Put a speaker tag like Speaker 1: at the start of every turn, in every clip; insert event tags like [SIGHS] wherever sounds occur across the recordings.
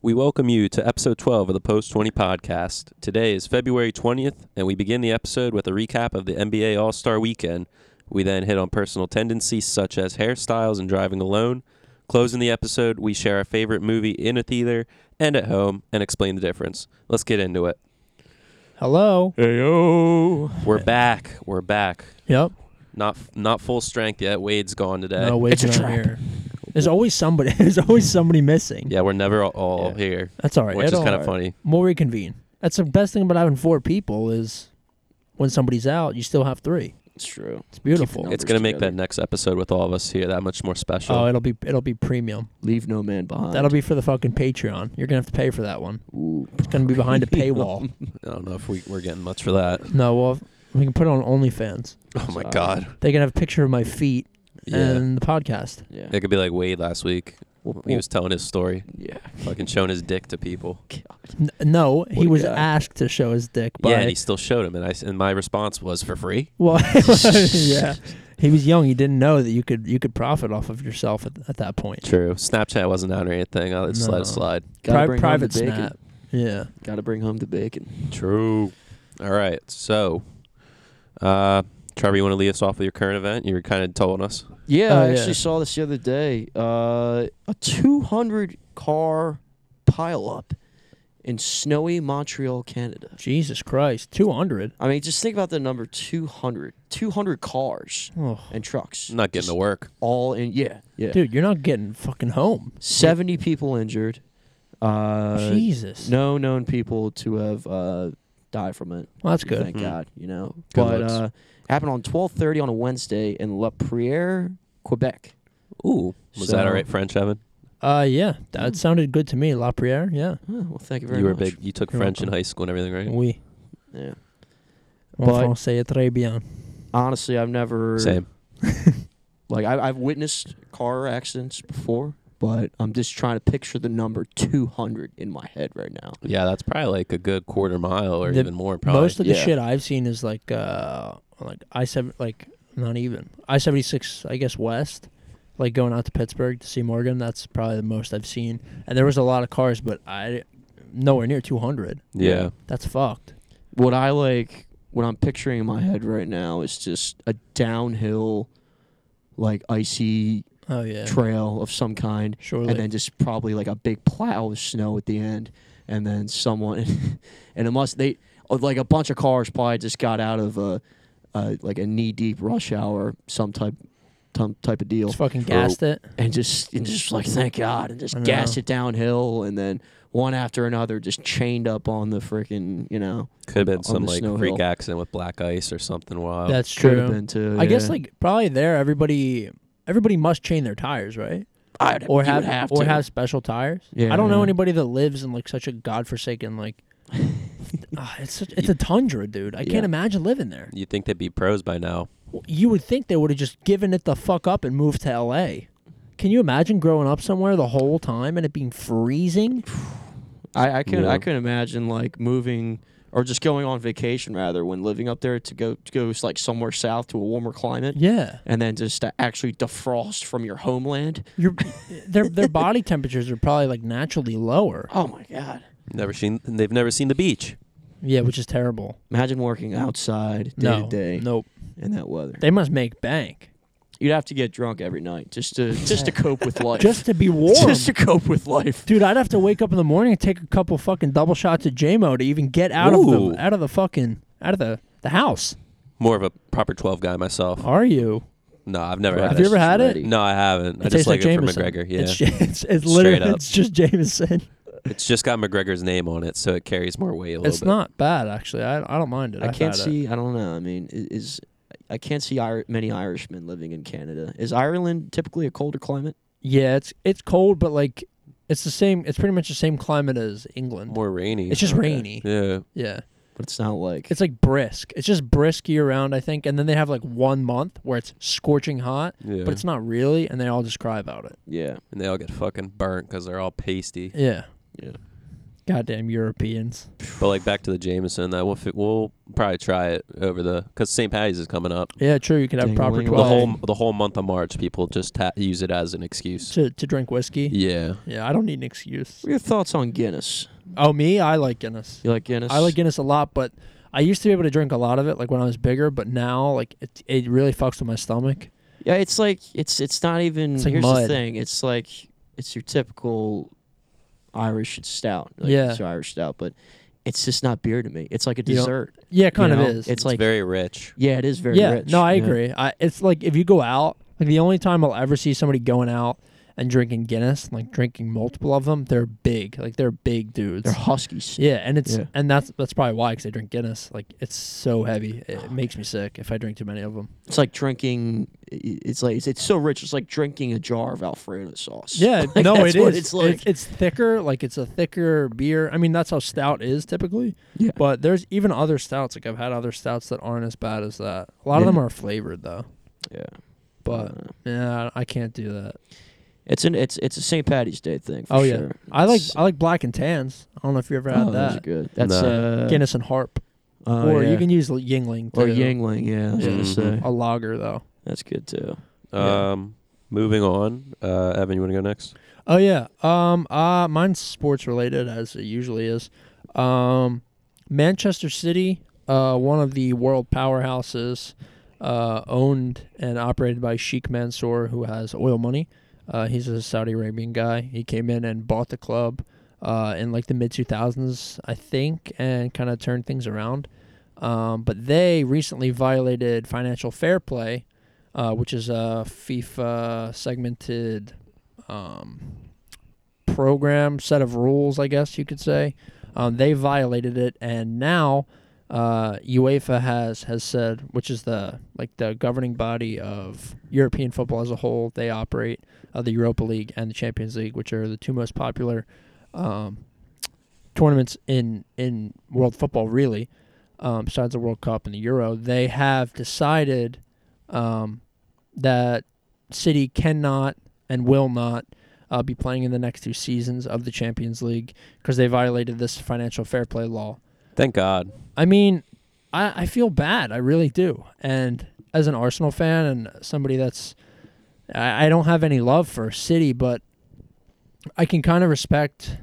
Speaker 1: We welcome you to episode 12 of the Post 20 podcast. Today is February 20th, and we begin the episode with a recap of the NBA All Star weekend. We then hit on personal tendencies such as hairstyles and driving alone. Closing the episode, we share our favorite movie in a theater and at home and explain the difference. Let's get into it.
Speaker 2: Hello.
Speaker 1: We're back. We're back.
Speaker 2: Yep.
Speaker 1: Not not full strength yet. Wade's gone today.
Speaker 2: No, Wade's
Speaker 3: It's a
Speaker 2: not
Speaker 3: trap.
Speaker 2: here. There's always somebody. [LAUGHS] There's always somebody missing.
Speaker 1: Yeah, we're never all- all
Speaker 3: Yeah.
Speaker 1: here,
Speaker 2: That's all right.
Speaker 1: which is
Speaker 2: That's all
Speaker 1: kind of
Speaker 2: right.
Speaker 1: funny.
Speaker 2: We'll reconvene. That's the best thing about having four people is when somebody's out, you still have three.
Speaker 3: It's true.
Speaker 2: It's beautiful.
Speaker 3: Keep it
Speaker 1: It's going to make
Speaker 3: together.
Speaker 1: that next episode with all of us here that much more special.
Speaker 2: Oh, it'll be it'll be premium.
Speaker 3: Leave no man behind.
Speaker 2: That'll be for the fucking Patreon. You're gonna have to pay for that one.
Speaker 3: Ooh.
Speaker 2: It's gonna be
Speaker 3: [LAUGHS]
Speaker 2: behind a paywall.
Speaker 1: I don't know if we, we're getting much for that.
Speaker 2: no, well we can put it on OnlyFans.
Speaker 1: Oh my
Speaker 3: Sorry.
Speaker 1: god.
Speaker 2: They can have a picture of my feet
Speaker 1: Yeah.
Speaker 2: and the podcast.
Speaker 3: Yeah.
Speaker 1: It could be like Wade last week. He was telling his story,
Speaker 3: [LAUGHS] yeah.
Speaker 1: fucking showing his dick to people.
Speaker 2: N- no, he
Speaker 3: a
Speaker 2: was
Speaker 3: guy.
Speaker 2: asked to show his dick. By
Speaker 1: yeah, and he still showed him. And I s- and my response was for free.
Speaker 2: [LAUGHS] Well, [LAUGHS] yeah, he was young. He didn't know that you could you could profit off of yourself at, at that point.
Speaker 1: True. Snapchat wasn't out or anything. I'll just let
Speaker 2: No.
Speaker 1: it slide.
Speaker 3: Gotta
Speaker 2: Pri-
Speaker 3: bring
Speaker 2: private
Speaker 3: home the bacon.
Speaker 2: snap. Yeah,
Speaker 3: Gotta bring home the bacon.
Speaker 1: True. All right. So, uh, Trevor, you want to lead us off with your current event? You were kind of telling us.
Speaker 3: Yeah,
Speaker 2: Oh,
Speaker 3: I
Speaker 2: yeah.
Speaker 3: actually saw this the other day. Uh, a 200 car pileup in snowy Montreal, Canada.
Speaker 2: Jesus Christ, two hundred.
Speaker 3: I mean, just think about the number 200. 200 cars
Speaker 2: Oh,
Speaker 3: and trucks.
Speaker 1: I'm not getting
Speaker 3: Just
Speaker 1: to work.
Speaker 3: all in. Yeah. Yeah.
Speaker 2: dude, you're not getting fucking home.
Speaker 3: 70 people injured. Uh,
Speaker 2: Jesus,
Speaker 3: no known people to have uh, died from it.
Speaker 2: well, that's good.
Speaker 3: Thank
Speaker 1: Mm.
Speaker 3: God, you know.
Speaker 1: Good
Speaker 3: but
Speaker 1: looks.
Speaker 3: uh, happened on twelve thirty on a Wednesday in La Prairie, Quebec.
Speaker 1: Ooh. Was that all
Speaker 3: So-
Speaker 1: right, French, Evan?
Speaker 2: Uh, yeah,
Speaker 3: Mm.
Speaker 2: that sounded good to me. La Prière, yeah,
Speaker 3: Oh, well, thank you very
Speaker 1: You were
Speaker 3: much.
Speaker 1: big. You took
Speaker 2: You're
Speaker 1: French in
Speaker 2: welcome.
Speaker 1: high school and everything, right?
Speaker 2: oui.
Speaker 3: Yeah.
Speaker 2: En
Speaker 3: But-
Speaker 2: français, très bien.
Speaker 3: Honestly, I've never
Speaker 1: Same.
Speaker 3: like I, I've witnessed car accidents before, but I'm just trying to picture the number two hundred in my head right now.
Speaker 1: Yeah, that's probably like a good quarter mile or
Speaker 2: The-
Speaker 1: even more. Probably.
Speaker 2: Most of the
Speaker 3: Yeah.
Speaker 2: shit I've seen is like uh like I seven like not even I seventy six I guess west, like going out to Pittsburgh to see Morgan. That's probably the most I've seen. And there was a lot of cars, but I nowhere near two hundred.
Speaker 1: yeah.
Speaker 2: That's fucked.
Speaker 3: What I like, what I'm picturing in my head right now is just a downhill, like icy
Speaker 2: Oh yeah,
Speaker 3: trail of some kind.
Speaker 2: surely.
Speaker 3: and then just probably like a big plow of snow at the end, and then someone, [LAUGHS] and it must they oh, like a bunch of cars probably just got out of a, uh like a knee deep rush hour some type, some type of deal,
Speaker 2: just fucking gassed it.
Speaker 3: and just and just like thank God, and
Speaker 2: I
Speaker 3: just
Speaker 2: know.
Speaker 3: gas it downhill, and then one after another just chained up on the freaking you know
Speaker 1: Could have been
Speaker 3: on
Speaker 1: some
Speaker 3: the
Speaker 1: like
Speaker 3: snow
Speaker 1: freak
Speaker 3: hill.
Speaker 1: accident with black ice or something wild.
Speaker 2: That's
Speaker 3: could have
Speaker 2: true.
Speaker 3: been too.
Speaker 2: I guess
Speaker 3: yeah.
Speaker 2: like probably there everybody everybody must chain their tires right
Speaker 3: I'd,
Speaker 2: or
Speaker 3: you
Speaker 2: have,
Speaker 3: would have
Speaker 2: or
Speaker 3: to.
Speaker 2: have special tires.
Speaker 3: Yeah.
Speaker 2: I don't know anybody that lives in like such a godforsaken like.
Speaker 3: [LAUGHS]
Speaker 2: Ah, it's such, it's a tundra, dude. I
Speaker 3: Yeah.
Speaker 2: can't imagine living there.
Speaker 1: You'd think they'd be pros by now.
Speaker 2: you would think they would have just given it the fuck up and moved to LA. Can you imagine growing up somewhere the whole time and it being freezing?
Speaker 3: I, I can
Speaker 1: Yeah.
Speaker 3: I can imagine like moving or just going on vacation rather when living up there to go to go like somewhere south to a warmer climate
Speaker 2: Yeah.
Speaker 3: and then just to actually defrost from your homeland.
Speaker 2: Your their their body temperatures are probably like naturally lower.
Speaker 3: Oh my god.
Speaker 2: Mm.
Speaker 1: Never seen. They've never seen the beach.
Speaker 2: Yeah, which is terrible.
Speaker 3: Imagine working outside day
Speaker 2: no.
Speaker 3: to day
Speaker 2: Nope.
Speaker 3: in that weather.
Speaker 2: They must make bank.
Speaker 3: You'd have to get drunk every night just
Speaker 2: [LAUGHS]
Speaker 3: to just to cope with life.
Speaker 2: Just to be warm.
Speaker 3: [LAUGHS] just to cope with life.
Speaker 2: Dude, I'd have to wake up in the morning and take a couple fucking double shots of JMO to even get out of
Speaker 1: Ooh.
Speaker 2: the out of the fucking out of the, the house.
Speaker 1: More of a proper twelve guy myself.
Speaker 2: Are you?
Speaker 1: No, I've never
Speaker 3: Right.
Speaker 1: had
Speaker 2: Have you
Speaker 1: it.
Speaker 2: ever had it?
Speaker 3: Ready.
Speaker 1: No, I haven't. I
Speaker 2: It
Speaker 1: just
Speaker 2: tastes
Speaker 1: like, it for
Speaker 2: Jameson.
Speaker 1: McGregor. Yeah, it's,
Speaker 2: It's, [LAUGHS] it's, it's
Speaker 1: Straight
Speaker 2: literally
Speaker 1: up.
Speaker 2: it's just Jameson.
Speaker 1: just got McGregor's name on it, so it carries more weight a little
Speaker 2: It's
Speaker 1: bit.
Speaker 2: not bad actually. I, I don't mind it.
Speaker 3: I
Speaker 2: I've
Speaker 3: can't
Speaker 2: had it.
Speaker 3: see I don't know. I mean, i- is I can't see Ir- many Irishmen living in Canada. Is Ireland typically a colder climate?
Speaker 2: Yeah, it's it's cold, but like it's the same. It's pretty much the same climate as England.
Speaker 1: more rainy.
Speaker 2: It's just
Speaker 3: Okay.
Speaker 2: rainy.
Speaker 1: yeah,
Speaker 2: Yeah,
Speaker 3: But it's not like
Speaker 2: it's like brisk. It's just brisk year round, I think. And then they have like one month where it's scorching hot,
Speaker 1: yeah.
Speaker 2: but it's not really, and they all just cry about it.
Speaker 3: yeah.
Speaker 2: [SIGHS]
Speaker 1: and they all get fucking burnt because they're all pasty.
Speaker 2: Yeah,
Speaker 3: Yeah.
Speaker 2: Goddamn Europeans.
Speaker 1: But like back to the Jameson, that we'll fi- we'll probably try it over the because St. Patty's is coming up.
Speaker 2: Yeah, true. You could have proper
Speaker 3: Ding-a-ling-a.
Speaker 1: The
Speaker 3: Well-
Speaker 2: twelve
Speaker 1: whole the whole month of March, people just ta- use it as an excuse.
Speaker 2: to, to drink whiskey. Yeah.
Speaker 1: Yeah,
Speaker 2: I don't need an excuse.
Speaker 3: What are your thoughts on Guinness?
Speaker 2: Oh, me, I like Guinness.
Speaker 3: You like Guinness?
Speaker 2: I like Guinness a lot, but I used to be able to drink a lot of it, like when I was bigger. But now, like it, it really fucks with my stomach.
Speaker 3: Yeah, it's like it's it's not even.
Speaker 2: It's like
Speaker 3: here's
Speaker 2: mud.
Speaker 3: the thing. It's like it's your typical Irish stout. Like,
Speaker 2: Yeah.
Speaker 3: it's Irish stout, but it's just not beer to me. It's like a
Speaker 2: You don't-
Speaker 3: dessert.
Speaker 2: Yeah, it kind
Speaker 3: you
Speaker 2: of
Speaker 3: know?
Speaker 2: is.
Speaker 3: It's
Speaker 1: it's
Speaker 3: like
Speaker 1: very rich.
Speaker 3: yeah, it is very
Speaker 2: yeah,
Speaker 3: rich.
Speaker 2: no, I
Speaker 3: yeah.
Speaker 2: agree. I, it's like if you go out, like the only time I'll ever see somebody going out and drinking Guinness, like drinking multiple of them, they're big. Like they're big dudes.
Speaker 3: They're huskies.
Speaker 2: yeah, and it's
Speaker 3: Yeah.
Speaker 2: and that's that's probably why because I drink Guinness. Like it's so heavy,
Speaker 3: Oh,
Speaker 2: it, makes me sick if I drink too many of them.
Speaker 3: It's like drinking. i- It's like it's, it's so rich. It's like drinking a jar of Alfredo sauce.
Speaker 2: [LAUGHS] Yeah,
Speaker 3: [LAUGHS] Like,
Speaker 2: no,
Speaker 3: that's
Speaker 2: it
Speaker 3: what
Speaker 2: is.
Speaker 3: It's like
Speaker 2: it's, it's thicker. Like it's a thicker beer. I mean, that's how stout is typically.
Speaker 3: Yeah.
Speaker 2: But there's even other stouts. Like I've had other stouts that aren't as bad as that. A lot of
Speaker 3: Yeah.
Speaker 2: them are flavored though.
Speaker 3: yeah.
Speaker 2: But yeah, I I can't do that.
Speaker 3: Uh, It's an it's it's a St. Patty's Day thing. For
Speaker 2: Oh, yeah.
Speaker 3: sure.
Speaker 2: I like
Speaker 3: It's-
Speaker 2: I like black and tans. I don't know if you ever had
Speaker 3: oh, those are
Speaker 2: that.
Speaker 3: good. That's
Speaker 1: Nah.
Speaker 3: uh,
Speaker 2: Guinness and Harp,
Speaker 3: oh,
Speaker 2: or
Speaker 3: yeah.
Speaker 2: you can use l- Yingling too. Mm-hmm.
Speaker 3: or Yingling. Yeah, I was gonna
Speaker 1: Mhm.
Speaker 3: say
Speaker 2: A lager though.
Speaker 3: Mm-hmm. that's good too. Yeah.
Speaker 1: Um, moving on. Uh, Evan, you want to go next?
Speaker 2: Oh yeah. Um. Uh. Mine's sports related as it usually is. Um. Manchester City, uh, one of the world powerhouses, uh, owned and operated by Sheikh Mansour, who has oil money. Uh, he's a Saudi Arabian guy. He came in and bought the club uh, in like the mid 2000s, I think, and kind of turned things around. Um, but they recently violated financial fair play, uh, which is a FIFA segmented um, program, set of rules, I guess you could say. Um, they violated it, and now uh, UEFA has has said, which is the like the governing body of European football as a whole. They operate uh, the Europa League and the Champions League, which are the two most popular um, tournaments in in world football, really, um, besides the World Cup and the Euro. They have decided um, that City cannot and will not uh, be playing in the next two seasons of the Champions League because they violated this financial fair play law.
Speaker 1: Thank God.
Speaker 2: I mean, I, I feel bad. I really do. And as an Arsenal fan and somebody that's, I, I don't have any love for City, but I can kind of respect,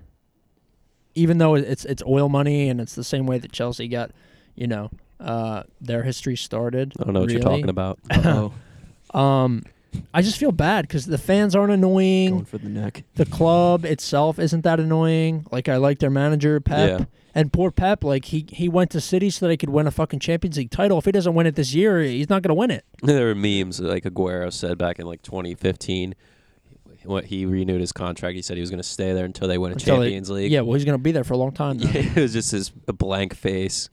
Speaker 2: even though it's it's oil money and it's the same way that Chelsea got, you know, uh, their history started.
Speaker 1: I don't know what you're
Speaker 2: really.
Speaker 1: talking about. [LAUGHS]
Speaker 3: Oh,
Speaker 2: Um, I just feel bad because the fans aren't annoying
Speaker 3: [LAUGHS] going for the neck.
Speaker 2: the club itself isn't that annoying. Like I like their manager Pep,
Speaker 1: Yeah.
Speaker 2: and poor Pep, like he he went to City so that he could win a fucking Champions League title. If he doesn't win it this year, he's not gonna win it.
Speaker 1: there were memes like Aguero said back in like 2015. What he renewed his contract. He said he was going to stay there until they win a
Speaker 2: Until they-
Speaker 1: Champions League.
Speaker 2: Yeah, well he's gonna be there for a long time. Though. [LAUGHS] Yeah.
Speaker 1: [LAUGHS] it was just his blank face,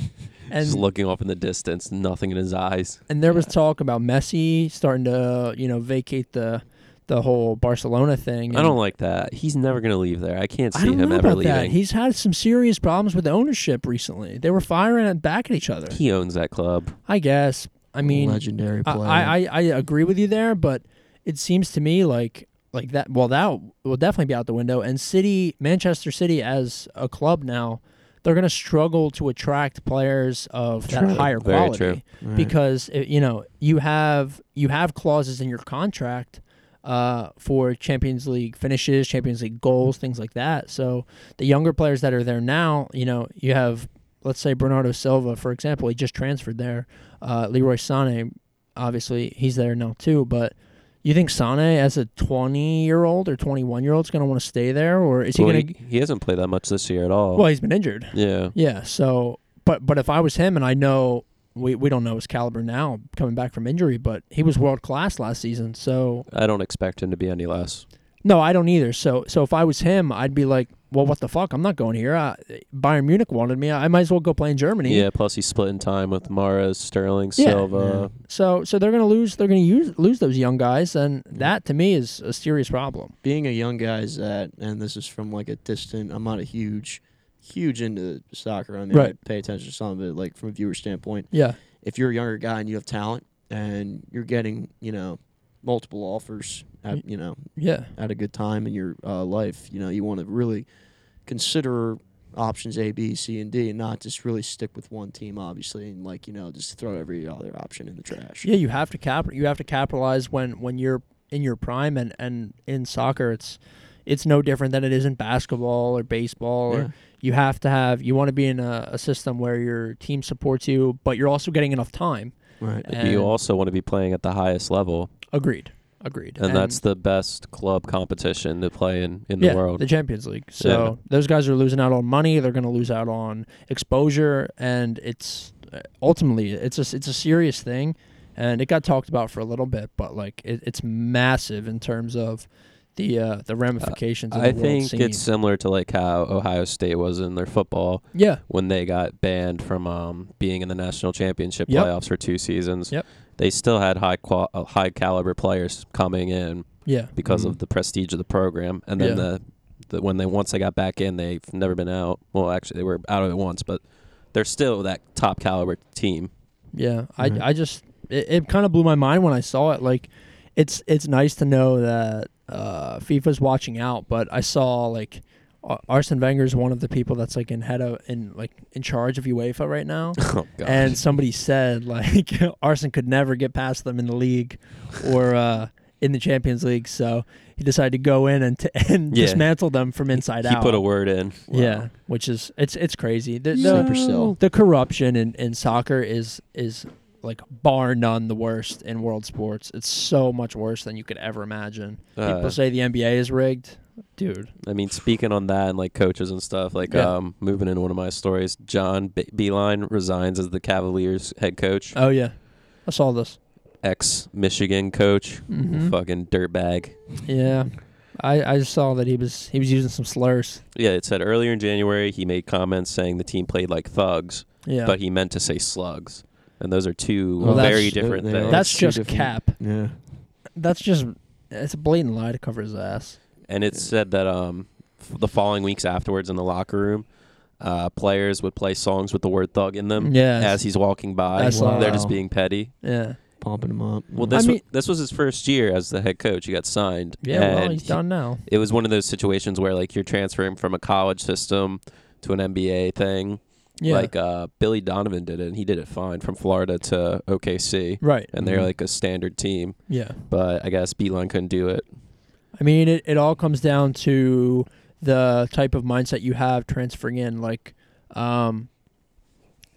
Speaker 1: just
Speaker 2: and
Speaker 1: looking off in the distance, nothing in his eyes.
Speaker 2: and there was talk about Messi starting to you know vacate the the whole Barcelona thing.
Speaker 1: I
Speaker 2: and-
Speaker 1: don't like that. He's never going to leave there. I can't see
Speaker 2: I don't
Speaker 1: him
Speaker 2: know
Speaker 1: ever
Speaker 2: about
Speaker 1: leaving.
Speaker 2: that. He's had some serious problems with ownership recently. They were firing and back at each other.
Speaker 1: he owns that club.
Speaker 2: I guess. I mean,
Speaker 3: legendary
Speaker 2: I,
Speaker 3: player.
Speaker 2: I, I- I agree with you there, but it seems to me like like that. Well, that will definitely be out the window. And City, Manchester City, as a club now, they're going to struggle to attract players of
Speaker 1: True.
Speaker 2: that higher
Speaker 1: Very
Speaker 2: quality
Speaker 1: true.
Speaker 3: Right.
Speaker 2: because uh, you know you have you have clauses in your contract uh, for Champions League finishes, Champions League goals, things like that. So the younger players that are there now, you know, you have let's say Bernardo Silva, for example, he just transferred there. Uh, Leroy Sané, obviously, he's there now too. But you think Sané, as a twenty-year-old or twenty-one-year-old, is going to want to stay there, or is he
Speaker 1: Well,
Speaker 2: going to?
Speaker 1: he, he hasn't played that much this year at all.
Speaker 2: Well, he's been injured.
Speaker 1: yeah.
Speaker 2: Yeah. So, but but if I was him, and I know we we don't know his caliber now coming back from injury, but he was world class last season. So
Speaker 1: I don't expect him to be any less.
Speaker 2: no, I don't either. So so if I was him, I'd be like, well, what the fuck? I'm not going here. I, Bayern Munich wanted me. I might as well go play in Germany.
Speaker 1: Yeah, plus he's splitting time with Mara, Sterling,
Speaker 2: Yeah.
Speaker 1: Silva.
Speaker 2: So so they're gonna lose. They're gonna use, lose those young guys, and that to me is a serious problem.
Speaker 3: being a young guy is that, and this is from like a distant. I'm not a huge, huge into soccer. I mean,
Speaker 2: Right.
Speaker 3: I pay attention to some of it, like from a viewer standpoint.
Speaker 2: Yeah.
Speaker 3: If you're a younger guy and you have talent, and you're getting, you know, multiple offers at, you know,
Speaker 2: Yeah.
Speaker 3: at a good time in your uh, life, you know, you want to really consider options A, B, C, and D, and not just really stick with one team, obviously, and like you know just throw every other option in the trash.
Speaker 2: Yeah, you have to cap. You have to capitalize when when you're in your prime, and and in soccer, it's it's no different than it is in basketball or baseball.
Speaker 3: Yeah.
Speaker 2: Or you have to have. You want to be in a, a system where your team supports you, but you're also getting enough time.
Speaker 3: Right.
Speaker 2: And
Speaker 1: you also want to be playing at the highest level,
Speaker 2: agreed. Agreed.
Speaker 1: and, that's the best club competition to play in in
Speaker 2: yeah,
Speaker 1: the world.
Speaker 2: the Champions League. So those guys are losing out on money. They're going to lose out on exposure, and it's uh, ultimately it's a it's a serious thing, and it got talked about for a little bit, but like it, it's massive in terms of the uh, the ramifications. of
Speaker 1: I
Speaker 2: the world
Speaker 1: think
Speaker 2: scene.
Speaker 1: it's similar to like how Ohio State was in their football
Speaker 2: yeah,
Speaker 1: when they got banned from um, being in the national championship
Speaker 2: Yep.
Speaker 1: playoffs for two seasons.
Speaker 2: Yep.
Speaker 1: They still had high qual- uh, high caliber players coming in
Speaker 2: yeah,
Speaker 1: because
Speaker 3: Mhm.
Speaker 1: of the prestige of the program, and then
Speaker 2: Mm. Yeah.
Speaker 1: the, the when they once they got back in, they've never been out. Well, actually, they were out of it once, but they're still that top caliber team. [LAUGHS]
Speaker 2: yeah.
Speaker 3: Mhm.
Speaker 1: Mm-hmm.
Speaker 2: I I just it, it kind of blew my mind when I saw it. Like it's it's nice to know that uh, FIFA's watching out, but I saw like. Ar- Arsene Wenger is one of the people that's like in head of in like in charge of UEFA right now,
Speaker 1: oh God.
Speaker 2: and somebody said [LAUGHS] like Arson could never get past them in the league or uh, in the Champions League, so he decided to go in and, t- [LAUGHS] and
Speaker 1: Yeah.
Speaker 2: dismantle them from inside
Speaker 1: he
Speaker 2: out.
Speaker 1: put a word in.
Speaker 2: Yeah, which is it's it's crazy. The,
Speaker 3: Super
Speaker 2: the,
Speaker 3: still.
Speaker 2: the corruption in, in soccer is is like bar none the worst in world sports. It's so much worse than you could ever imagine.
Speaker 1: Uh,
Speaker 2: People say the NBA is rigged, dude.
Speaker 1: I mean, speaking on that and like coaches and stuff, like
Speaker 2: Yeah.
Speaker 1: um, moving into one of my stories, John Be- Beeline resigns as the Cavaliers head coach,
Speaker 2: Oh yeah, I saw this.
Speaker 1: ex Michigan coach,
Speaker 2: Mhm.
Speaker 1: fucking dirtbag.
Speaker 2: Yeah, I I just saw that he was he was using some slurs.
Speaker 1: Yeah, it said earlier in January he made comments saying the team played like thugs,
Speaker 2: Yeah,
Speaker 1: but he meant to say slugs, and those are two
Speaker 2: Well, that's-
Speaker 1: very different
Speaker 3: they- they
Speaker 1: things.
Speaker 3: are.
Speaker 2: That's
Speaker 3: it's two
Speaker 2: just
Speaker 3: different-
Speaker 2: cap.
Speaker 3: Yeah.
Speaker 2: That's just it's a blatant lie to cover his ass.
Speaker 1: And it said that um, f- the following weeks afterwards in the locker room, uh, players would play songs with the word thug in them
Speaker 2: Yes.
Speaker 1: as he's walking by.
Speaker 2: I saw
Speaker 1: They're
Speaker 3: that.
Speaker 1: just being petty.
Speaker 2: Yeah.
Speaker 3: Pumping them up.
Speaker 1: Well,
Speaker 2: I
Speaker 1: this
Speaker 2: mean-
Speaker 1: wa- this was his first year as the head coach. He got signed.
Speaker 2: Yeah, well,
Speaker 1: and
Speaker 2: he's
Speaker 1: he-
Speaker 2: done now.
Speaker 1: It was one of those situations where like you're transferring from a college system to an NBA thing.
Speaker 2: Yeah.
Speaker 1: Like uh, Billy Donovan did it, and he did it fine from Florida to OKC,
Speaker 2: right.
Speaker 1: and they're
Speaker 3: Mhm.
Speaker 1: like a standard team.
Speaker 2: Yeah.
Speaker 1: But I guess Beeline couldn't do it.
Speaker 2: I mean, it, it all comes down to the type of mindset you have transferring in. Like, um,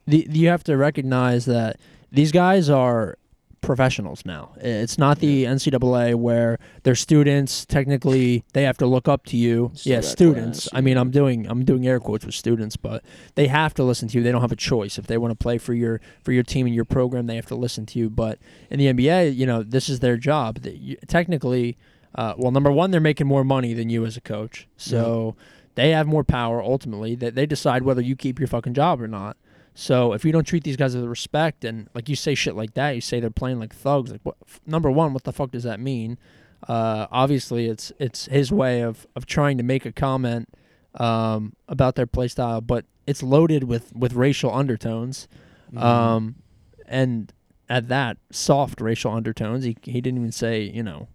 Speaker 2: the, you have to recognize that these guys are professionals now. I- It's not the NCAA where they're students. Technically, they have to look up to you.
Speaker 3: It's
Speaker 2: yeah,
Speaker 3: to that
Speaker 2: students.
Speaker 3: class,
Speaker 2: I mean,
Speaker 3: yeah.
Speaker 2: I'm doing I'm doing air quotes with students, but they have to listen to you. They don't have a choice if they want to play for your for your team and your program. They have to listen to you. But in the NBA, you know, this is their job. That you, technically, uh, well, number one, they're making more money than you as a coach, so they have more power ultimately. That they decide whether you keep your fucking job or not. So if you don't treat these guys with respect and like you say shit like that, you say they're playing like thugs. Like what? f- Number one, what the fuck does that mean? Uh, obviously, it's it's his way of of trying to make a comment um, about their play style, but it's loaded with with racial undertones,
Speaker 3: Mm-hmm.
Speaker 2: um, and at that soft racial undertones, he he didn't even say you know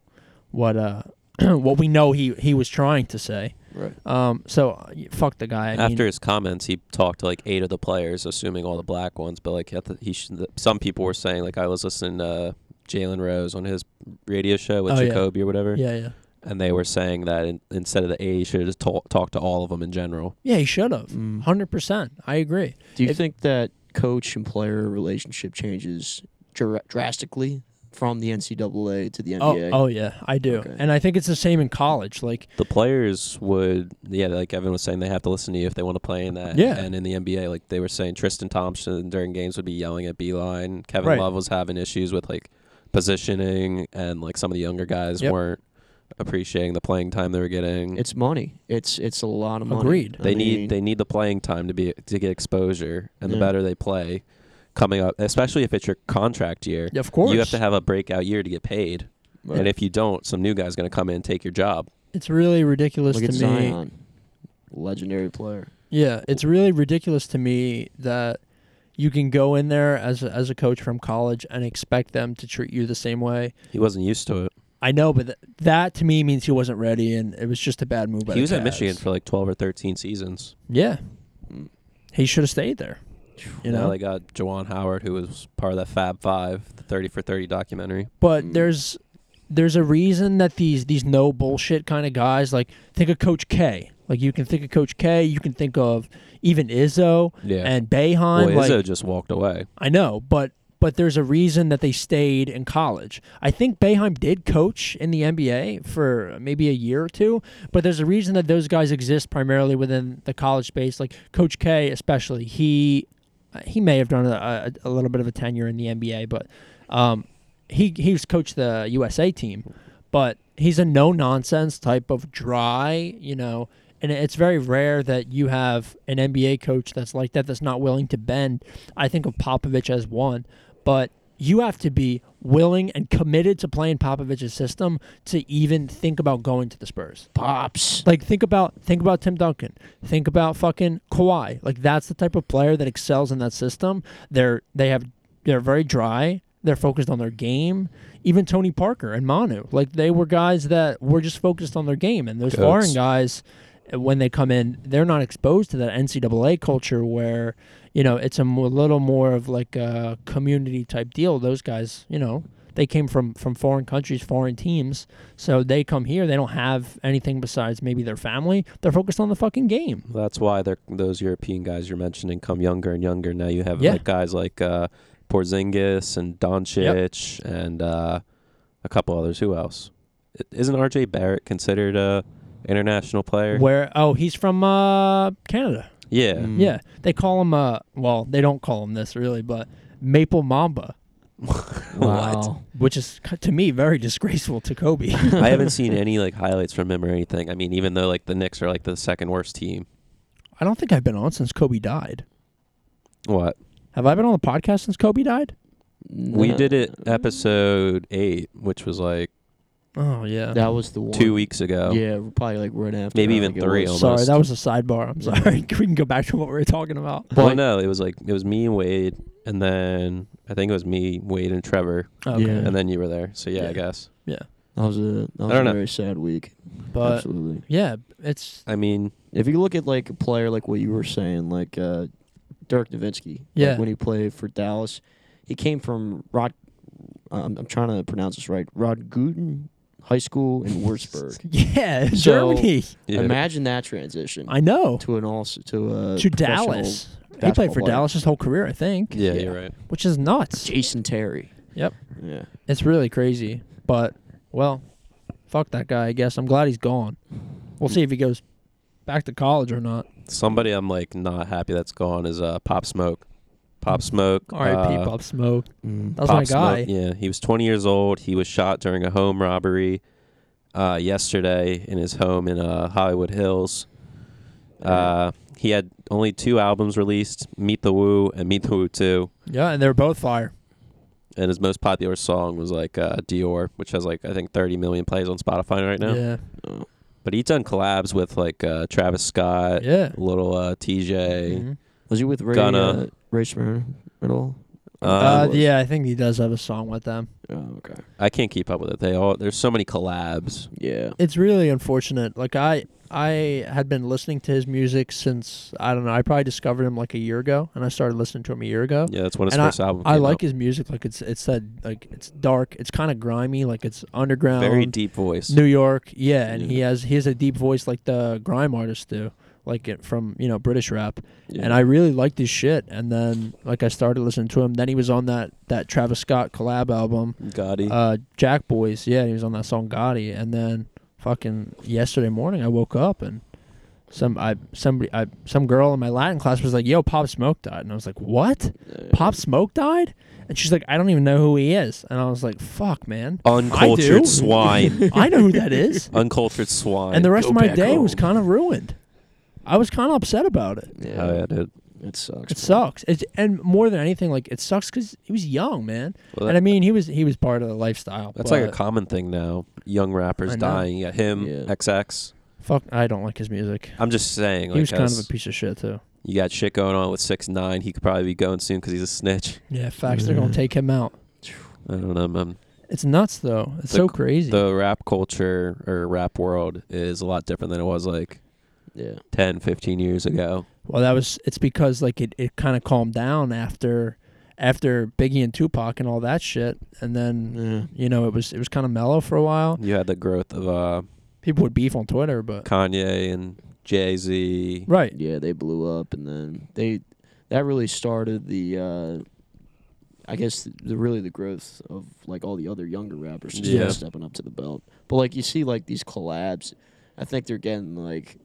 Speaker 2: what uh [CLEARS THROAT] what we know he he was trying to say.
Speaker 3: right.
Speaker 2: Um, so uh, fuck the guy. I mean-
Speaker 1: After his comments, he talked to like eight of the players, assuming all the black ones. But like, at the- he should, some people were saying like I was listening to Jalen Rose on his radio show with
Speaker 2: Oh, yeah.
Speaker 1: Jacoby or whatever.
Speaker 2: yeah, yeah,
Speaker 1: and they were saying that in, instead of the A, you should have talked talk to all of them in general.
Speaker 2: yeah, he should have.
Speaker 3: Mm.
Speaker 2: Hundred percent, I agree.
Speaker 3: Do you
Speaker 2: If-
Speaker 3: think that coach and player relationship changes dr- drastically from the NCAA to the NBA?
Speaker 2: Oh, oh yeah, I do.
Speaker 3: Okay.
Speaker 2: And I think it's the same in college. Like,
Speaker 1: The players would, yeah, like Evan was saying, they have to listen to you if they want to play in that.
Speaker 2: Yeah.
Speaker 1: And in the NBA, like they were saying, Tristan Thompson during games would be yelling at Beeline. Kevin
Speaker 2: Right.
Speaker 1: Love was having issues with like positioning, and like some of the younger guys
Speaker 2: Yep.
Speaker 1: weren't appreciating the playing time they were getting.
Speaker 3: It's money. It's it's a lot of money.
Speaker 2: Agreed.
Speaker 3: I
Speaker 1: they
Speaker 3: mean,
Speaker 1: need they need the playing time to be to get exposure, and the
Speaker 3: Yeah.
Speaker 1: better they play, coming up, especially if it's your contract year,
Speaker 2: of course,
Speaker 1: you have to have a breakout year to get paid.
Speaker 3: Right.
Speaker 1: And if you don't, some new guy's going to come in and take your job.
Speaker 2: it's really ridiculous
Speaker 3: look
Speaker 2: to
Speaker 3: at
Speaker 2: me.
Speaker 3: Zion, legendary player.
Speaker 2: Yeah, it's really ridiculous to me that you can go in there as a, as a coach from college and expect them to treat you the same way.
Speaker 1: He wasn't used to it.
Speaker 2: I know, but th- that to me means he wasn't ready, and it was just a bad move. By
Speaker 1: he
Speaker 2: the
Speaker 1: was at
Speaker 2: Cavs.
Speaker 1: Michigan for like 12 or 13 seasons.
Speaker 2: Yeah,
Speaker 3: Mm.
Speaker 2: he should have stayed
Speaker 1: [SIGHS]
Speaker 2: there. You
Speaker 1: now
Speaker 2: know,
Speaker 1: they got Jawan Howard, who was part of that Fab Five, the 30 for 30 documentary.
Speaker 2: but
Speaker 3: Mm.
Speaker 2: there's there's a reason that these these no bullshit kind of guys like think of Coach K. Like you can think of Coach K, you can think of even Izzo
Speaker 1: Yeah.
Speaker 2: and Bayheim.
Speaker 1: Boy,
Speaker 2: like,
Speaker 1: Izzo just walked away.
Speaker 2: I know, but but there's a reason that they stayed in college. I think Bayheim did coach in the NBA for maybe a year or two, but there's a reason that those guys exist primarily within the college space. Like Coach K, especially, he he may have done a, a, a little bit of a tenure in the NBA, but um, he he's coached the USA team, but he's a no nonsense type of dry, you know. And it's very rare that you have an NBA coach that's like that, that's not willing to bend. I think of Popovich as one, but you have to be willing and committed to playing Popovich's system to even think about going to the Spurs.
Speaker 1: [LAUGHS]
Speaker 3: Pops.
Speaker 2: Like think about think about Tim Duncan. Think about fucking Kawhi. Like that's the type of player that excels in that system. They're they have they're very dry. They're focused on their game. Even Tony Parker and Manu, like they were guys that were just focused on their game. And those
Speaker 1: Goats.
Speaker 2: foreign guys, uh, when they come in, they're not exposed to that NCAA culture where you know it's a mo- little more of like a community type deal. Those guys, you know, they came from from foreign countries, foreign teams. So they come here, they don't have anything besides maybe their family. They're focused on the fucking game.
Speaker 1: That's why they're, those European guys you're mentioning come younger and younger. Now you have
Speaker 2: Yeah.
Speaker 1: like guys like uh, Porzingis and Doncic and uh, a couple others. Who else? I- Isn't R.J. Barrett considered a international player?
Speaker 2: Where oh, he's from uh Canada.
Speaker 1: Yeah.
Speaker 3: Mm.
Speaker 2: Yeah. They call him uh well, they don't call him this really, but Maple Mamba,
Speaker 3: Wow.
Speaker 2: which is to me very [LAUGHS] disgraceful to
Speaker 1: [LAUGHS]
Speaker 2: Kobe.
Speaker 1: I haven't seen any like highlights from him or anything. I mean, even though like the Knicks are like the second worst team.
Speaker 2: I don't think I've been on since Kobe died.
Speaker 1: What?
Speaker 2: Have I been on the podcast since Kobe died?
Speaker 1: We
Speaker 3: No.
Speaker 1: did it uh, episode eight, which was like
Speaker 2: Oh yeah.
Speaker 3: That was the one.
Speaker 1: two weeks ago.
Speaker 3: Yeah, probably like right after.
Speaker 1: Maybe
Speaker 3: I
Speaker 1: even
Speaker 3: think it
Speaker 1: three
Speaker 3: was.
Speaker 1: almost.
Speaker 2: sorry, that was a sidebar. I'm sorry. [LAUGHS] we can go back to what we were talking about.
Speaker 1: well,
Speaker 3: But-
Speaker 1: no, it was like it was me and Wade, and then I think it was me, Wade, and Trevor,
Speaker 2: Okay.
Speaker 3: Yeah.
Speaker 1: and then you were there. So yeah,
Speaker 2: Yeah.
Speaker 1: I guess.
Speaker 3: That was a that was
Speaker 1: don't
Speaker 3: a
Speaker 1: know.
Speaker 3: very sad week.
Speaker 2: But
Speaker 3: Absolutely.
Speaker 2: yeah, it's
Speaker 1: I mean,
Speaker 3: If you look at like a player like what you were saying, like uh, Dirk Nowitzki, like,
Speaker 2: Yeah.
Speaker 3: when he played for Dallas, he came from Rod. um, I'm, I'm trying to pronounce this right. Rod Guten High School
Speaker 1: [LAUGHS]
Speaker 3: in Würzburg.
Speaker 2: yeah, [LAUGHS]
Speaker 3: So-
Speaker 2: Germany.
Speaker 1: yeah,
Speaker 3: Imagine that transition
Speaker 2: I know.
Speaker 3: to an also to a
Speaker 2: to
Speaker 3: professional
Speaker 2: Dallas. He played
Speaker 3: basketball
Speaker 2: for
Speaker 3: player.
Speaker 2: Dallas his whole career, I think,
Speaker 1: yeah,
Speaker 3: Yeah.
Speaker 1: you're right.
Speaker 2: which is nuts.
Speaker 3: Jason Terry.
Speaker 2: Yep.
Speaker 3: Yeah.
Speaker 2: It's really crazy. But, well, fuck that guy, I guess. I'm glad he's gone. We'll see if he goes back to college or not.
Speaker 1: Somebody I'm like not happy that's gone is uh Pop Smoke.
Speaker 3: Mm.
Speaker 1: Pop Smoke.
Speaker 2: R.I.P.
Speaker 1: uh,
Speaker 2: Pop Smoke. That was
Speaker 1: Pop
Speaker 2: my guy.
Speaker 1: Smoke, yeah, he was 20 years old. He was shot during a home robbery uh, yesterday in his home in uh, Hollywood Hills. Uh, he had only two albums released, Meet the Woo and Meet the Woo 2.
Speaker 2: Yeah, and they were both fire.
Speaker 1: And his most popular song was like uh, Dior, which has like I think 30 million plays on Spotify right now.
Speaker 2: Yeah.
Speaker 1: But he done collabs with like uh, Travis Scott,
Speaker 2: Yeah.
Speaker 1: Little uh, TJ.
Speaker 2: Mhm.
Speaker 3: Was he with Ray
Speaker 1: Gunna.
Speaker 3: uh, Ray Sparrow at all?
Speaker 1: Um,
Speaker 2: Uh,
Speaker 3: was.
Speaker 2: yeah, I think he does have a song with them.
Speaker 3: Oh, okay.
Speaker 1: I can't keep up with it. They all there's so many collabs.
Speaker 3: Yeah.
Speaker 2: It's really unfortunate. Like I I had been listening to his music since I don't know, I probably discovered him like a year ago and I started listening to him a year ago.
Speaker 1: Yeah, that's when his
Speaker 2: And
Speaker 1: first album.
Speaker 2: I
Speaker 1: came
Speaker 2: like
Speaker 1: out.
Speaker 2: his music. Like it's it's that like it's dark. It's kind of grimy. Like it's underground.
Speaker 1: very deep voice.
Speaker 2: um, New York. Yeah, and he
Speaker 3: Yeah.
Speaker 2: has he has a deep voice like the grime artists do, like it from you know British rap.
Speaker 3: yeah.
Speaker 2: And I really liked his shit. And then like I started listening to him. Then he was on that that Travis Scott collab album,
Speaker 1: Gotti.
Speaker 2: uh, Jack Boys. Yeah, he was on that song Gotti. And then fucking yesterday morning, I woke up and. Some I somebody I some girl in my Latin class was like, "Yo, Pop Smoke died," and I was like, "What?"
Speaker 3: Yeah.
Speaker 2: Pop Smoke died? And she's like, I don't even know who he is. And I was like, fuck, man. I do.
Speaker 1: Uncultured
Speaker 3: [LAUGHS]
Speaker 1: swine.
Speaker 2: I know who that is.
Speaker 1: Uncultured swine.
Speaker 2: And the rest
Speaker 3: Go
Speaker 2: of my
Speaker 3: back
Speaker 2: day was
Speaker 3: home.
Speaker 2: kind of ruined. I was kind of upset about it.
Speaker 3: Yeah.
Speaker 1: Oh yeah, dude.
Speaker 3: It sucks.
Speaker 2: It
Speaker 3: man.
Speaker 2: sucks. It's, and more than anything, like it sucks because he was young, man.
Speaker 1: Well,
Speaker 2: and
Speaker 1: that-
Speaker 2: I mean, he was he was part of the lifestyle.
Speaker 1: that's
Speaker 2: but
Speaker 1: like a common thing now. Young
Speaker 2: I
Speaker 1: rappers
Speaker 2: know.
Speaker 1: dying. You got him,
Speaker 3: Yeah.
Speaker 1: XX.
Speaker 2: fuck. I don't like his music.
Speaker 1: I'm just saying,
Speaker 2: he
Speaker 1: like,
Speaker 2: was kind of
Speaker 1: as
Speaker 2: a piece of shit too.
Speaker 1: you got shit going on with six nine. He could probably be going soon because he's a snitch.
Speaker 2: Yeah, facts. They're gonna
Speaker 3: Yeah.
Speaker 2: take him out.
Speaker 1: I don't know. Man.
Speaker 2: It's nuts though. It's
Speaker 1: The
Speaker 2: so
Speaker 1: c-
Speaker 2: crazy.
Speaker 1: The rap culture or rap world is a lot different than it was like
Speaker 3: Yeah.
Speaker 1: 10, 15 years ago.
Speaker 2: well, that was it's because like it, it kind of calmed down after after Biggie and Tupac and all that shit, and then
Speaker 3: Yeah.
Speaker 2: you know it was it was kind of mellow for a while.
Speaker 1: You had the growth of uh,
Speaker 2: People would beef on
Speaker 1: [LAUGHS]
Speaker 2: Twitter, but
Speaker 1: Kanye and Jay Z.
Speaker 2: right,
Speaker 3: Yeah, they blew up, and then they that really started the, uh, I guess, the, really the growth of like all the other younger rappers just kinda
Speaker 1: Yeah.
Speaker 3: stepping up to the belt. But like you see, like these collabs, I think they're getting like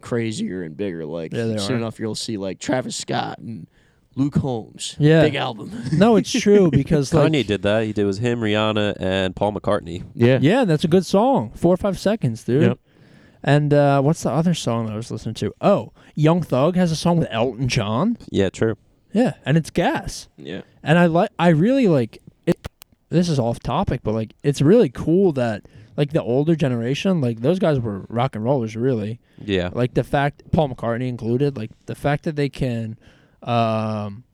Speaker 3: crazier and bigger. Like
Speaker 2: Yeah, they
Speaker 3: soon
Speaker 2: are.
Speaker 3: enough, you'll see like Travis Scott and Luke Holmes.
Speaker 2: Yeah.
Speaker 3: big album. [LAUGHS]
Speaker 2: no, it's true because like
Speaker 1: Kanye did that. He did it was him, Rihanna, and Paul McCartney.
Speaker 3: Yeah,
Speaker 2: Yeah, that's a good song. Four or five seconds, dude.
Speaker 3: Yep.
Speaker 2: And uh, what's the other song that I was listening to? Oh, Young Thug has a song with Elton John.
Speaker 1: Yeah, true.
Speaker 2: Yeah, and it's gas.
Speaker 3: yeah,
Speaker 2: And I like. I really like it. This is off topic, but like, it's really cool that like the older generation, like those guys were rock and rollers, really.
Speaker 1: Yeah.
Speaker 2: Like the fact Paul McCartney included, like the fact that they can, um,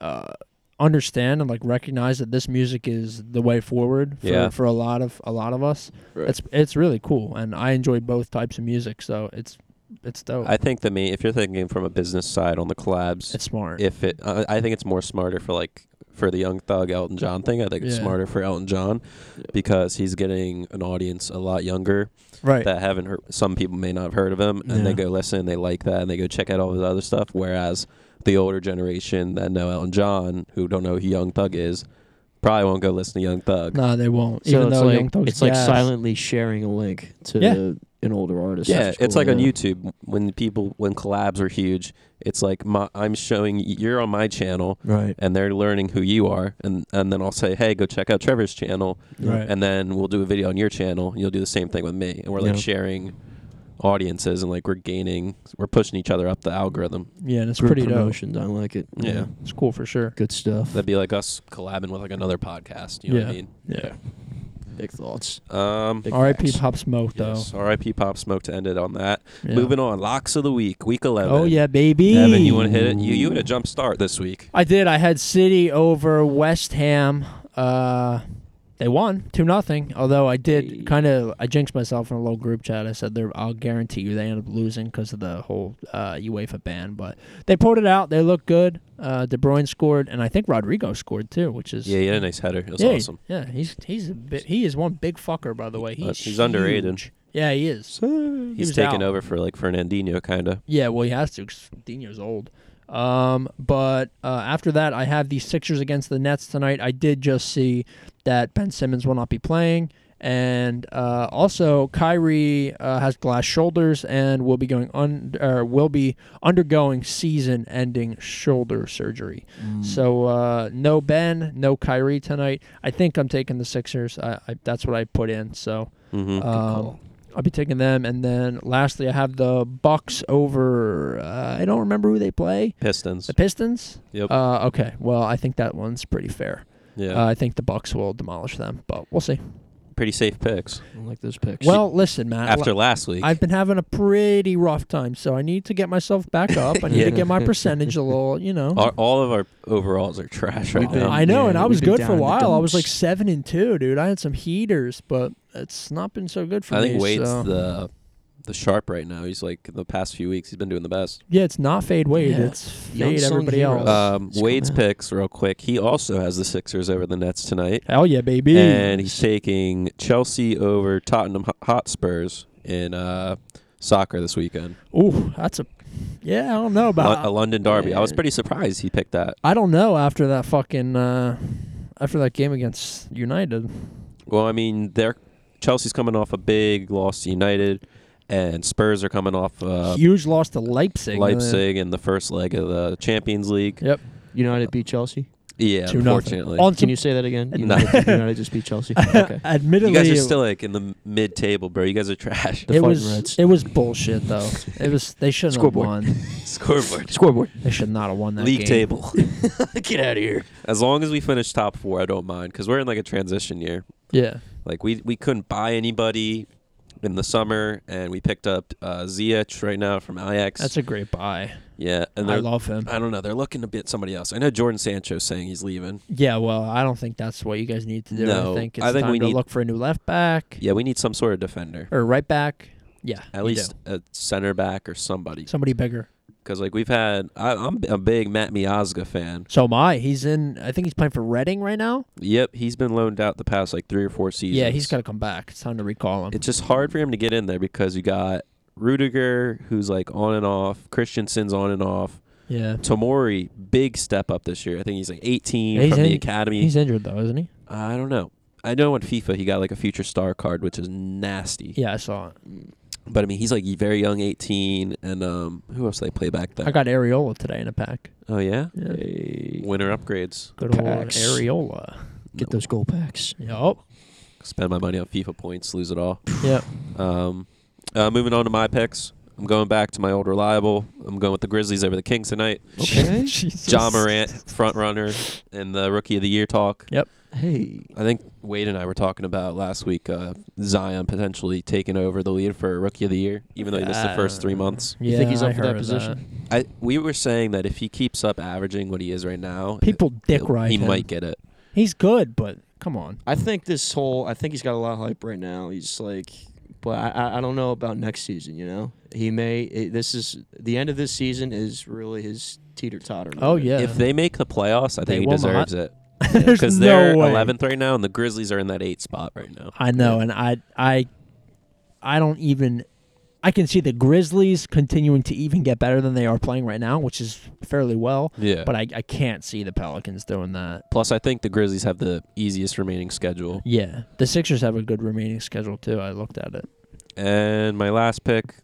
Speaker 2: uh, understand and like recognize that this music is the way forward for,
Speaker 1: Yeah.
Speaker 2: for a lot of a lot of us.
Speaker 3: Right.
Speaker 2: It's it's really cool, and I enjoy both types of music, so it's it's dope.
Speaker 1: I think the main, if you're thinking from a business side on the collabs,
Speaker 2: it's smart.
Speaker 1: if it, uh, I I think it's more smarter for like for the Young Thug Elton John thing. I think it's
Speaker 2: Yeah.
Speaker 1: smarter for Elton John
Speaker 3: Yeah.
Speaker 1: because he's getting an audience a lot younger
Speaker 2: right.
Speaker 1: that haven't heard. Some people may not have heard of him, and they
Speaker 2: Yeah.
Speaker 1: go listen, they like that, and they go check out all his other stuff. Whereas the older generation that know Elton John, who don't know who Young Thug is, probably won't go listen to Young Thug.
Speaker 2: nah, they won't.
Speaker 3: So
Speaker 2: even
Speaker 3: it's
Speaker 2: though Young
Speaker 3: like
Speaker 2: Thug's
Speaker 3: it's like
Speaker 2: gas.
Speaker 3: silently sharing a link to
Speaker 2: Yeah.
Speaker 3: an older artist.
Speaker 1: Yeah,
Speaker 3: That's
Speaker 1: it's
Speaker 3: cool,
Speaker 1: like on
Speaker 3: yeah.
Speaker 1: YouTube when people when collabs are huge. It's like my, I'm showing you're on my channel,
Speaker 3: Right,
Speaker 1: and they're learning who you are, and and then I'll say, hey, go check out Trevor's channel,
Speaker 2: Right.
Speaker 1: and then we'll do a video on your channel. And you'll do the same thing with me, and we're like
Speaker 3: Yeah.
Speaker 1: sharing audiences, and like we're gaining, we're pushing each other up the algorithm.
Speaker 2: yeah, and it's
Speaker 3: Group
Speaker 2: pretty dope.
Speaker 3: promotions. I like it.
Speaker 1: Yeah.
Speaker 2: It's cool for sure.
Speaker 3: good stuff.
Speaker 1: That'd be like us collabing with like another podcast. You know what I
Speaker 2: Yeah.
Speaker 1: mean?
Speaker 3: Yeah. Big thoughts.
Speaker 1: Um,
Speaker 3: Big
Speaker 2: R.I.P.
Speaker 3: facts.
Speaker 2: Pop Smoke
Speaker 1: yes. R.I.P. Pop Smoke to end it on that.
Speaker 2: though. Yeah.
Speaker 1: Moving on, locks of the week, week eleven.
Speaker 2: Oh yeah, baby.
Speaker 1: Evan, you want to hit it? You you had a jump start this week.
Speaker 2: I did. I had City over West Ham. Uh, they won two nothing. Although I
Speaker 3: Hey.
Speaker 2: did kind of I jinxed myself in a little group chat. I said they're, I'll guarantee you they end up losing because of the whole uh, UEFA ban. But they pulled it out. They looked good. Uh, De Bruyne scored, and I think Rodrigo scored too, which is
Speaker 1: Yeah, he had a nice header. It was
Speaker 2: yeah,
Speaker 1: awesome.
Speaker 2: Yeah, he's he's a bit, he is one big fucker by the way. He's
Speaker 1: Uh, he's underrated.
Speaker 2: huge. Yeah, he is.
Speaker 1: He's
Speaker 2: was
Speaker 1: taking
Speaker 2: out.
Speaker 1: over for like Fernandinho, kind of.
Speaker 2: Yeah, well, he has to because Dino's old. Um, but uh, after that, I have the Sixers against the Nets tonight. I did just see that Ben Simmons will not be playing. And uh, also, Kyrie uh, has glass shoulders and will be going un- or will be undergoing season-ending shoulder surgery.
Speaker 3: Mm.
Speaker 2: So uh, no Ben, no Kyrie tonight. I think I'm taking the Sixers. I, I, that's what I put in. So
Speaker 1: hmm
Speaker 2: um, I'll be taking them, and then lastly, I have the Bucks over. Uh, I don't remember who they play.
Speaker 1: Pistons.
Speaker 2: The Pistons.
Speaker 1: Yep.
Speaker 2: Uh, okay. Well, I think that one's pretty fair.
Speaker 1: yeah.
Speaker 2: Uh, I think the Bucks will demolish them, but we'll see.
Speaker 1: Pretty safe picks
Speaker 3: I like those picks.
Speaker 2: Well, listen, Matt.
Speaker 1: after last week.
Speaker 2: I've been having a pretty rough time, so I need to get myself back up. I need
Speaker 1: Yeah.
Speaker 2: to get my percentage a little, you know.
Speaker 1: our, all of our overalls are [LAUGHS] trash right
Speaker 3: We've been-
Speaker 1: now.
Speaker 2: I know,
Speaker 3: yeah,
Speaker 2: and I
Speaker 3: we've
Speaker 2: was
Speaker 3: been
Speaker 2: good for
Speaker 3: down
Speaker 2: a
Speaker 3: in the
Speaker 2: while. I was
Speaker 3: dumps.
Speaker 2: like seven and two, dude. I had some heaters, but it's not been so good for
Speaker 1: I
Speaker 2: me.
Speaker 1: think Wade's
Speaker 2: so-
Speaker 1: the the sharp right now. He's like the past few weeks, he's been doing the best.
Speaker 2: yeah, it's not fade Wade.
Speaker 3: Yeah.
Speaker 2: It's
Speaker 3: Young
Speaker 2: fade
Speaker 3: Sung
Speaker 2: everybody
Speaker 3: Hero.
Speaker 2: else.
Speaker 1: Um,
Speaker 3: It's
Speaker 1: Wade's
Speaker 3: Oh, coming
Speaker 1: picks, real quick. He also has the Sixers over the Nets tonight,
Speaker 2: Hell yeah, baby.
Speaker 1: and he's taking Chelsea over Tottenham Ho- Hotspurs in uh, soccer this weekend.
Speaker 2: Ooh, that's a. Yeah, I don't know
Speaker 1: Lo-
Speaker 2: about.
Speaker 1: a London derby. I was
Speaker 3: Yeah.
Speaker 1: pretty surprised he picked that.
Speaker 2: I don't know after that fucking uh, after that game against United.
Speaker 1: Well, I mean, they're Chelsea's coming off a big loss to United, and Spurs are coming off uh,
Speaker 2: Huge loss to Leipzig.
Speaker 1: Leipzig in the first leg of the Champions League.
Speaker 2: Yep.
Speaker 3: United beat Chelsea.
Speaker 1: Yeah,
Speaker 2: Two
Speaker 1: unfortunately.
Speaker 2: nothing. On
Speaker 3: Can
Speaker 2: some,
Speaker 3: you say that again?
Speaker 1: No.
Speaker 3: United, United just beat [LAUGHS] Chelsea. Okay.
Speaker 2: [LAUGHS] admittedly,
Speaker 1: You guys are still like in the m- mid table, bro. You guys are trash. [LAUGHS]
Speaker 3: The
Speaker 2: it
Speaker 3: fighting
Speaker 2: was
Speaker 3: Reds.
Speaker 2: it was bullshit though. It was they shouldn't have
Speaker 3: Scoreboard.
Speaker 2: won.
Speaker 1: Scoreboard.
Speaker 3: Scoreboard.
Speaker 2: They should not have won that
Speaker 1: League
Speaker 2: game. [LAUGHS]
Speaker 1: table.
Speaker 3: [LAUGHS] Get out of here.
Speaker 1: As long as we finish top four, I don't mind because we're in like a transition year.
Speaker 2: Yeah,
Speaker 1: Like we we couldn't buy anybody. in the summer, and we picked up uh, Ziyech right now from Ajax.
Speaker 2: That's a great buy.
Speaker 1: yeah, and
Speaker 2: I
Speaker 1: they're,
Speaker 2: love him.
Speaker 1: I don't know. They're looking to bid somebody else. I know Jordan Sancho's saying he's leaving.
Speaker 2: Yeah, well, I don't think that's what you guys need to do.
Speaker 1: No,
Speaker 2: I think it's
Speaker 1: I think
Speaker 2: time
Speaker 1: we
Speaker 2: to
Speaker 1: need-
Speaker 2: look for a new left back
Speaker 1: Yeah, we need some sort of defender,
Speaker 2: or right back. Yeah,
Speaker 1: at
Speaker 2: you
Speaker 1: least a center back or somebody.
Speaker 2: do. somebody bigger.
Speaker 1: Because like we've had, I, I'm a big Matt Miazga fan.
Speaker 2: So am I. He's in. I think he's playing for Reading right now.
Speaker 1: Yep, he's been loaned out the past like three or four seasons.
Speaker 2: Yeah, he's got to come back. It's time to recall him.
Speaker 1: It's just hard for him to get in there because you got Rudiger, who's like on and off. Christensen's on and off.
Speaker 2: yeah,
Speaker 1: Tomori, big step up this year. I think he's like 18
Speaker 2: Yeah, he's
Speaker 1: from the
Speaker 2: in-
Speaker 1: academy.
Speaker 2: he's injured though, isn't he?
Speaker 1: I don't know. I know on FIFA he got like a future star card, which is nasty.
Speaker 2: Yeah, I saw it.
Speaker 1: But I mean, he's like very young, 18, and um, who else do they play back then?
Speaker 2: I got Areola today in a pack.
Speaker 1: oh yeah,
Speaker 2: Yeah.
Speaker 3: Hey,
Speaker 1: winner upgrades.
Speaker 2: Good old
Speaker 3: Packs.
Speaker 2: Areola.
Speaker 3: get
Speaker 1: No.
Speaker 3: those goal packs.
Speaker 2: Yup.
Speaker 1: Spend my money on FIFA points, lose it all.
Speaker 2: Yeah.
Speaker 1: Um, uh, moving on to my picks. I'm going back to my old reliable. I'm going with the Grizzlies over the Kings tonight. [LAUGHS]
Speaker 3: Okay.
Speaker 2: [LAUGHS] Jesus.
Speaker 1: John Morant, front runner in the Rookie of the Year talk.
Speaker 3: Hey,
Speaker 1: I think Wade and I were talking about last week uh, Zion potentially taking over the lead for Rookie of the Year, even though he missed the first three
Speaker 2: Uh,
Speaker 1: months.
Speaker 3: you think he's
Speaker 2: yeah,
Speaker 3: up
Speaker 2: I
Speaker 3: for that
Speaker 2: heard
Speaker 3: position?
Speaker 1: I we were saying that if he keeps up averaging what he is right now,
Speaker 2: People dick
Speaker 1: he'll-
Speaker 2: ride
Speaker 1: he
Speaker 2: him.
Speaker 1: might get it.
Speaker 2: He's good, but come on. [LAUGHS]
Speaker 3: I think this whole. I think he's got a lot of hype right now. He's like, but I, I- I don't know about next season. You know, he may. i this is the end of this season is really his teeter totter.
Speaker 2: Oh yeah.
Speaker 1: If they make the playoffs, I
Speaker 2: They
Speaker 1: think he
Speaker 2: will
Speaker 1: deserves it
Speaker 2: There's
Speaker 1: because
Speaker 2: no
Speaker 1: they're
Speaker 2: way.
Speaker 1: 11th right now, and the Grizzlies are in that eight spot right now.
Speaker 2: I know, and I, I, I don't even. I can see the Grizzlies continuing to even get better than they are playing right now, which is fairly well.
Speaker 1: Yeah.
Speaker 2: But I, I can't see the Pelicans doing that.
Speaker 1: Plus, I think the Grizzlies have the easiest remaining schedule.
Speaker 2: Yeah, the Sixers have a good remaining schedule too. I looked at it.
Speaker 1: And my last pick,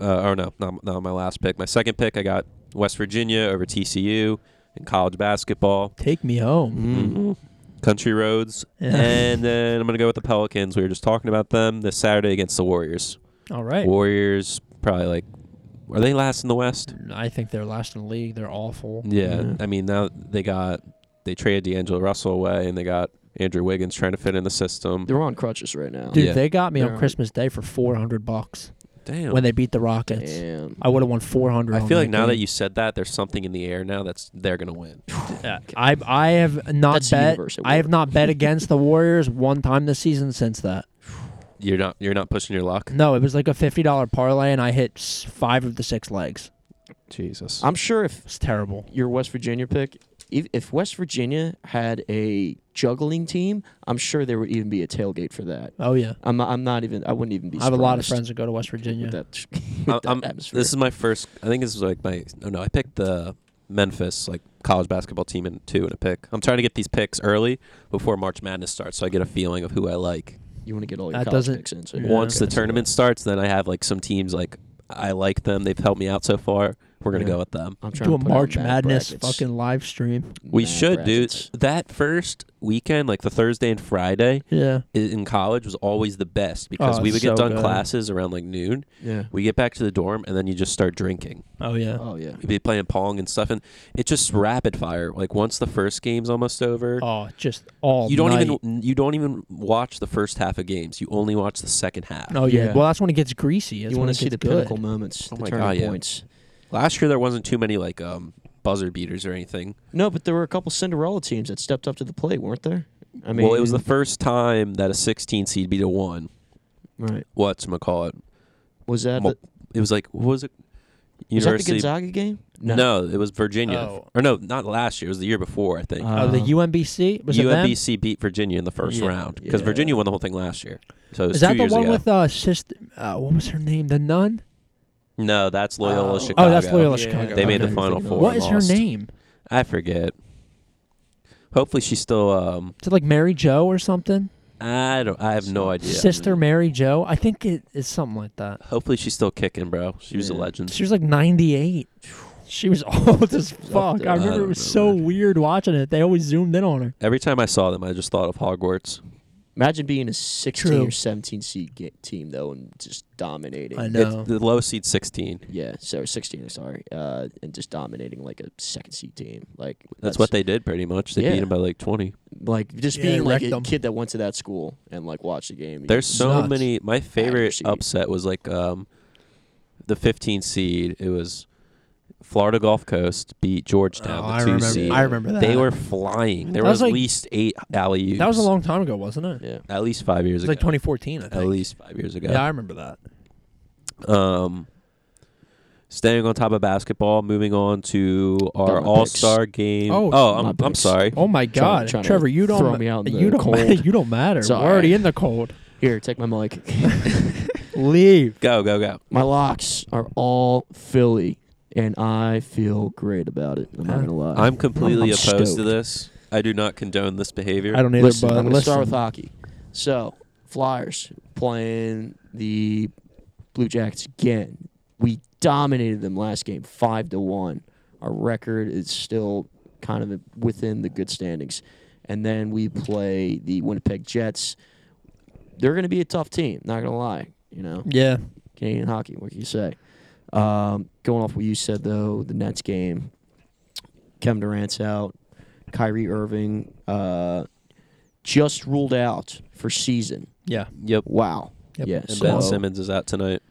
Speaker 1: uh, or no, not, not my last pick. My second pick, I got West Virginia over TCU in college basketball,
Speaker 2: Take me home.
Speaker 3: Mm-hmm.
Speaker 1: Mhm. country roads,
Speaker 2: Yeah. [LAUGHS]
Speaker 1: and then I'm gonna go with the Pelicans. We were just talking about them this Saturday against the Warriors.
Speaker 2: All right.
Speaker 1: Warriors probably like, are they last in the West?
Speaker 2: I think they're last in the league. They're awful.
Speaker 1: Yeah,
Speaker 3: Yeah.
Speaker 1: I mean now they got they traded D'Angelo Russell away, and they got Andrew Wiggins trying to fit in the system.
Speaker 3: They're on crutches right now.
Speaker 2: Dude,
Speaker 1: Yeah.
Speaker 2: they got me
Speaker 3: They're
Speaker 2: on
Speaker 3: hurt.
Speaker 2: Christmas Day for four hundred bucks
Speaker 1: Damn.
Speaker 2: when they beat the Rockets.
Speaker 3: Damn.
Speaker 2: I would have won four hundred.
Speaker 1: I feel like now that you said that, there's something in the air now that's they're gonna win.
Speaker 2: Yeah, I I have not
Speaker 3: That's the
Speaker 2: bet.
Speaker 3: universe at
Speaker 2: I have
Speaker 3: work.
Speaker 2: not bet against the Warriors one time this season since that.
Speaker 1: You're not you're not pushing your luck.
Speaker 2: No, it was like a fifty dollar parlay, and I hit s- five of the six legs.
Speaker 1: Jesus.
Speaker 3: I'm sure if
Speaker 2: It's terrible.
Speaker 3: your West Virginia pick, if, if West Virginia had a juggling team, I'm sure there would even be a tailgate for that.
Speaker 2: Oh yeah,
Speaker 3: I'm not, I'm not even. I wouldn't even be.
Speaker 2: I have a lot of
Speaker 3: surprised
Speaker 2: friends that go to West Virginia.
Speaker 3: With [LAUGHS] that, with
Speaker 1: I-
Speaker 3: that
Speaker 1: I'm-
Speaker 3: atmosphere.
Speaker 1: this is my first. I think this is like my. Oh no, I picked the Memphis like college basketball team in two in a pick. I'm trying to get these picks early before March Madness starts, so I get a feeling of who I like.
Speaker 3: you want to get all your
Speaker 2: That
Speaker 3: college
Speaker 2: doesn't-
Speaker 3: picks in. So
Speaker 2: Yeah.
Speaker 1: Once
Speaker 2: okay.
Speaker 1: the tournament starts, then I have like some teams like I like them. They've helped me out so far. We're gonna
Speaker 3: Yeah.
Speaker 1: go with them.
Speaker 3: I'm trying
Speaker 2: Do a
Speaker 3: to put out
Speaker 2: March
Speaker 3: mad
Speaker 2: Madness
Speaker 3: brackets.
Speaker 2: fucking live stream.
Speaker 1: We
Speaker 3: Mad
Speaker 1: should,
Speaker 3: brackets.
Speaker 1: dude. That first weekend, like the Thursday and Friday
Speaker 2: Yeah,
Speaker 1: i- in college, was always the best because
Speaker 2: Oh,
Speaker 1: we would
Speaker 2: it's
Speaker 1: get
Speaker 2: so
Speaker 1: done
Speaker 2: good.
Speaker 1: classes around like noon.
Speaker 3: Yeah.
Speaker 1: We get back to the dorm, and then you just start drinking.
Speaker 2: oh yeah.
Speaker 3: Oh yeah.
Speaker 1: We'd be playing pong and stuff, and it's just rapid fire. Like once the first game's almost over,
Speaker 2: Oh, just all.
Speaker 1: you don't
Speaker 2: night.
Speaker 1: even you don't even watch the first half of games. You only watch the second half.
Speaker 2: Oh yeah.
Speaker 3: Yeah.
Speaker 2: Well, that's when it gets greasy. That's
Speaker 3: You
Speaker 2: want to
Speaker 3: see the
Speaker 2: good.
Speaker 3: pinnacle moments,
Speaker 1: Oh
Speaker 3: the
Speaker 1: my
Speaker 3: turning
Speaker 1: God, yeah.
Speaker 3: points.
Speaker 1: Last year there wasn't too many like um, buzzer beaters or anything.
Speaker 3: No, but there were a couple Cinderella teams that stepped up to the plate, weren't there? I mean,
Speaker 1: well, it was the first time that a 16 seed beat a one.
Speaker 3: right.
Speaker 1: What's call it?
Speaker 3: Was that
Speaker 1: Mo-
Speaker 3: the,
Speaker 1: It was like what was it?
Speaker 3: was that the
Speaker 1: University.
Speaker 3: Gonzaga game?
Speaker 1: no. it was Virginia,
Speaker 2: Oh.
Speaker 1: or no, not last year. It was the year before, I think.
Speaker 3: Uh,
Speaker 2: Oh, the UMBC was it them?
Speaker 1: UMBC beat Virginia in the first
Speaker 2: Yeah.
Speaker 1: round because
Speaker 3: Yeah.
Speaker 1: Virginia won the whole thing last year. So it was
Speaker 2: Is
Speaker 1: two
Speaker 2: that the
Speaker 1: years
Speaker 2: one
Speaker 1: ago.
Speaker 2: with uh, sister? Uh, what was her name? The nun?
Speaker 1: No, that's Loyola
Speaker 3: Oh.
Speaker 1: Chicago.
Speaker 2: Oh, that's Loyola
Speaker 3: Yeah.
Speaker 2: Chicago.
Speaker 1: They made the
Speaker 2: Okay.
Speaker 1: final
Speaker 3: What
Speaker 1: four.
Speaker 2: What
Speaker 1: and
Speaker 2: is her
Speaker 1: lost.
Speaker 2: name?
Speaker 1: I forget. Hopefully, she's still. Um,
Speaker 2: Is it like Mary Joe or something?
Speaker 1: I don't. I have no idea.
Speaker 2: Sister Mary Joe? I think it is something like that.
Speaker 1: Hopefully, she's still kicking, bro. She was a
Speaker 3: Yeah.
Speaker 1: legend.
Speaker 2: She was like 98. She was [LAUGHS] old as
Speaker 3: Up
Speaker 2: fuck.
Speaker 3: there.
Speaker 2: I
Speaker 1: I
Speaker 2: remember it
Speaker 1: don't
Speaker 2: was
Speaker 1: know,
Speaker 2: so weird watching it. They always zoomed in on her.
Speaker 1: Every time I saw them, I just thought of Hogwarts.
Speaker 3: Imagine being a 16
Speaker 2: True.
Speaker 3: or 17 seed ga- team though, and just dominating.
Speaker 2: I
Speaker 1: It's
Speaker 2: know.
Speaker 1: the low seed sixteen.
Speaker 3: Yeah, so 16, sorry, uh, and just dominating like a second seed team. Like
Speaker 1: That's, what they did pretty much. They beat
Speaker 3: Yeah.
Speaker 1: him by like twenty.
Speaker 3: Like just
Speaker 2: Yeah,
Speaker 3: being like
Speaker 2: wrecked
Speaker 3: a
Speaker 2: 'em.
Speaker 3: kid that went to that school and like watched the game. you
Speaker 1: There's
Speaker 3: know.
Speaker 1: so
Speaker 2: nuts.
Speaker 1: many. My favorite
Speaker 3: seed.
Speaker 1: upset was like um, the 15 seed. It was Florida Gulf Coast beat Georgetown,
Speaker 2: Oh,
Speaker 1: the
Speaker 2: I
Speaker 1: two
Speaker 2: remember.
Speaker 1: seed.
Speaker 2: I remember that.
Speaker 1: They were flying. There
Speaker 2: That
Speaker 1: was
Speaker 2: was
Speaker 1: at
Speaker 2: like-
Speaker 1: least eight alley oops.
Speaker 2: That was a long time ago, wasn't it?
Speaker 3: yeah.
Speaker 1: at least five years
Speaker 2: It was
Speaker 1: ago.
Speaker 2: like 2014, I think.
Speaker 1: At least five years ago.
Speaker 2: Yeah, I remember that.
Speaker 1: Um, staying on top of basketball, moving on to our
Speaker 3: Got my
Speaker 1: All Star game.
Speaker 2: Oh,
Speaker 1: I'm,
Speaker 3: my
Speaker 1: I'm
Speaker 3: picks.
Speaker 1: sorry.
Speaker 2: Oh my
Speaker 3: Trying-
Speaker 2: God,
Speaker 3: trying to
Speaker 2: Trevor, you don't
Speaker 3: throw me out in the
Speaker 2: you don't [LAUGHS]
Speaker 3: cold.
Speaker 2: you don't matter.
Speaker 3: It's
Speaker 2: We're
Speaker 3: all
Speaker 2: already
Speaker 3: right.
Speaker 2: in the cold.
Speaker 3: Here, take my mic. [LAUGHS]
Speaker 2: Leave.
Speaker 1: Go go go.
Speaker 3: my locks are all Philly, and I feel great about it.
Speaker 2: Uh,
Speaker 3: I'm not gonna lie.
Speaker 1: I'm completely
Speaker 3: I'm
Speaker 1: opposed to
Speaker 3: stoked.
Speaker 1: this. I do not condone this behavior.
Speaker 2: I don't either,
Speaker 3: Listen,
Speaker 2: but
Speaker 3: I'm gonna
Speaker 2: listen.
Speaker 3: start with hockey. So Flyers playing the Blue Jackets again. We dominated them last game, five to one. Our record is still kind of within the good standings. And then we play the Winnipeg Jets. They're going to be a tough team. Not going to lie. You know,
Speaker 2: yeah,
Speaker 3: Canadian hockey. What can you say? Um, going off what you said though, the Nets game, Kevin Durant's out, Kyrie Irving uh, just ruled out for season.
Speaker 2: yeah.
Speaker 1: Yep.
Speaker 3: Wow.
Speaker 2: Yep.
Speaker 3: Yeah.
Speaker 1: And
Speaker 3: so
Speaker 1: Ben Simmons is out tonight.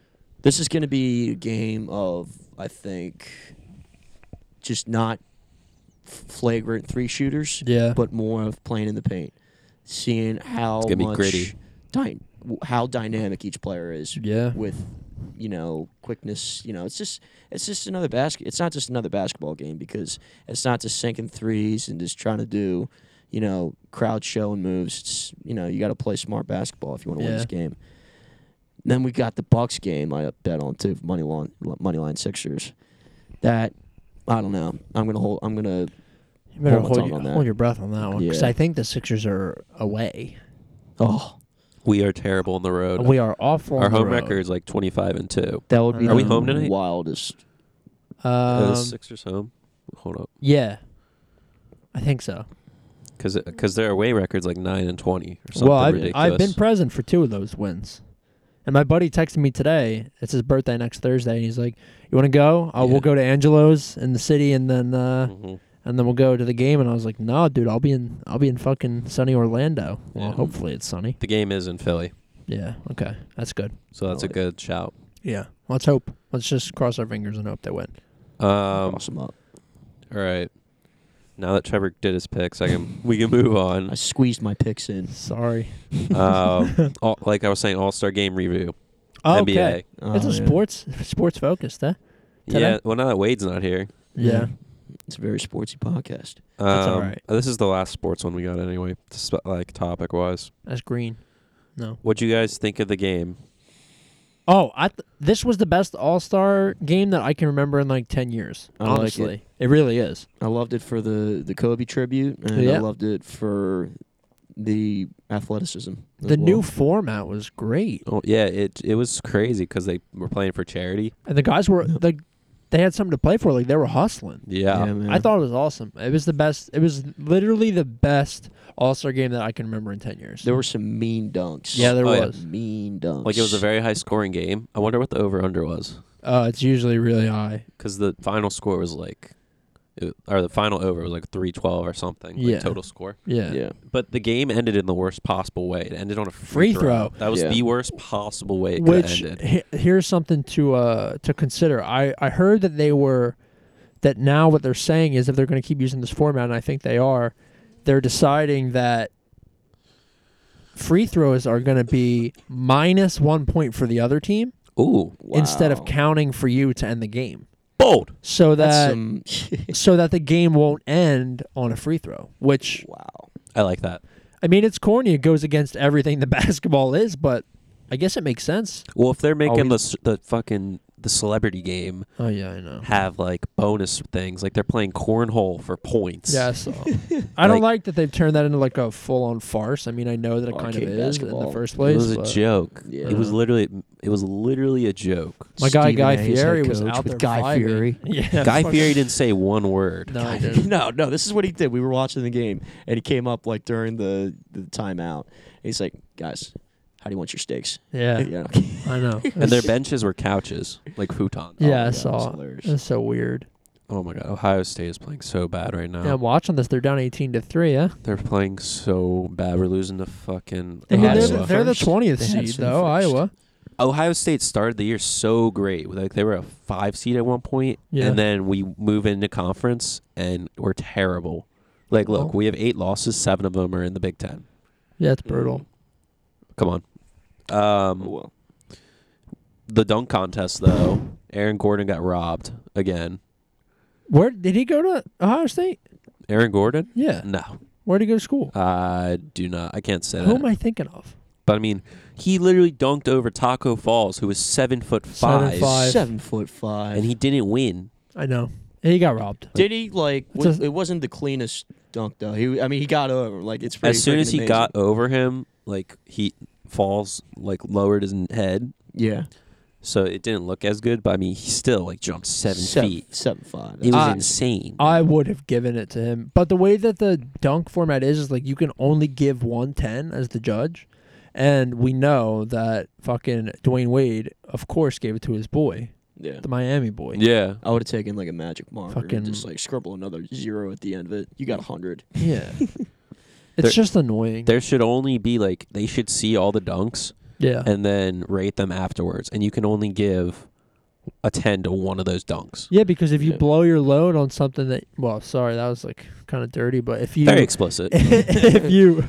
Speaker 3: This is going to be a game of I think just not f- flagrant three shooters,
Speaker 2: Yeah.
Speaker 3: but more of playing in the paint, seeing how
Speaker 1: gonna be
Speaker 3: much
Speaker 1: gritty.
Speaker 3: dy- w- how dynamic each player is
Speaker 2: Yeah.
Speaker 3: with you know quickness you know it's just it's just another basket it's not just another basketball game because it's not just sinking threes and just trying to do you know crowd show and moves it's you know you got to play smart basketball if you want to win
Speaker 2: Yeah.
Speaker 3: this game then we got the bucks game i bet on too money line money line sixers that i don't know i'm gonna hold i'm gonna
Speaker 2: You better
Speaker 3: Hold my
Speaker 2: hold,
Speaker 3: tongue
Speaker 2: your,
Speaker 3: on that.
Speaker 2: hold your breath on that one because
Speaker 3: Yeah.
Speaker 2: I think the Sixers are away.
Speaker 3: oh
Speaker 1: We are terrible on the road.
Speaker 2: We are awful.
Speaker 1: Our
Speaker 2: on the
Speaker 1: home
Speaker 2: road.
Speaker 1: record is like 25 and 2.
Speaker 3: that would be
Speaker 2: Are we
Speaker 3: the
Speaker 1: home tonight?
Speaker 3: wildest
Speaker 1: Uh,
Speaker 2: Um,
Speaker 1: Sixers home. Hold up.
Speaker 2: yeah, I think so.
Speaker 1: Because because their away record's like 9 and 20 or something
Speaker 2: Well, I've,
Speaker 1: ridiculous.
Speaker 2: I've been present for two of those wins. And my buddy texted me today. It's his birthday next Thursday, and he's like, "You want to go? Uh,
Speaker 1: Yeah.
Speaker 2: We'll go to Angelo's in the city, and then uh,
Speaker 1: Mhm.
Speaker 2: and then we'll go to the game." And I was like, "No, dude, I'll be in I'll be in fucking sunny Orlando. Well,
Speaker 1: Yeah.
Speaker 2: hopefully it's sunny.
Speaker 1: The game is in Philly,
Speaker 2: Yeah, okay, that's good.
Speaker 1: so that's a good shout.
Speaker 2: Yeah, let's hope. Let's just cross our fingers and hope they win.
Speaker 1: Um,
Speaker 3: cross 'em up
Speaker 1: All right. Now that Trevor did his picks, I can we can move on.
Speaker 3: i squeezed my picks in
Speaker 2: Sorry.
Speaker 1: Um, all, like I was saying, All Star Game review. NBA.
Speaker 3: Oh,
Speaker 2: It's a
Speaker 3: yeah.
Speaker 2: sports sports focused, huh? Today?
Speaker 1: Yeah. Well, now that Wade's not here,
Speaker 2: Yeah.
Speaker 3: it's a very sportsy podcast
Speaker 1: um,
Speaker 2: That's all right.
Speaker 1: This is the last sports one we got anyway. Just like topic wise,
Speaker 2: That's green. No.
Speaker 1: what do you guys think of the game?
Speaker 2: Oh, I th- this was the best All Star game that I can remember in like ten years.
Speaker 3: I like
Speaker 2: honestly, it. really is.
Speaker 3: I loved it for the the Kobe tribute, and I
Speaker 2: Yeah.
Speaker 3: loved it for the athleticism. as
Speaker 2: The new
Speaker 3: well.
Speaker 2: format was great,
Speaker 1: Oh yeah, it it was crazy because they were playing for charity.
Speaker 2: and the guys were like, they had something to play for. Like they were hustling.
Speaker 1: Yeah.
Speaker 3: yeah, man.
Speaker 2: I thought it was awesome. It was the best. It was literally the best All Star game that I can remember in ten years.
Speaker 3: there were some mean dunks.
Speaker 2: yeah, there
Speaker 1: Oh, yeah.
Speaker 2: was.
Speaker 3: mean dunks.
Speaker 1: Like it was a very high scoring game. I wonder what the over under was
Speaker 2: Uh, it's usually really high.
Speaker 1: because the final score was like, it, or the final over was like three twelve or something.
Speaker 2: Yeah.
Speaker 1: Like total score.
Speaker 2: Yeah.
Speaker 3: yeah.
Speaker 1: But the game ended in the worst possible way. It ended on a
Speaker 2: Free
Speaker 1: free,
Speaker 2: throw.
Speaker 1: That was
Speaker 3: Yeah.
Speaker 1: the worst possible way it could have
Speaker 2: Which
Speaker 1: ended.
Speaker 2: he- here's something to uh to consider. I I heard that they were that now what they're saying is if they're going to keep using this format, and I think they are, they're deciding that free throws are going to be minus one point for the other team
Speaker 1: Ooh,
Speaker 2: instead of
Speaker 3: Wow.
Speaker 2: counting for you to end the game,
Speaker 1: bold.
Speaker 2: so
Speaker 3: That's
Speaker 2: that [SNIFFS]
Speaker 3: some
Speaker 2: [LAUGHS] so that the game won't end on a free throw. Which
Speaker 3: wow.
Speaker 1: I like that.
Speaker 2: I mean, it's corny. It goes against everything the [LAUGHS] basketball is, but I guess it makes sense.
Speaker 1: Well, if they're making the
Speaker 3: Always-
Speaker 1: the the fucking the celebrity game
Speaker 2: Oh yeah, I know.
Speaker 1: have like bonus things, like they're playing cornhole for points.
Speaker 2: Yeah, I saw.
Speaker 3: [LAUGHS]
Speaker 2: I don't like that they've turned that into like a full-on farce. I mean, I know that it kind of
Speaker 3: Arcade
Speaker 2: is in the
Speaker 3: Oh, basketball.
Speaker 2: first
Speaker 1: it
Speaker 2: place.
Speaker 1: was a
Speaker 2: but
Speaker 1: joke.
Speaker 3: Yeah.
Speaker 1: It was literally it was literally a joke.
Speaker 2: my guy
Speaker 3: Stephen
Speaker 2: Guy
Speaker 3: A. is
Speaker 2: Fieri
Speaker 3: head
Speaker 2: was
Speaker 3: coach
Speaker 2: out
Speaker 3: with
Speaker 2: there
Speaker 3: Guy
Speaker 2: vibing.
Speaker 3: Fieri.
Speaker 2: [LAUGHS] Yeah,
Speaker 1: Guy
Speaker 2: fuck-
Speaker 1: Fieri didn't say one word.
Speaker 3: [LAUGHS]
Speaker 2: No, I didn't.
Speaker 3: no, no. This is what he did. We were watching the game, and he came up like during the the timeout. He's like, guys. How do you want your steaks?
Speaker 2: Yeah,
Speaker 3: You know?
Speaker 2: I know.
Speaker 1: [LAUGHS] And their benches were couches, like futons.
Speaker 2: yeah,
Speaker 3: Oh my
Speaker 2: I
Speaker 3: God,
Speaker 2: saw.
Speaker 3: it's hilarious.
Speaker 2: That's so weird.
Speaker 1: Oh my God, Ohio State is playing so bad right now.
Speaker 2: Yeah, I'm watching this. They're down 18 to 3, yeah?
Speaker 1: They're playing so bad. We're losing to fucking
Speaker 3: They
Speaker 2: I mean,
Speaker 3: had
Speaker 2: they're,
Speaker 3: some
Speaker 2: the,
Speaker 1: Iowa.
Speaker 2: they're the
Speaker 3: first.
Speaker 2: 20th
Speaker 3: They had
Speaker 2: seed,
Speaker 3: some
Speaker 2: though,
Speaker 3: first.
Speaker 2: Iowa.
Speaker 1: Ohio State started the year so great. Like they were a five seed at one point,
Speaker 2: Yeah.
Speaker 1: and then we move into conference and we're terrible. Like, look,
Speaker 2: Well-
Speaker 1: we have eight losses. Seven of them are in the Big Ten.
Speaker 2: Yeah, it's
Speaker 1: Mm.
Speaker 2: brutal.
Speaker 1: Come on.
Speaker 3: Oh,
Speaker 1: Um,
Speaker 4: well,
Speaker 1: the dunk contest though, Aaron Gordon got robbed again.
Speaker 2: Where did he go to Ohio State?
Speaker 1: Aaron Gordon?
Speaker 2: Yeah.
Speaker 1: No,
Speaker 2: Where did he go to school?
Speaker 1: I do not. I can't say
Speaker 2: Who
Speaker 1: that.
Speaker 2: am I thinking of?
Speaker 1: but I mean, he literally dunked over Taco Falls, who was seven foot
Speaker 2: Seven
Speaker 1: five,
Speaker 2: five.
Speaker 3: Seven foot five.
Speaker 1: and he didn't win.
Speaker 2: I know. He got robbed.
Speaker 3: did he like?
Speaker 2: It's
Speaker 3: Was,
Speaker 2: a-
Speaker 3: it wasn't the cleanest dunk though. He, I mean, he got over. Like it's pretty
Speaker 1: as soon
Speaker 3: freaking
Speaker 1: as he
Speaker 3: amazing.
Speaker 1: got over him, like he falls, like lowered his n- head,
Speaker 3: yeah,
Speaker 1: so it didn't look as good. But I mean, he still like jumped seven, feet.
Speaker 3: seven five.
Speaker 1: It was
Speaker 2: Ah.
Speaker 1: insane.
Speaker 2: I would have given it to him. But the way that the dunk format is, is like you can only give 110 as the judge. And we know that fucking Dwayne Wade, of course, gave it to his boy,
Speaker 3: yeah.
Speaker 2: the Miami boy.
Speaker 1: yeah,
Speaker 3: I would have taken like a magic marker
Speaker 2: Fucking-
Speaker 3: and just like scribble another zero at the end of it. You got a hundred.
Speaker 2: [LAUGHS] Yeah.
Speaker 1: There-
Speaker 2: it's just annoying.
Speaker 1: there should only be like they should see all the dunks
Speaker 2: Yeah.
Speaker 1: and then rate them afterwards, and you can only give a ten to one of those dunks.
Speaker 2: Yeah, because if you
Speaker 3: Yeah.
Speaker 2: blow your load on something that well, sorry, that was like kind of dirty, but if you
Speaker 1: Very explicit.
Speaker 2: [LAUGHS] if you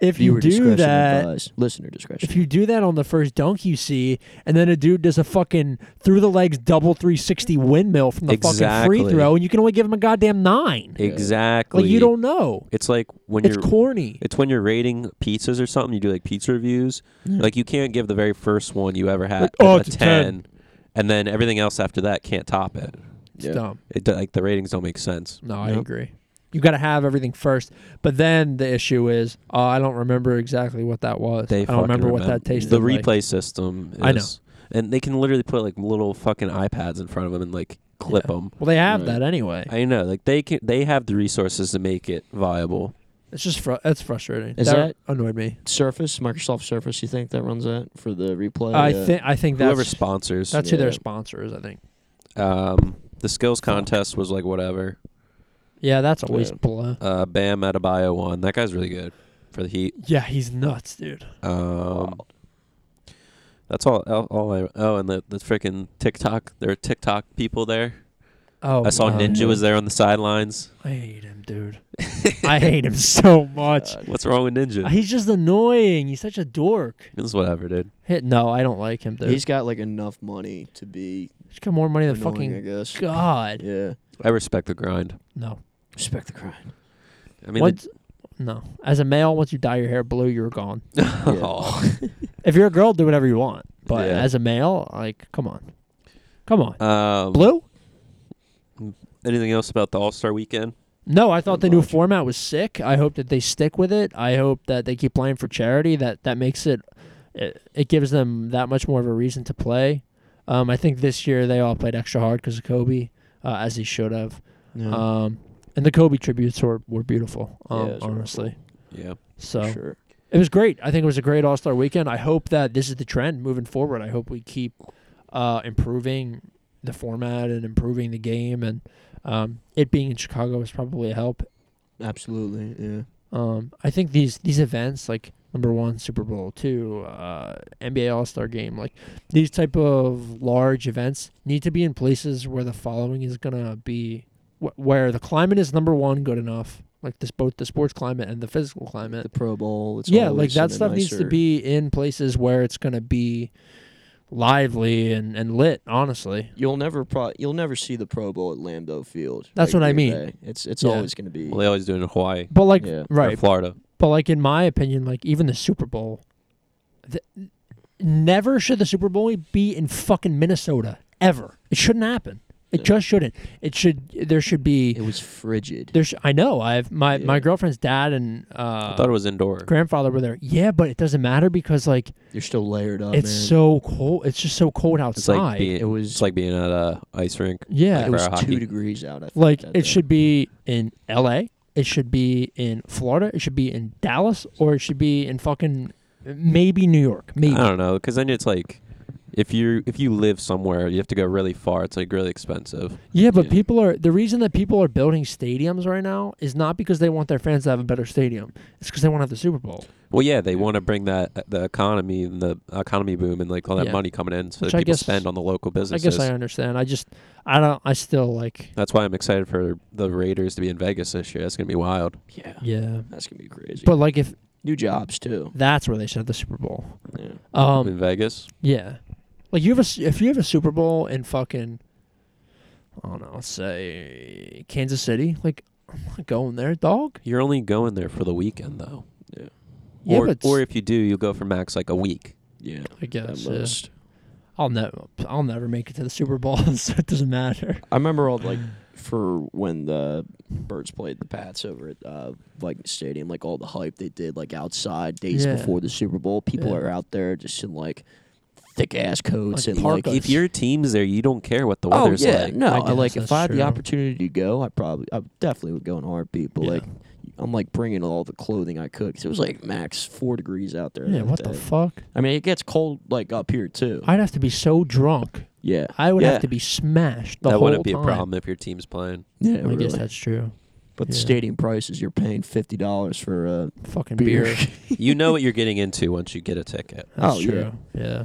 Speaker 2: if you
Speaker 3: Viewer
Speaker 2: do
Speaker 3: discretion
Speaker 2: that
Speaker 3: advised. Listener discretion.
Speaker 2: if you do that on the first dunk you see, and then a dude does a fucking through the legs double 360 windmill from the fucking
Speaker 1: Exactly.
Speaker 2: free throw, and you can only give him a goddamn nine.
Speaker 1: exactly.
Speaker 2: Like you don't know.
Speaker 1: It's like when
Speaker 2: It's
Speaker 1: you're.
Speaker 2: corny.
Speaker 1: It's when you're rating pizzas or something. You do like pizza reviews.
Speaker 3: Yeah.
Speaker 1: Like you can't give the very first one you ever had
Speaker 2: Like, oh,
Speaker 1: a
Speaker 2: it's a
Speaker 1: 10, and then everything else after that can't top it.
Speaker 2: It's
Speaker 3: Yeah.
Speaker 2: dumb.
Speaker 1: It do- like the ratings don't make sense.
Speaker 2: No, I
Speaker 3: Nope.
Speaker 2: agree. You got to have everything first, but then the issue is uh, I don't remember exactly what that was.
Speaker 1: They
Speaker 2: I don't remember, what that tasted.
Speaker 1: The
Speaker 2: like.
Speaker 1: replay system. Is,
Speaker 2: I know.
Speaker 1: and they can literally put like little fucking iPads in front of them and like clip
Speaker 2: Yeah.
Speaker 1: them.
Speaker 2: Well, they have
Speaker 3: Right.
Speaker 2: that anyway.
Speaker 1: I know, like they can, they have the resources to make it viable.
Speaker 2: It's just fru- that's frustrating.
Speaker 3: Is
Speaker 2: annoyed me?
Speaker 3: Surface, Microsoft Surface. You think that runs that for the replay?
Speaker 2: I
Speaker 3: Yeah.
Speaker 2: think I think
Speaker 1: Oh, Whoever
Speaker 2: that's
Speaker 1: sponsors,
Speaker 2: that's who their
Speaker 3: yeah.
Speaker 2: sponsor is. I think.
Speaker 1: um, the skills contest was like whatever.
Speaker 2: Yeah, that's a waste
Speaker 3: Yeah.
Speaker 2: blow.
Speaker 1: Uh, Bam Adebayo won. That guy's really good for the Heat.
Speaker 2: Yeah, he's nuts, dude.
Speaker 1: Um, That's all. All, all I, oh, and the the freaking TikTok. There are TikTok people there.
Speaker 2: Oh,
Speaker 1: I saw
Speaker 2: God.
Speaker 1: Ninja was there on the sidelines.
Speaker 2: I hate him,
Speaker 1: [LAUGHS]
Speaker 2: dude. I hate him so much.
Speaker 3: God.
Speaker 1: What's wrong with Ninja?
Speaker 2: He's just annoying. He's such a dork.
Speaker 1: It's whatever, dude.
Speaker 2: Hit no, I don't like him, dude.
Speaker 3: He's
Speaker 2: He's,
Speaker 3: got like enough money to be
Speaker 2: got more money than
Speaker 3: annoying, I
Speaker 2: fucking
Speaker 3: guess.
Speaker 2: God.
Speaker 3: Yeah.
Speaker 1: I respect the grind.
Speaker 2: No,
Speaker 3: Respect the crime.
Speaker 1: I mean,
Speaker 2: once, no. As a male, once you dye your hair blue, you're gone.
Speaker 1: [LAUGHS] the-
Speaker 3: Yeah.
Speaker 1: Aw.
Speaker 2: If you're a girl, do whatever you want. But
Speaker 1: Yeah.
Speaker 2: as a male, like, come on, come on,
Speaker 1: um,
Speaker 2: blue.
Speaker 1: Anything else about the All Star Weekend?
Speaker 2: No, I thought the new
Speaker 3: Lodge.
Speaker 2: format was sick. I hope that they stick with it. I hope that they keep playing for charity. That that makes it, it, it gives them that much more of a reason to play. Um, I think this year they all played extra hard because of Kobe, uh, as he should have. Um, and the Kobe tributes were, were beautiful, um,
Speaker 3: Yeah, it's really
Speaker 2: honestly.
Speaker 1: Yeah.
Speaker 2: So
Speaker 3: sure.
Speaker 2: it was great. I think it was a great All Star weekend. I hope that this is the trend moving forward. I hope we keep uh, improving the format and improving the game, and um, it being in Chicago is probably a help.
Speaker 3: Absolutely. Yeah.
Speaker 2: Um, I think these these events like number one Super Bowl two, uh, NBA All Star Game, like these type of large events need to be in places where the following is gonna be wh- where the climate is number one good enough, like this both the sports climate and the physical climate.
Speaker 3: The Pro Bowl. It's
Speaker 2: yeah, like
Speaker 3: always in
Speaker 2: that
Speaker 3: a
Speaker 2: stuff needs to
Speaker 3: nicer-
Speaker 2: be in places where it's gonna be lively and and lit. Honestly,
Speaker 3: You'll never pro- You'll never see the Pro Bowl at Lambeau Field.
Speaker 2: That's
Speaker 3: like
Speaker 2: what I
Speaker 3: Green
Speaker 2: mean.
Speaker 3: Bay. It's it's
Speaker 2: Yeah.
Speaker 3: always going to be.
Speaker 1: Well, they always do it in Hawaii,
Speaker 2: but like
Speaker 3: Yeah.
Speaker 1: or
Speaker 2: right,
Speaker 1: Florida.
Speaker 2: But like in my opinion, like even the Super Bowl, the, never should the Super Bowl be in fucking Minnesota ever. It shouldn't happen. It
Speaker 3: Yeah.
Speaker 2: just shouldn't. It should. There should be.
Speaker 3: it was frigid.
Speaker 2: There's. I know. I've my
Speaker 3: Yeah.
Speaker 2: my girlfriend's dad and
Speaker 1: I thought
Speaker 2: uh,
Speaker 1: it was indoor.
Speaker 2: grandfather were there. Yeah, but it doesn't matter because like
Speaker 3: You're still layered up.
Speaker 2: it's
Speaker 3: man.
Speaker 2: so cold. It's just so cold
Speaker 1: Oh, It's like
Speaker 2: outside.
Speaker 1: being
Speaker 3: It was
Speaker 1: it's like being at a ice rink.
Speaker 2: yeah,
Speaker 1: like
Speaker 3: it was
Speaker 1: for hockey.
Speaker 3: two degrees out. I think,
Speaker 2: Like
Speaker 3: that
Speaker 2: it
Speaker 3: day.
Speaker 2: should be in L.A. It should be in Florida. It should be in Dallas, or it should be in fucking maybe New York. Maybe
Speaker 1: I don't know, because then it's like If you if you live somewhere, you have to go really far. It's like really expensive.
Speaker 2: Yeah, but
Speaker 1: Yeah.
Speaker 2: people are the reason that people are building stadiums right now is not because they want their fans to have a better stadium. It's because they want to have the Super Bowl,
Speaker 1: Well, yeah, they want to bring that uh, the economy and the economy boom and like all that
Speaker 2: Yeah.
Speaker 1: money coming in, so
Speaker 2: Which
Speaker 1: that
Speaker 2: I
Speaker 1: people
Speaker 2: guess-
Speaker 1: spend on the local
Speaker 2: I
Speaker 1: businesses.
Speaker 2: guess I understand. I just, I don't, I still like,
Speaker 1: That's why I'm excited for the Raiders to be in Vegas this year. That's gonna be wild.
Speaker 3: Yeah.
Speaker 2: yeah.
Speaker 3: That's gonna be crazy.
Speaker 2: But like, if
Speaker 3: New jobs too.
Speaker 2: that's where they should have the Super Bowl,
Speaker 3: Yeah.
Speaker 2: um,
Speaker 1: in Vegas,
Speaker 2: yeah. Like you have a, s- if you have a Super Bowl in fucking, I don't know, let's say Kansas City, like I'm not going there, dog.
Speaker 1: you're only going there for the weekend though.
Speaker 2: Yeah,
Speaker 1: or,
Speaker 2: but
Speaker 1: or if you do, you'll go for max like a week.
Speaker 3: Yeah. uh,
Speaker 2: I guess
Speaker 3: At
Speaker 2: yeah.
Speaker 3: most.
Speaker 2: I'll never, I'll never make it to the Super Bowl, [LAUGHS] so it doesn't matter.
Speaker 3: I remember
Speaker 2: [SIGHS]
Speaker 3: all like for when the Birds played the Pats over at uh, Viking Stadium, like all the hype they did like outside days
Speaker 2: Yeah.
Speaker 3: before the Super Bowl. People
Speaker 2: Yeah.
Speaker 3: are out there just in like thick ass coats
Speaker 2: Like
Speaker 3: and
Speaker 2: parkas.
Speaker 3: like e
Speaker 1: If your team's there, you don't care what the
Speaker 3: oh
Speaker 1: weather's
Speaker 3: yeah
Speaker 1: like.
Speaker 3: no
Speaker 2: I
Speaker 3: I
Speaker 2: guess
Speaker 3: like
Speaker 2: that's
Speaker 3: if I had
Speaker 2: true.
Speaker 3: the opportunity to go, I probably I definitely would go in a heartbeat. But
Speaker 2: Yeah.
Speaker 3: like I'm like bringing all the clothing I could 'cause it was like max four degrees out there.
Speaker 2: Yeah,
Speaker 3: that
Speaker 2: what the
Speaker 3: day.
Speaker 2: fuck?
Speaker 3: I mean, it gets cold like up here too.
Speaker 2: I'd have to be so drunk.
Speaker 3: yeah,
Speaker 2: I would
Speaker 3: Yeah.
Speaker 2: have to be smashed the
Speaker 1: that
Speaker 2: whole
Speaker 1: wouldn't be
Speaker 2: time.
Speaker 1: a problem if your team's playing.
Speaker 2: I
Speaker 3: yeah,
Speaker 2: guess
Speaker 3: really.
Speaker 2: that's true.
Speaker 3: But the
Speaker 2: yeah.
Speaker 3: stadium prices, you're paying fifty dollars for uh,
Speaker 2: Fucking beer.
Speaker 3: beer.
Speaker 1: [LAUGHS]
Speaker 2: [LAUGHS]
Speaker 1: you know what you're getting into once you get a ticket,
Speaker 2: That's
Speaker 3: Oh, yeah.
Speaker 2: true. Yeah.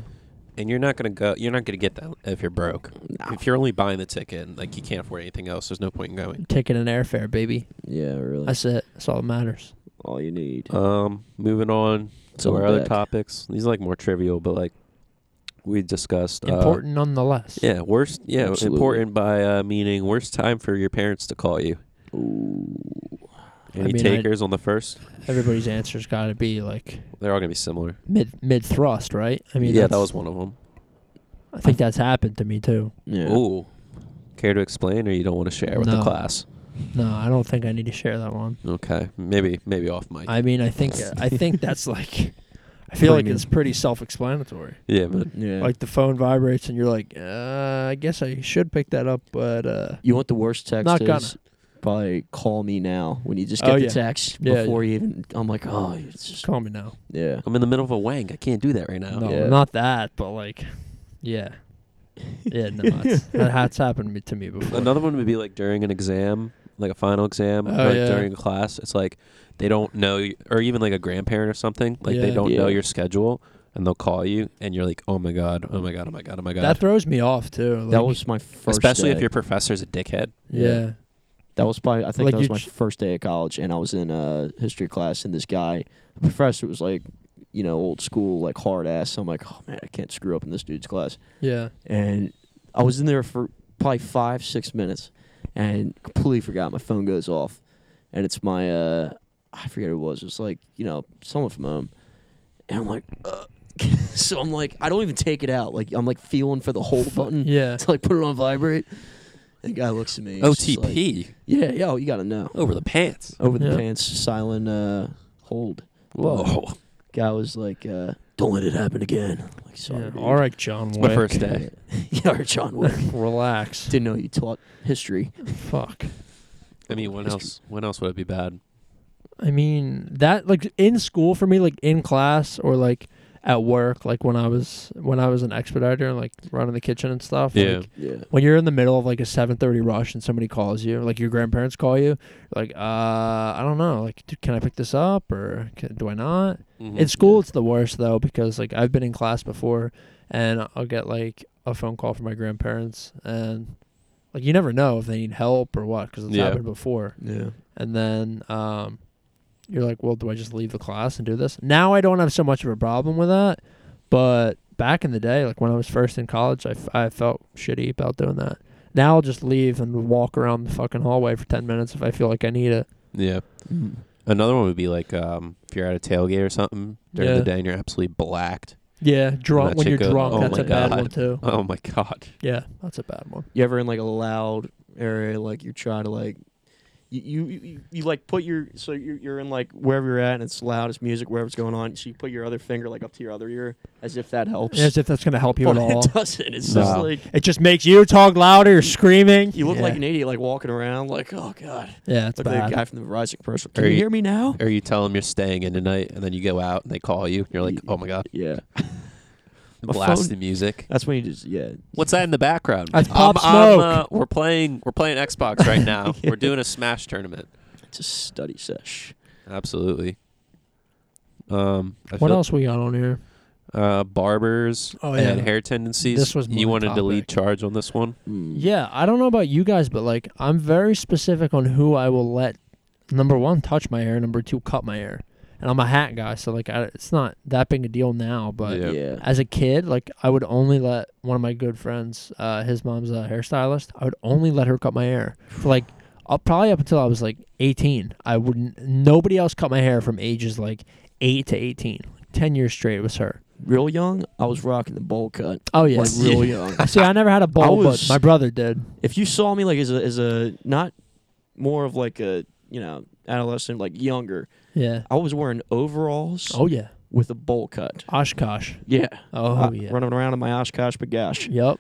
Speaker 1: and you're not gonna go. You're not gonna get that if you're broke.
Speaker 3: No.
Speaker 1: If you're only buying the ticket, and, like you can't afford anything else, there's no point in going.
Speaker 2: Taking an airfare, baby.
Speaker 3: Yeah, really.
Speaker 2: That's it. That's all that matters.
Speaker 3: all you need.
Speaker 1: Um, moving on to
Speaker 3: Going
Speaker 1: our other
Speaker 3: back.
Speaker 1: topics. These are like more trivial, but like we discussed. uh,
Speaker 2: Important nonetheless.
Speaker 1: yeah, worst. Yeah,
Speaker 3: Absolutely.
Speaker 1: important by uh, meaning worst time for your parents to call you. Any
Speaker 2: mean, I-
Speaker 1: takers on the first?
Speaker 2: Everybody's answer's got to be like
Speaker 1: They're all gonna be similar.
Speaker 2: mid mid thrust, right? I mean,
Speaker 1: yeah, that
Speaker 2: that's-
Speaker 1: was one of them.
Speaker 2: I think that's happened to me too.
Speaker 3: Yeah.
Speaker 1: Ooh, care to explain, or you don't want to share with the
Speaker 2: No.
Speaker 1: class?
Speaker 2: No, I don't think I need to share that one.
Speaker 1: Okay, maybe maybe off mic.
Speaker 2: I mean, I think
Speaker 1: [LAUGHS]
Speaker 2: I think that's like. I feel like
Speaker 3: Premium.
Speaker 2: it's pretty self-explanatory.
Speaker 1: yeah, but
Speaker 3: Yeah.
Speaker 2: Like the phone vibrates and you're like, uh, I guess I should pick that up, but uh,
Speaker 3: you want the worst text?
Speaker 2: Not gonna.
Speaker 3: is probably call me now when you just get
Speaker 2: Oh,
Speaker 3: the
Speaker 2: yeah.
Speaker 3: text
Speaker 2: Yeah,
Speaker 3: before you even. I'm like, oh, it's just
Speaker 2: call me now.
Speaker 3: yeah.
Speaker 1: I'm in the middle of a wank. I can't do that right now.
Speaker 2: No,
Speaker 3: Yeah.
Speaker 2: not that, but like,
Speaker 3: [LAUGHS]
Speaker 2: yeah, yeah. No, that's, that has happened to me- to me before.
Speaker 1: Another one would be like during an exam, like a final exam,
Speaker 2: Oh,
Speaker 1: or, like
Speaker 2: yeah.
Speaker 1: during a class. It's like they don't know, y- or even like a grandparent or something. Like they
Speaker 2: Yeah.
Speaker 1: don't know
Speaker 3: Yeah.
Speaker 1: your schedule, and they'll call you, and you're like, oh my god, oh my god, oh my god, oh my god.
Speaker 2: that throws me off too. Like,
Speaker 3: That was my first.
Speaker 1: Especially if
Speaker 3: day.
Speaker 1: your professor's a dickhead.
Speaker 2: yeah,
Speaker 3: That was probably. I think
Speaker 2: Like
Speaker 3: that was
Speaker 2: you
Speaker 3: my
Speaker 2: ch-
Speaker 3: first day of college, and I was in a history class, and this guy, the professor, was like, you know, old school, like hard ass. So I'm like, oh man, I can't screw up in this dude's class.
Speaker 2: yeah.
Speaker 3: and I was in there for probably five, six minutes, and completely forgot. My phone goes off, and it's my uh, I forget who it was. It was like you know someone from home, and I'm like, uh. [LAUGHS] so I'm like, I don't even take it out. Like I'm like feeling for the hold button
Speaker 2: Yeah.
Speaker 3: [LAUGHS] to like put it on vibrate. And the guy looks at me. he's just like,
Speaker 1: OTP
Speaker 3: yeah, yo, you gotta know
Speaker 1: over the pants.
Speaker 3: over the
Speaker 2: Yeah.
Speaker 3: pants, silent uh, hold.
Speaker 1: Whoa,
Speaker 3: Guy was like, uh, don't let it happen again. I'm like sorry.
Speaker 2: yeah.
Speaker 3: dude."
Speaker 2: All right, John.
Speaker 1: my
Speaker 2: Wick. [LAUGHS]
Speaker 1: first day.
Speaker 3: [LAUGHS] yeah, or John Wick. [LAUGHS]
Speaker 2: Relax.
Speaker 3: Didn't know you taught history.
Speaker 2: Fuck.
Speaker 1: I mean, when
Speaker 3: History.
Speaker 1: else? When else would it be bad?
Speaker 2: I mean, that like in school for me, like in class or like at work, like when I was when I was an expediter and like running the kitchen and stuff.
Speaker 1: Yeah.
Speaker 2: like,
Speaker 3: Yeah.
Speaker 2: when you're in the middle of like a 7:30 rush and somebody calls you, like your grandparents call you, like uh, I don't know, like "Dude, can I pick this up or can, do I not?
Speaker 1: Mm-hmm. Mm,
Speaker 2: In school, it's the worst though because like I've been in class before, and I'll get like a phone call from my grandparents, and like you never know if they need help or what because it's
Speaker 1: Yeah.
Speaker 2: happened before.
Speaker 3: Yeah.
Speaker 2: And then um, you're like, well, do I just leave the class and do this? Now I don't have so much of a problem with that, but back in the day, like when I was first in college, I, f- I felt shitty about doing that. Now I'll just leave and walk around the fucking hallway for ten minutes if I feel like I need it.
Speaker 1: Yeah.
Speaker 2: Mm.
Speaker 1: Another one would be like um, if you're at a tailgate or something during
Speaker 2: Yeah.
Speaker 1: the day and you're absolutely blacked.
Speaker 2: Yeah,
Speaker 1: that
Speaker 2: drunk when
Speaker 1: shit
Speaker 2: you're
Speaker 1: goes-
Speaker 2: drunk,
Speaker 1: oh
Speaker 2: that's
Speaker 1: my
Speaker 2: a bad
Speaker 1: God.
Speaker 2: one too.
Speaker 1: Oh my god.
Speaker 2: Yeah, that's a bad one.
Speaker 3: You ever in like a loud area, like you're trying to like, you you, you, you like put your so you're, you're in like wherever you're at and it's loud, it's music, wherever's going on. So you put your other finger like up to your other ear as if that helps.
Speaker 2: As if that's gonna help you
Speaker 3: but
Speaker 2: at all.
Speaker 3: it doesn't. It's just
Speaker 1: No.
Speaker 3: like
Speaker 2: It just makes you talk louder, screaming.
Speaker 3: you look
Speaker 2: yeah.
Speaker 3: like an idiot, like walking around, like oh god,
Speaker 2: yeah, it's
Speaker 3: like that
Speaker 2: bad.
Speaker 3: guy from the Verizon commercial. Can
Speaker 1: Are
Speaker 3: you
Speaker 1: you-
Speaker 3: hear me now?
Speaker 1: "Oh Or you tell them you're staying in tonight, and then you go out and they call you. And you're like,
Speaker 3: Y-
Speaker 1: oh my god.
Speaker 3: Yeah. My
Speaker 1: Blasting
Speaker 3: phone-
Speaker 1: music.
Speaker 3: That's when you just yeah.
Speaker 1: What's that in the background?
Speaker 2: That's
Speaker 1: Um,
Speaker 2: Pop
Speaker 1: um,
Speaker 2: Smoke.
Speaker 1: uh, we're playing. We're playing Xbox
Speaker 2: [LAUGHS]
Speaker 1: right now. We're doing a Smash tournament.
Speaker 3: It's a study sesh.
Speaker 1: Absolutely. Um, I
Speaker 2: What
Speaker 1: feel-
Speaker 2: else we got on here?
Speaker 1: Uh, barbers
Speaker 2: Oh,
Speaker 1: and
Speaker 2: yeah.
Speaker 1: hair tendencies.
Speaker 2: This was
Speaker 1: you
Speaker 2: my
Speaker 1: wanted to lead
Speaker 2: topic.
Speaker 1: charge on this one.
Speaker 3: Mm.
Speaker 2: Yeah, I don't know about you guys, but like I'm very specific on who I will let number one touch my hair, number two cut my hair, and I'm a hat guy, so like I, it's not that big a deal now. But
Speaker 1: Yeah.
Speaker 3: Yeah.
Speaker 2: as a kid, like I would only let one of my good friends, uh, his mom's a hairstylist, I would only let her cut my hair for like up probably up until I was like 18. I wouldn't. Nobody else cut my hair from ages like eight to 18. Ten years straight it was her.
Speaker 3: Real young, I was rocking the bowl cut.
Speaker 2: Oh yes.
Speaker 3: Like
Speaker 2: [LAUGHS]
Speaker 3: real [LAUGHS] young.
Speaker 2: See, I never had a bowl,
Speaker 3: was-
Speaker 2: but my brother did.
Speaker 3: If you saw me like as a as a not more of like a you know adolescent like younger,
Speaker 2: Yeah.
Speaker 3: I was wearing overalls
Speaker 2: Oh yeah.
Speaker 3: with a bowl cut.
Speaker 2: Oshkosh.
Speaker 3: Yeah.
Speaker 2: Oh
Speaker 3: I-
Speaker 2: yeah.
Speaker 3: Running around in my Oshkosh Bagosh.
Speaker 2: Yep.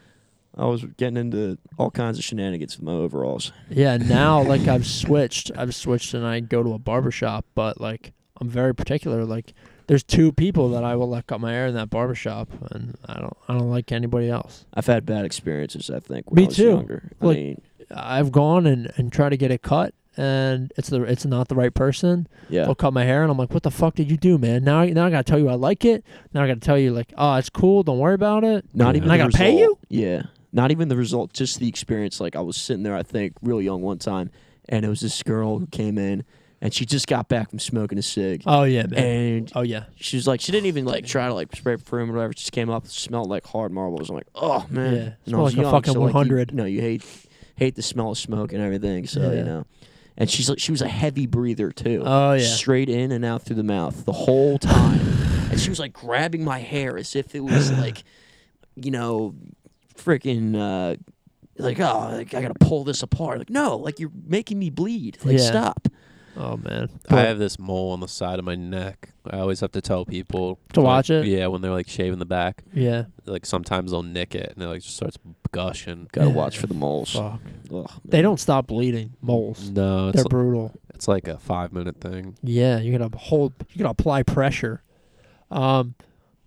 Speaker 3: I was getting into all kinds of shenanigans with my overalls.
Speaker 2: Yeah, now like I've switched. I've switched and I go to a barber shop, but like I'm very particular. Like there's two people that I will let cut my hair in that barber shop, and I don't I don't like anybody else.
Speaker 3: I've had bad experiences, I think, when
Speaker 2: Me
Speaker 3: I was
Speaker 2: too.
Speaker 3: younger. I
Speaker 2: Like-
Speaker 3: mean,
Speaker 2: I've gone and, and tried to get it cut and it's the it's not the right person.
Speaker 3: yeah.
Speaker 2: They'll cut my hair and I'm like, What the fuck did you do, man? Now I now I gotta tell you I like it. Now I gotta tell you like, oh it's cool, don't worry about it.
Speaker 3: Not
Speaker 1: Yeah.
Speaker 3: even
Speaker 2: And I
Speaker 3: the
Speaker 2: gotta pay
Speaker 3: result. Yeah. Not even the result, just the experience. Like I was sitting there, I think, real young one time, and it was this girl who came in and she just got back from smoking a cig.
Speaker 2: Oh yeah, man.
Speaker 3: and
Speaker 2: Oh yeah.
Speaker 3: she was like she didn't even like try to like spray perfume or whatever, just came up, smelled like hard marbles. I'm like, Oh man.
Speaker 2: Yeah,
Speaker 3: And I
Speaker 2: smelled
Speaker 3: was
Speaker 2: like a fucking
Speaker 3: so, like, you-
Speaker 2: 100.
Speaker 3: You, know, you hate hate the smell of smoke and everything, so
Speaker 2: Yeah.
Speaker 3: you know. And she's like she was a heavy breather too.
Speaker 2: Oh, yeah.
Speaker 3: Straight in and out through the mouth the
Speaker 2: [LAUGHS]
Speaker 3: whole time. and she was like grabbing my hair as if it was like you know, freaking uh like oh like I gotta pull this apart. Like, no, like you're making me bleed. Like
Speaker 2: Yeah.
Speaker 3: stop.
Speaker 2: Oh man.
Speaker 1: I have this mole on the side of my neck. I always have to tell people
Speaker 2: To watch
Speaker 1: like,
Speaker 2: it?
Speaker 1: Yeah, when they're like shaving the back,
Speaker 2: Yeah.
Speaker 1: like sometimes they'll nick it and it like just starts gushing.
Speaker 3: Gotta
Speaker 2: Yeah.
Speaker 3: watch for the moles.
Speaker 2: Fuck.
Speaker 3: Ugh,
Speaker 2: They Mm,
Speaker 3: man.
Speaker 2: don't stop bleeding, moles.
Speaker 1: No, it's,
Speaker 2: They're brutal.
Speaker 1: it's like a five minute thing.
Speaker 2: Yeah, you can hold, you can apply pressure. Um,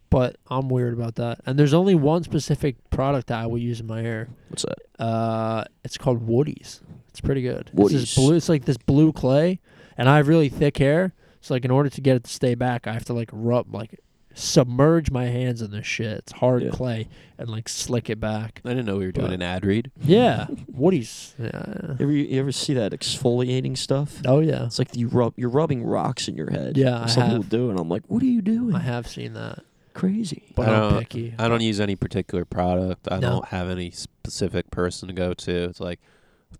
Speaker 2: but I'm weird about that. And there's only one specific product that I will use in my hair.
Speaker 3: What's that?
Speaker 2: Uh, it's called Woody's. It's pretty good. It's
Speaker 3: Woody's.
Speaker 2: this blue. It's like this blue clay, and I have really thick hair. So like, in order to get it to stay back, I have to like rub, like submerge my hands in this shit. It's hard
Speaker 3: Yeah.
Speaker 2: clay, and like slick it back.
Speaker 1: I didn't know we were doing
Speaker 2: But-
Speaker 1: an ad read.
Speaker 2: [LAUGHS] Yeah, Woody's. Yeah.
Speaker 3: You ever, you ever see that exfoliating stuff?
Speaker 2: Oh [LAUGHS] yeah,
Speaker 3: It's like you rub, you're rubbing rocks in your head.
Speaker 2: Yeah,
Speaker 3: And
Speaker 2: I
Speaker 3: some
Speaker 2: have.
Speaker 3: people do, and I'm like, what are you doing?
Speaker 2: I have seen that,
Speaker 3: Crazy.
Speaker 2: but
Speaker 1: I
Speaker 2: I'm
Speaker 1: don't-
Speaker 2: picky.
Speaker 1: I don't use any particular product. I
Speaker 2: No.
Speaker 1: don't have any specific person to go to. It's like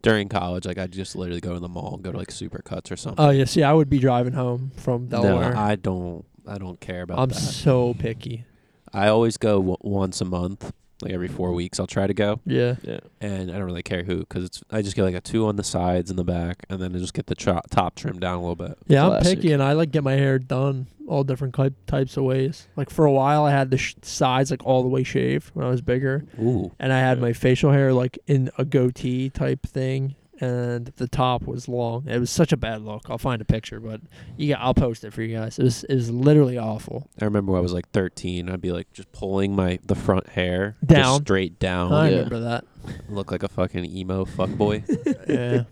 Speaker 1: during college, like I just literally go to the mall and go to like Supercuts or something.
Speaker 2: Oh yeah, see, I would be driving home from Delaware.
Speaker 1: No, I don't. I don't care about
Speaker 2: Oh, I'm
Speaker 1: that.
Speaker 2: so picky.
Speaker 1: I always go w- once a month, like every four weeks. I'll try to go,
Speaker 2: Yeah.
Speaker 3: Yeah.
Speaker 1: and I don't really care who, because it's. I just get like a two on the sides and the back, and then I just get the cho- top trimmed down a little bit.
Speaker 2: Yeah, I'm
Speaker 3: Classic.
Speaker 2: picky, and I like get my hair done all different type, types of ways. Like for a while, I had the sh- sides like all the way shaved when I was bigger,
Speaker 1: Ooh,
Speaker 2: and I had
Speaker 3: Yeah.
Speaker 2: my facial hair like in a goatee type thing, and the top was long. It was such a bad look. I'll find a picture, but yeah, I'll post it for you guys. It was it was literally awful.
Speaker 1: I remember when I was like 13. I'd be like just pulling my the front hair just
Speaker 2: Down.
Speaker 1: straight down,
Speaker 2: I
Speaker 3: yeah.
Speaker 2: remember that.
Speaker 1: look like a fucking
Speaker 3: [LAUGHS]
Speaker 1: emo fuckboy.
Speaker 2: [LAUGHS] Yeah.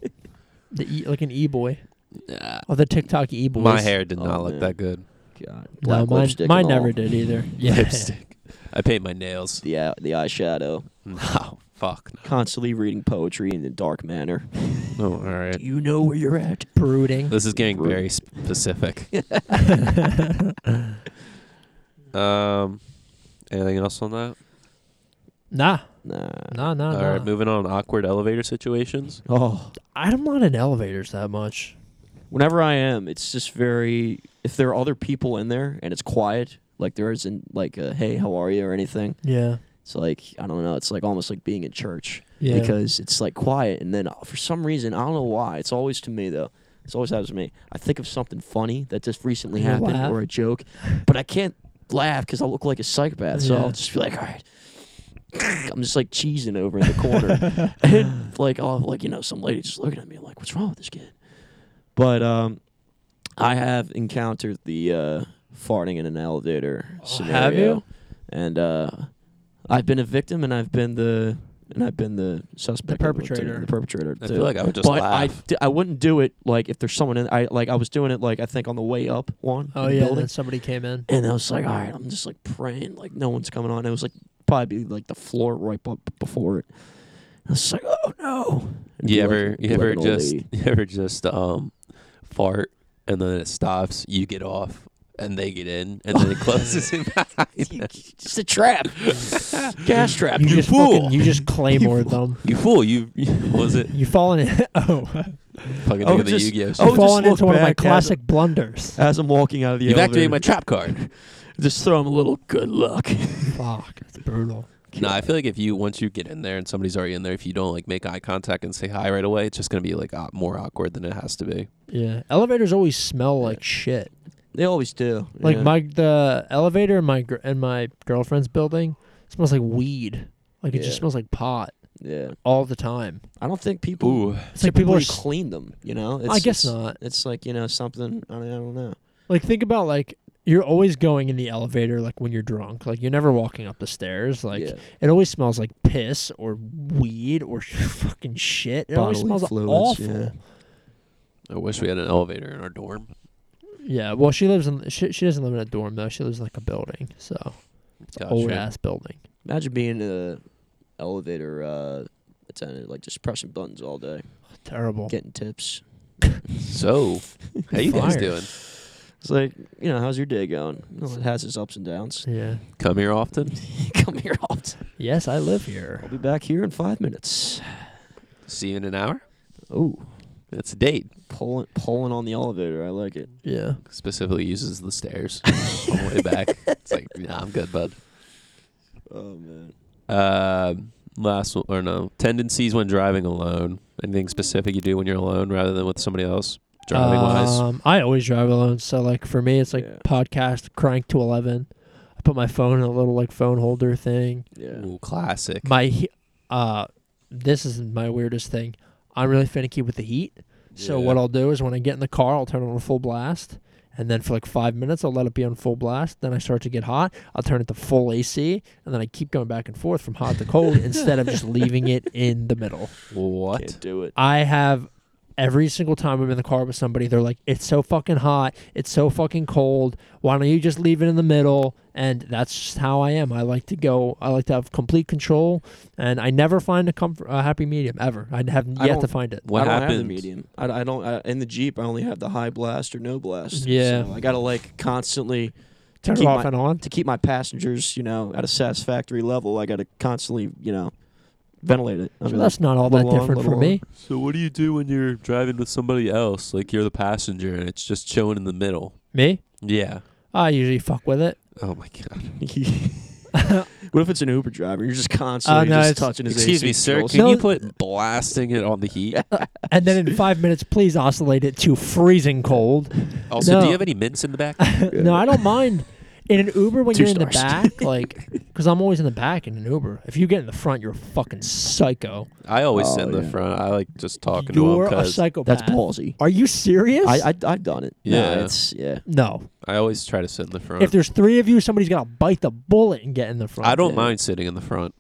Speaker 2: The e, like an e boy.
Speaker 1: Nah,
Speaker 2: Oh, the TikTok e boys.
Speaker 1: my hair did
Speaker 3: Oh,
Speaker 1: not look
Speaker 3: man.
Speaker 1: that
Speaker 3: [LAUGHS]
Speaker 1: good.
Speaker 3: God.
Speaker 2: No,
Speaker 3: Black
Speaker 2: mine,
Speaker 3: lipstick
Speaker 2: mine
Speaker 3: and all.
Speaker 2: never did either. Yeah.
Speaker 1: Lipstick. I paint my nails.
Speaker 3: The, Oh, eye- the eyeshadow. [LAUGHS]
Speaker 1: No, fuck.
Speaker 3: Constantly reading poetry in a
Speaker 2: [LAUGHS]
Speaker 3: dark manner.
Speaker 1: No, all
Speaker 3: [LAUGHS]
Speaker 1: right.
Speaker 3: you know where you're at?
Speaker 2: brooding.
Speaker 1: This is getting very specific.
Speaker 3: [LAUGHS]
Speaker 1: um, anything else on that?
Speaker 2: Nah,
Speaker 3: Nah.
Speaker 2: nah, nah,
Speaker 1: All right,
Speaker 2: nah.
Speaker 1: moving on. Awkward elevator situations.
Speaker 3: Oh.
Speaker 2: I'm not in elevators that much.
Speaker 3: Whenever I am, it's just very. If there are other people in there and it's quiet, like there isn't like a hey, how are you or anything.
Speaker 2: Yeah,
Speaker 3: It's like I don't know. It's like almost like being in church.
Speaker 2: yeah.
Speaker 3: because it's like quiet and then uh, for some reason i don't know why it's always to me though it's always happens to me i think of something funny that just recently
Speaker 2: You
Speaker 3: happened
Speaker 2: laugh.
Speaker 3: or a joke but i can't laugh because i look like a psychopath so
Speaker 2: Yeah.
Speaker 3: i'll just be like all right [LAUGHS] i'm just like cheesing over in the
Speaker 2: [LAUGHS]
Speaker 3: corner and like i'll have like you know some lady just looking at me like what's wrong with this kid but um i have encountered the uh farting in an elevator
Speaker 2: Oh, have
Speaker 3: scenario
Speaker 2: you?
Speaker 3: and uh, I've been a victim, and I've been the and I've been the suspect,
Speaker 2: The
Speaker 3: of it, too,
Speaker 2: perpetrator.
Speaker 3: the perpetrator.
Speaker 1: I
Speaker 3: too.
Speaker 1: feel like I would just
Speaker 3: but I I,
Speaker 1: laugh.
Speaker 3: d- I wouldn't do it like if there's someone in. I like I was doing it like I think on the way up one.
Speaker 2: Oh
Speaker 3: in the
Speaker 2: yeah,
Speaker 3: building.
Speaker 2: then somebody came in.
Speaker 3: And I was like, all right, I'm just like praying, like no one's coming on. It was like probably like the floor right up before it. I was like, oh no. And
Speaker 1: you
Speaker 3: be, like,
Speaker 1: ever
Speaker 3: be
Speaker 1: you
Speaker 3: like
Speaker 1: ever
Speaker 3: an old
Speaker 1: just [LAUGHS]
Speaker 3: lady.
Speaker 1: you ever just um fart and then it stops, you get off and they get in and
Speaker 3: [LAUGHS]
Speaker 1: then it closes in behind them.
Speaker 3: It's a
Speaker 1: [LAUGHS]
Speaker 3: trap, gas trap.
Speaker 2: You
Speaker 1: You
Speaker 2: just
Speaker 1: fool.
Speaker 2: fucking, you just claymore them.
Speaker 1: You fool, you was it
Speaker 2: You fall in. [LAUGHS] Oh,
Speaker 1: fucking
Speaker 3: Oh,
Speaker 1: think of the
Speaker 3: just-
Speaker 1: Yu-Gi-Oh.
Speaker 3: oh,
Speaker 1: shit.
Speaker 2: you
Speaker 3: just
Speaker 2: fallen
Speaker 3: look
Speaker 2: into one of my
Speaker 3: back at 'em.
Speaker 2: classic blunders.
Speaker 3: [LAUGHS] As I'm walking out of the
Speaker 1: You've
Speaker 3: elevator,
Speaker 1: activated my trap [LAUGHS] card.
Speaker 3: just throw him a little good luck.
Speaker 2: Fuck, that's brutal.
Speaker 1: No, I feel like if you once you get in there and somebody's already in there, if you don't like make eye contact and say hi right away, it's just gonna be like uh, more awkward than it has to be.
Speaker 2: Yeah, elevators always smell like shit.
Speaker 3: They always do.
Speaker 2: Like
Speaker 3: yeah.
Speaker 2: my the elevator in my gr- in my girlfriend's building smells like weed. Like it
Speaker 3: Yeah.
Speaker 2: just smells like pot
Speaker 3: Yeah,
Speaker 2: all the time.
Speaker 3: I don't think people.
Speaker 1: Ooh,
Speaker 2: It's like people are.
Speaker 3: typically
Speaker 2: s-
Speaker 3: clean them. You know, it's,
Speaker 2: I guess
Speaker 3: it's-
Speaker 2: not.
Speaker 3: It's like you know something. I, mean, I don't know.
Speaker 2: Like think about like you're always going in the elevator like when you're drunk. Like you're never walking up the stairs. Like
Speaker 3: Yeah.
Speaker 2: it always smells like piss or weed or [LAUGHS] fucking shit. It always
Speaker 3: Bodily
Speaker 2: smells
Speaker 3: fluids,
Speaker 2: awful.
Speaker 3: yeah.
Speaker 2: Yeah.
Speaker 1: I wish we had an elevator in our dorm.
Speaker 2: Well, she lives in she, she doesn't live in a dorm though. She lives in like a building. So
Speaker 1: Gotcha.
Speaker 2: old ass building.
Speaker 3: Imagine being a elevator uh, attendant, like just pressing buttons all day,
Speaker 2: Terrible.
Speaker 3: getting tips.
Speaker 1: So, how you guys
Speaker 2: Fire.
Speaker 1: doing?
Speaker 3: It's like, you know, how's your day going? Well, it has its ups and downs. [LAUGHS]
Speaker 2: yeah.
Speaker 1: Come here often?
Speaker 3: Come here, often.
Speaker 2: Yes, I live here.
Speaker 3: I'll be back here in five minutes.
Speaker 1: See you in an hour?
Speaker 3: Oh,
Speaker 1: That's a date.
Speaker 3: pulling pulling on the elevator. I like it.
Speaker 2: Yeah.
Speaker 1: Specifically uses the stairs [LAUGHS] on the way back. It's like, nah, I'm good, bud.
Speaker 3: Oh man.
Speaker 1: Um, last one, or no, tendencies when driving alone. Anything specific you do when you're alone rather than with somebody else? Driving wise?
Speaker 2: Um, I always drive alone, so like for me, it's like
Speaker 3: Yeah.
Speaker 2: podcast crank to eleven. I put my phone in a little like phone holder thing.
Speaker 3: Yeah.
Speaker 1: Ooh, classic.
Speaker 2: My, he- uh, this is my weirdest thing. I'm really finicky with the heat, so
Speaker 1: Yeah.
Speaker 2: what I'll do is when I get in the car, I'll turn it on full blast, and then for like five minutes, I'll let it be on full blast. Then I start to get hot. I'll turn it to full AC, and then I keep going back and forth from hot to cold instead of just leaving it in the middle.
Speaker 1: What?
Speaker 3: Can't do it.
Speaker 2: I have every single time I'm in the car with somebody, they're like, "It's so fucking hot. It's so fucking cold. Why don't you just leave it in the middle?" And that's just how I am. I like to go. I like to have complete control, and I never find a comfort, a happy medium ever. I have
Speaker 3: I
Speaker 2: yet to
Speaker 3: don't-
Speaker 2: find it.
Speaker 1: What
Speaker 3: I don't have
Speaker 1: happened?
Speaker 3: the medium. I, I don't. I, in the Jeep, I only have the high blast or no blast.
Speaker 2: Yeah.
Speaker 3: So I gotta like constantly
Speaker 2: Turn it
Speaker 3: keep
Speaker 2: off
Speaker 3: my-
Speaker 2: and on.
Speaker 3: to keep my passengers, you know, at a satisfactory level. I gotta constantly, you know, ventilate it. I
Speaker 2: So
Speaker 3: mean,
Speaker 2: that's not all that
Speaker 3: little on,
Speaker 2: different for
Speaker 3: little
Speaker 2: me.
Speaker 1: So what do you do when you're driving with somebody else? Like you're the passenger and it's just chilling in the middle.
Speaker 2: Me,
Speaker 1: Yeah.
Speaker 2: I usually fuck with it. [LAUGHS]
Speaker 1: Oh my god.
Speaker 3: [LAUGHS] what if it's an Uber driver? You're just
Speaker 2: Uh,
Speaker 3: constantly
Speaker 2: no,
Speaker 3: just
Speaker 2: it's-
Speaker 3: touching his
Speaker 1: Excuse
Speaker 3: AC
Speaker 1: me, sir.
Speaker 3: controls.
Speaker 1: Can
Speaker 2: No-
Speaker 1: you put blasting it on the heat?
Speaker 2: And then in five minutes, please oscillate it to freezing cold.
Speaker 1: Also, do
Speaker 2: No.
Speaker 1: you have any mints in the back?
Speaker 3: [LAUGHS]
Speaker 2: no, I don't mind. In an Uber, when
Speaker 3: Two
Speaker 2: you're in the
Speaker 3: stars. [LAUGHS]
Speaker 2: back, like, because I'm always in the back in an Uber. If you get in the front, you're a fucking psycho.
Speaker 1: I always sit
Speaker 3: Oh,
Speaker 1: in the
Speaker 3: yeah.
Speaker 1: front. I like just talking
Speaker 2: you're
Speaker 1: to him
Speaker 2: a
Speaker 1: because
Speaker 2: psychopath.
Speaker 3: That's ballsy.
Speaker 2: Are you serious?
Speaker 3: I, I I've done it. No,
Speaker 1: Yeah.
Speaker 3: it's yeah.
Speaker 2: no.
Speaker 1: I always try to sit in the front.
Speaker 3: Uh,
Speaker 2: If there's three of you, somebody's got to bite the bullet and get in the front.
Speaker 1: I don't
Speaker 3: Yeah.
Speaker 1: mind sitting in the front.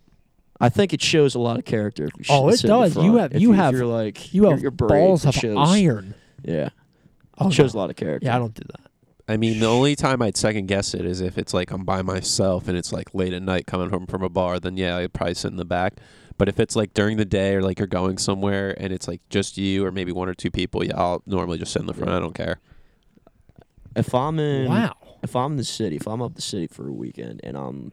Speaker 3: I think it shows a lot of character. If you
Speaker 2: Oh,
Speaker 3: shit
Speaker 2: it
Speaker 3: sit in the
Speaker 2: does. You
Speaker 3: front.
Speaker 2: have-
Speaker 3: If
Speaker 2: you
Speaker 3: if
Speaker 2: have-
Speaker 3: You're like
Speaker 2: You
Speaker 3: you're-
Speaker 2: have
Speaker 3: you're brave,
Speaker 2: balls
Speaker 3: it
Speaker 2: of
Speaker 3: shows.
Speaker 2: iron.
Speaker 3: Yeah,
Speaker 2: Oh,
Speaker 3: it shows a
Speaker 2: no.
Speaker 3: lot of character.
Speaker 2: Yeah, I don't do that.
Speaker 1: I mean, the only time I'd second guess it is if it's like I'm by myself and it's like late at night coming home from a bar, then yeah, I'd probably sit in the back. But if it's like during the day or like you're going somewhere and it's like just you or maybe one or two people, yeah, I'll normally just sit in the front. I don't care.
Speaker 3: If I'm in,
Speaker 2: Wow.
Speaker 3: if I'm in the city, if I'm up the city for a weekend and I'm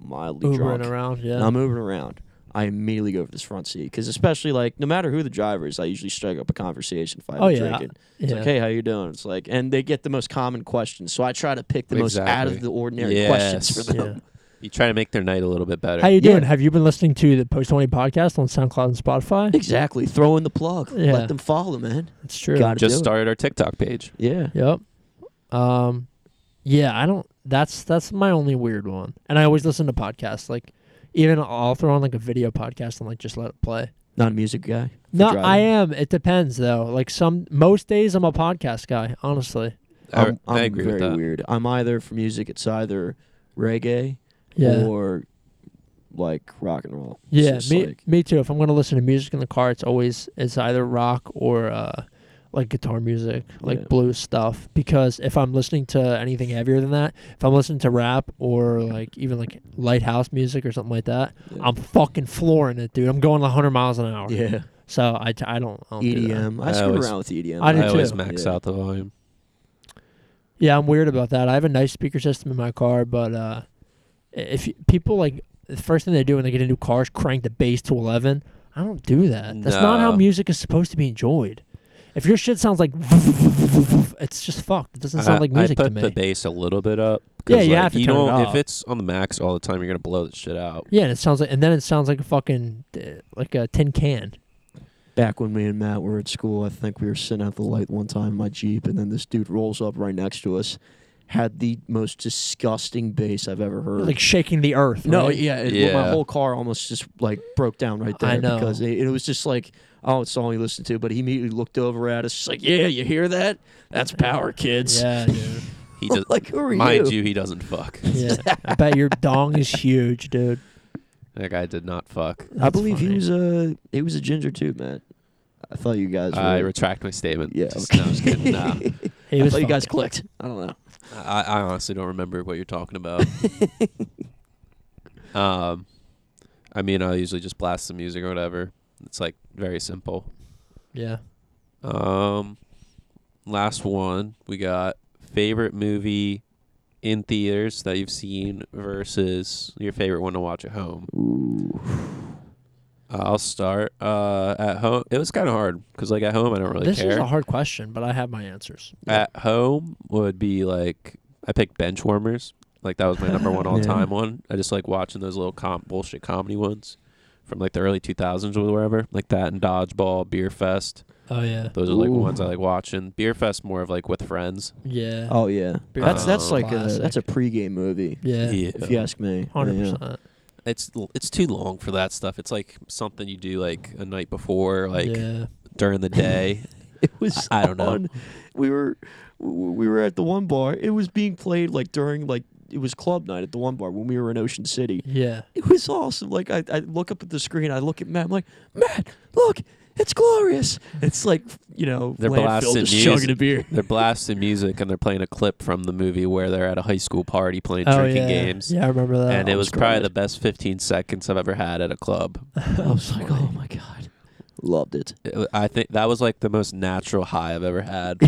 Speaker 3: mildly
Speaker 2: Ubering
Speaker 3: drunk,
Speaker 2: around,
Speaker 3: and
Speaker 2: yeah.
Speaker 3: I'm moving around, I immediately go for this front seat because especially like no matter who the driver is, I usually strike up a conversation if I'm
Speaker 2: Oh, yeah.
Speaker 3: drinking. It's
Speaker 2: yeah.
Speaker 3: like, hey, how you doing? It's like, and they get the most common questions, so I try to pick the most out
Speaker 1: Exactly.
Speaker 3: of the ordinary
Speaker 1: Yes.
Speaker 3: questions for them.
Speaker 2: Yeah.
Speaker 3: [LAUGHS]
Speaker 1: You try to make their night a little bit better.
Speaker 2: How you
Speaker 3: Yeah.
Speaker 2: doing? Have you been listening to the Post 20 podcast on SoundCloud and Spotify?
Speaker 3: Exactly, throw in the plug,
Speaker 2: Yeah.
Speaker 3: let them follow, man.
Speaker 2: That's true.
Speaker 3: Got it.
Speaker 1: just
Speaker 3: do
Speaker 1: started our TikTok page.
Speaker 3: Yeah,
Speaker 2: Yep. Um, yeah, I don't. That's that's my only weird one, and I always listen to podcasts. Like, even I'll throw on like a video podcast and like just let it play.
Speaker 3: not a music guy. for
Speaker 2: No, I
Speaker 3: driving.
Speaker 2: am. It depends though. Like some most days, I'm a podcast guy. Honestly,
Speaker 1: I-
Speaker 3: I'm,
Speaker 1: I
Speaker 3: I'm
Speaker 1: agree
Speaker 3: very
Speaker 1: with that.
Speaker 3: weird. I'm either for music, it's either reggae
Speaker 2: Yeah.
Speaker 3: or like rock and roll. It's
Speaker 2: Yeah,
Speaker 3: just
Speaker 2: me,
Speaker 3: like-
Speaker 2: me too. If I'm gonna listen to music in the car, it's always it's either rock or uh, like guitar music, like
Speaker 3: Yeah.
Speaker 2: blues stuff. Because if I'm listening to anything heavier than that, if I'm listening to rap or like even like lighthouse music or something like that,
Speaker 3: Yeah.
Speaker 2: I'm fucking flooring it, dude. I'm going 100 miles an hour.
Speaker 3: yeah,
Speaker 2: So I, t- I don't I don't
Speaker 1: E
Speaker 2: do that.
Speaker 3: EDM. I
Speaker 1: I
Speaker 3: screwed
Speaker 1: always-
Speaker 3: around with E EDM.
Speaker 2: I do
Speaker 1: I always
Speaker 2: too.
Speaker 1: max
Speaker 3: Yeah.
Speaker 1: out the volume.
Speaker 2: Yeah, I'm weird about that. I have a nice speaker system in my car, but uh, if you, people like the first thing they do when they get a new car is crank the bass to 11. I don't do that. That's not how
Speaker 1: No.
Speaker 2: music is supposed to be enjoyed. If your shit sounds like, [LAUGHS] it's just fucked. It doesn't sound
Speaker 1: I,
Speaker 2: like music
Speaker 1: I put
Speaker 2: to me.
Speaker 1: the bass a little bit up. 'cause,
Speaker 2: Yeah, you
Speaker 1: like,
Speaker 2: have to
Speaker 1: you
Speaker 2: turn it
Speaker 1: don't,
Speaker 2: up.
Speaker 1: If it's on the max all the time, you're gonna blow the shit out.
Speaker 2: yeah, and it sounds like, and then it sounds like a fucking uh, like a tin can.
Speaker 3: Back when me and Matt were at school, I think we were sitting at the light one time in my Jeep, and then this dude rolls up right next to us, had the most disgusting bass I've ever heard.
Speaker 2: Like [LAUGHS] shaking the earth.
Speaker 3: no,
Speaker 2: right?
Speaker 3: yeah, it, well, my
Speaker 1: Yeah.
Speaker 3: whole car almost just like broke down right there
Speaker 2: I know.
Speaker 3: because it, it was just like, oh, it's the song you listen to. But he immediately looked over at us, just like, yeah, you hear that? That's power, kids. [LAUGHS]
Speaker 2: yeah, dude. [LAUGHS]
Speaker 1: He does.
Speaker 3: like, who are
Speaker 1: mind
Speaker 3: you?
Speaker 1: you, he doesn't fuck.
Speaker 2: Yeah, I bet
Speaker 1: [LAUGHS]
Speaker 2: your dong is huge, dude.
Speaker 1: That guy did not fuck.
Speaker 3: I
Speaker 2: That's
Speaker 3: believe he
Speaker 2: funny.
Speaker 3: was a he was a ginger too, Matt. I thought you guys. Were,
Speaker 1: I retract my statement.
Speaker 3: yeah,
Speaker 1: Just-
Speaker 3: okay.
Speaker 1: no, I'm just kidding. Nah.
Speaker 3: [LAUGHS]
Speaker 2: He
Speaker 3: I
Speaker 2: was
Speaker 3: thought you
Speaker 2: fucking-
Speaker 3: guys clicked. I don't know.
Speaker 1: I, I honestly don't remember what you're talking
Speaker 3: [LAUGHS]
Speaker 1: about. um, I mean, I usually just blast some music or whatever. It's like very simple.
Speaker 2: Yeah.
Speaker 1: Um, last one we got favorite movie in theaters that you've seen versus your favorite one to watch at home.
Speaker 3: Ooh.
Speaker 1: Uh, I'll start. Uh, at home, it was kind of hard because like at home, I don't really
Speaker 2: this
Speaker 1: care.
Speaker 2: is a hard question, but I have my answers.
Speaker 1: at home would be like I picked bench warmers. Like that was my number one
Speaker 2: [LAUGHS]
Speaker 3: Yeah.
Speaker 1: all time one. I just like watching those little com- bullshit comedy ones from like the early two thousands or wherever. Like that and Dodgeball, Beer Fest.
Speaker 2: Oh yeah,
Speaker 1: Those are like
Speaker 3: Ooh.
Speaker 1: ones I like watching. Beer Fest more of like with friends.
Speaker 2: yeah,
Speaker 3: Oh yeah,
Speaker 2: Beer
Speaker 3: that's that's
Speaker 1: Fest.
Speaker 3: like a,
Speaker 2: Classic.
Speaker 3: that's a pregame movie.
Speaker 2: yeah,
Speaker 3: If you ask me,
Speaker 2: hundred
Speaker 3: Yeah.
Speaker 2: percent.
Speaker 1: It's l- it's too long for that stuff. It's like something you do like a night before, like
Speaker 2: yeah,
Speaker 1: during the
Speaker 2: [LAUGHS]
Speaker 1: day.
Speaker 3: [LAUGHS] It was.
Speaker 1: I- I don't know.
Speaker 3: on- We were w- we were at the one bar. It was being played like during like it was club night at the one bar when we were in Ocean City.
Speaker 2: yeah.
Speaker 3: It was awesome. Like I, I look up at the screen. I look at Matt. I'm like, Matt, look, it's glorious. It's like you know,
Speaker 1: They're
Speaker 3: landfill
Speaker 1: blasting
Speaker 3: just
Speaker 1: music.
Speaker 3: chugging a beer.
Speaker 1: they're blasting music and they're playing a clip from the movie where they're at a high school party playing
Speaker 2: oh
Speaker 1: drinking
Speaker 2: yeah,
Speaker 1: games.
Speaker 2: yeah. I remember that. [LAUGHS]
Speaker 1: and it
Speaker 3: I'm
Speaker 1: was probably
Speaker 3: screwed.
Speaker 1: the best 15 seconds I've ever had at a club.
Speaker 3: I was like, oh my god, loved it.
Speaker 1: It wa- I think that was like the most natural high I've ever
Speaker 2: [LAUGHS]
Speaker 1: had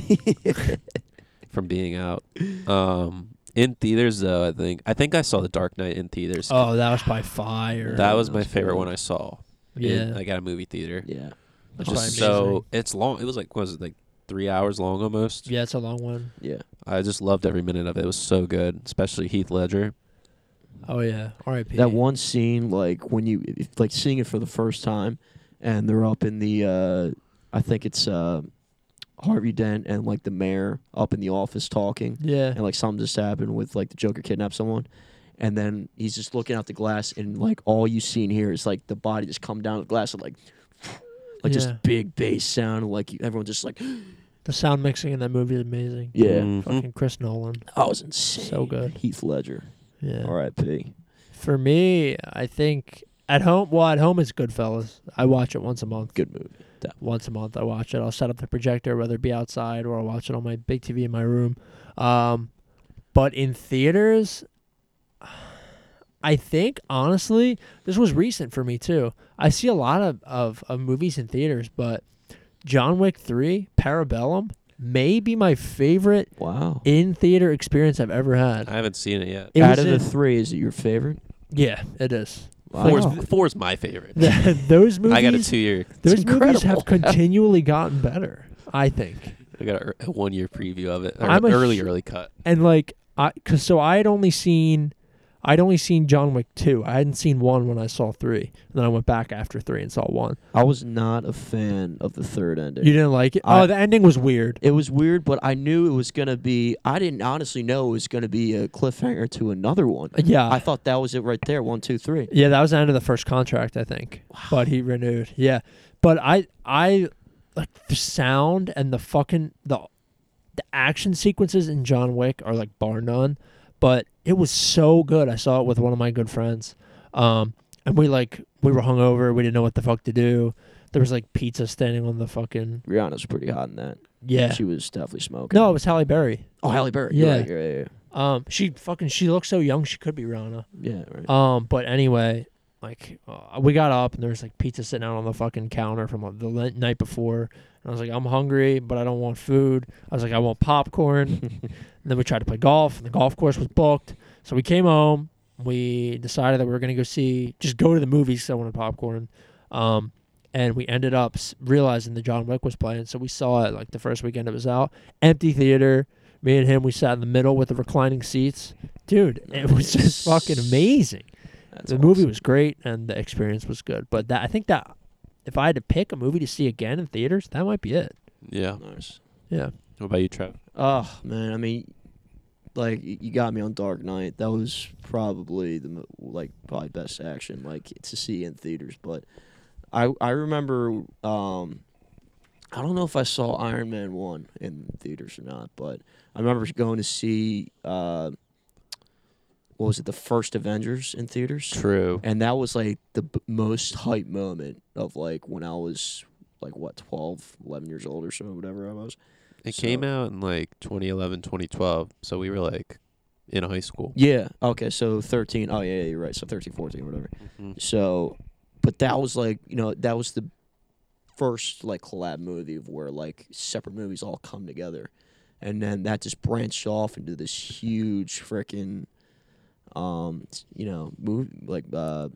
Speaker 1: from being out. Um, in theaters, though, I think I think I saw The Dark Knight in theaters.
Speaker 2: oh, that was by fire.
Speaker 1: that was my
Speaker 3: That's
Speaker 1: favorite
Speaker 3: cool.
Speaker 1: one I saw.
Speaker 2: yeah.
Speaker 1: in, like at a movie theater.
Speaker 3: Yeah,
Speaker 2: That's
Speaker 1: Just
Speaker 2: probably amazing.
Speaker 1: so it's long. It was like what was it like three hours long almost.
Speaker 2: yeah, it's a long one.
Speaker 3: yeah.
Speaker 1: I just loved every minute of it. It was so good, especially Heath Ledger.
Speaker 2: Oh yeah, R.I.P.
Speaker 3: That one scene, like when you if, like seeing it for the first time, and they're up in the, uh, I think it's uh, Harvey Dent and like the mayor up in the office talking,
Speaker 2: Yeah,
Speaker 3: and like something just happened with like the Joker kidnapped someone, and then he's just looking out the glass, and like all you see in here is like the body just come down the glass and like. [SNIFFS] Like
Speaker 2: Yeah.
Speaker 3: just big bass sound, and, like you, everyone just like
Speaker 2: the sound mixing in that movie is amazing.
Speaker 3: yeah,
Speaker 1: Mhm.
Speaker 2: Fucking Chris Nolan,
Speaker 3: I was insane.
Speaker 2: so good.
Speaker 3: Heath Ledger,
Speaker 2: Yeah.
Speaker 3: R.I.P.
Speaker 2: For me, I think at home. Well, at home it's Goodfellas. I watch it once a month.
Speaker 3: Good movie.
Speaker 2: once a month. I watch it. I'll set up the projector, whether it be outside or I'll watch it on my big TV in my room. Um, but in theaters, I think honestly, this was recent for me too. I see a lot of, of, of movies in theaters, but John Wick 3, Parabellum, may be my favorite
Speaker 3: Wow.
Speaker 2: in theater experience I've ever had.
Speaker 1: I haven't seen it yet.
Speaker 2: It
Speaker 3: Out
Speaker 2: was
Speaker 3: of the
Speaker 2: in-
Speaker 3: three, is it your favorite?
Speaker 2: yeah, it is. [LAUGHS]
Speaker 1: Four's, four's my favorite.
Speaker 2: those oh.
Speaker 1: [LAUGHS]
Speaker 2: movies,
Speaker 1: I got a two year.
Speaker 2: those movies
Speaker 1: [LAUGHS]
Speaker 2: have
Speaker 3: incredible.
Speaker 2: continually gotten better. I think.
Speaker 1: I got a, a one year preview of it. Or
Speaker 2: I'm
Speaker 1: an
Speaker 2: a
Speaker 1: early,
Speaker 2: hu-
Speaker 1: early cut.
Speaker 2: and like I cuz so I had only seen I'd only seen John Wick 2. I hadn't seen 1 when I saw 3. And then I went back after 3 and saw 1.
Speaker 3: I was not a fan of the third ending.
Speaker 2: You didn't like it?
Speaker 3: I-
Speaker 2: oh, the ending was weird.
Speaker 3: it was weird, but I knew it was gonna be. I didn't honestly know it was gonna be a cliffhanger to another one.
Speaker 2: Yeah.
Speaker 3: I thought that was it right there. One, two, three.
Speaker 2: yeah, that was the end of the first contract, I think. But he renewed. Yeah. But I I like the sound and the fucking the the action sequences in John Wick are like bar none, but it was so good. I saw it with one of my good friends, um, and we like we were hungover. We didn't know what the fuck to do. There was like pizza standing on the fucking
Speaker 3: Rihanna's pretty hot in that.
Speaker 2: yeah.
Speaker 3: She was definitely smoking.
Speaker 2: No, it was Halle Berry.
Speaker 3: Oh, Halle Berry.
Speaker 2: Yeah.
Speaker 3: Yeah. Right, you're right,
Speaker 2: Um, she fucking she looks so young. She could be Rihanna.
Speaker 3: yeah, yeah. Right.
Speaker 2: Um, but anyway, like uh, we got up and there was like pizza sitting out on the fucking counter from uh, the le- night before, and I was like, I'm hungry, but I don't want food. I was like, I want popcorn. and then we tried to play golf, and the golf course was booked. So we came home. We decided that we were gonna go see, just go to the movies 'cause I wanted popcorn. Um, and we ended up s- realizing that John Wick was playing, so we saw it like the first weekend it was out. Empty theater. Me and him, we sat in the middle with the reclining seats. Dude, it was just
Speaker 3: Nice.
Speaker 2: fucking amazing
Speaker 3: That's
Speaker 2: the movie
Speaker 3: awesome.
Speaker 2: was great and the experience was good. But that I think that if I had to pick a movie to see again in theaters, that might be it.
Speaker 1: Yeah.
Speaker 3: nice.
Speaker 2: Yeah.
Speaker 1: What about you, Trev?
Speaker 3: Oh man, I mean, like y- you got me on Dark Knight. That was probably the mo- like probably best action like to see in theaters. But I I remember um, I don't know if I saw Iron Man one in theaters or not, but I remember going to see uh, what was it the first Avengers in theaters
Speaker 1: True.
Speaker 3: and that was like the b- most hype moment of like when I was like what 12 11 years old or so whatever I was
Speaker 1: It
Speaker 3: So-
Speaker 1: came out in like 2011, 2012, so we were like in high school.
Speaker 3: yeah okay so 13 oh yeah, yeah you're right so 13 14 whatever
Speaker 1: Mm-hmm.
Speaker 3: so but that was like you know that was the first like collab movie of where like separate movies all come together and then that just branched off into this huge freaking um you know movie like uh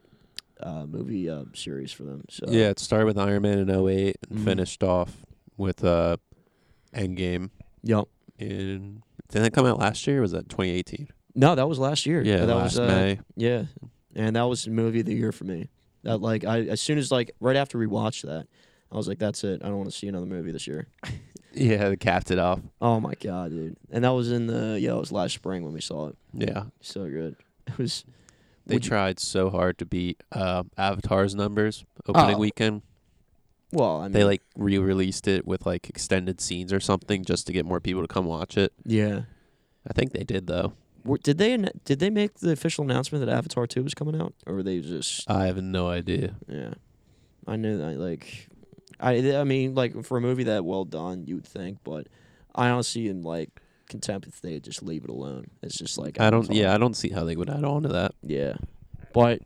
Speaker 3: uh movie uh, series for them so
Speaker 1: Yeah, it started with Iron Man in 08 and
Speaker 3: Mhm.
Speaker 1: finished off with uh, Endgame.
Speaker 3: yep
Speaker 1: In did that come out last year? or Was that 2018?
Speaker 3: no that was last year
Speaker 1: Yeah,
Speaker 3: that
Speaker 1: last
Speaker 3: was uh,
Speaker 1: May.
Speaker 3: Yeah, and that was the movie of the year for me. That like I as soon as like right after we watched that, I was like, that's it. I don't want to see another movie this year.
Speaker 1: Yeah, they capped it off.
Speaker 3: Oh my god, dude! And that was in the yeah, it was last spring when we saw it.
Speaker 1: Yeah,
Speaker 3: So good. It was.
Speaker 1: they
Speaker 3: would you-
Speaker 1: tried so hard to beat uh, Avatar's numbers opening
Speaker 3: Oh,
Speaker 1: weekend.
Speaker 3: well, I mean,
Speaker 1: They like re-released it with like extended scenes or something just to get more people to come watch it.
Speaker 3: yeah.
Speaker 1: I think they did though.
Speaker 3: Were, did they ann- did they make the official announcement that Avatar two was coming out, or were they just
Speaker 1: I have no idea.
Speaker 3: yeah? I knew that like, I I mean like for a movie that well done, you'd think, but I honestly am like contempt if they just leave it alone. It's just like
Speaker 1: I don't.
Speaker 3: Avatar.
Speaker 1: Yeah, I don't see how they would add on to that.
Speaker 3: Yeah, but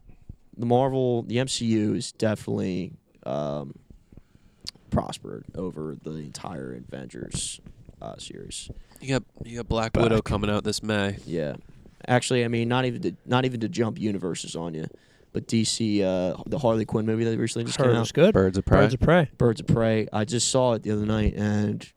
Speaker 3: the Marvel, the MCU is definitely um, prospered over the entire Avengers uh, series.
Speaker 1: You got you got Black, Widow coming out this May.
Speaker 3: Yeah, actually, I mean, not even to, not even to jump universes on you, but DC, uh, the Harley Quinn movie that recently just
Speaker 2: Her
Speaker 3: came
Speaker 2: was
Speaker 3: out,
Speaker 2: good.
Speaker 1: Birds of Prey.
Speaker 2: Birds of Prey.
Speaker 3: Birds of Prey. I just saw it the other night, and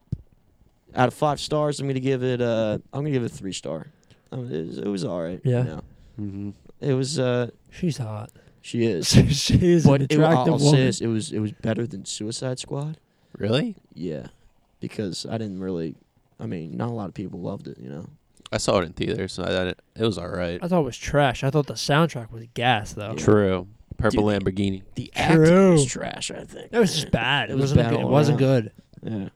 Speaker 3: out of five stars, I'm gonna give it. Uh, I'm gonna give it a three star. Um, it, was, it was all right.
Speaker 2: Yeah.
Speaker 3: you know.
Speaker 1: mm-hmm.
Speaker 3: it was. Uh,
Speaker 2: She's
Speaker 3: [LAUGHS]
Speaker 2: hot.
Speaker 3: she is.
Speaker 2: she is
Speaker 3: But
Speaker 2: an
Speaker 3: it, I'll
Speaker 2: attractive
Speaker 3: I'll say
Speaker 2: woman.
Speaker 3: this, it was it was better than Suicide Squad.
Speaker 1: Really?
Speaker 3: Yeah, because I didn't really. I mean, not a lot of people loved it. You know.
Speaker 1: I saw it in theaters. And I, I, didn't- it was all right.
Speaker 2: I thought it was trash. I thought the soundtrack was gas though.
Speaker 3: Yeah.
Speaker 1: True. Purple
Speaker 3: Dude.
Speaker 1: Lamborghini.
Speaker 3: The
Speaker 2: acting
Speaker 3: acting
Speaker 2: was
Speaker 3: was trash. I think
Speaker 2: It was just bad. It,
Speaker 3: It was
Speaker 2: wasn't.
Speaker 3: bad
Speaker 2: good. It
Speaker 3: all
Speaker 2: wasn't
Speaker 3: around.
Speaker 2: good.
Speaker 3: Yeah.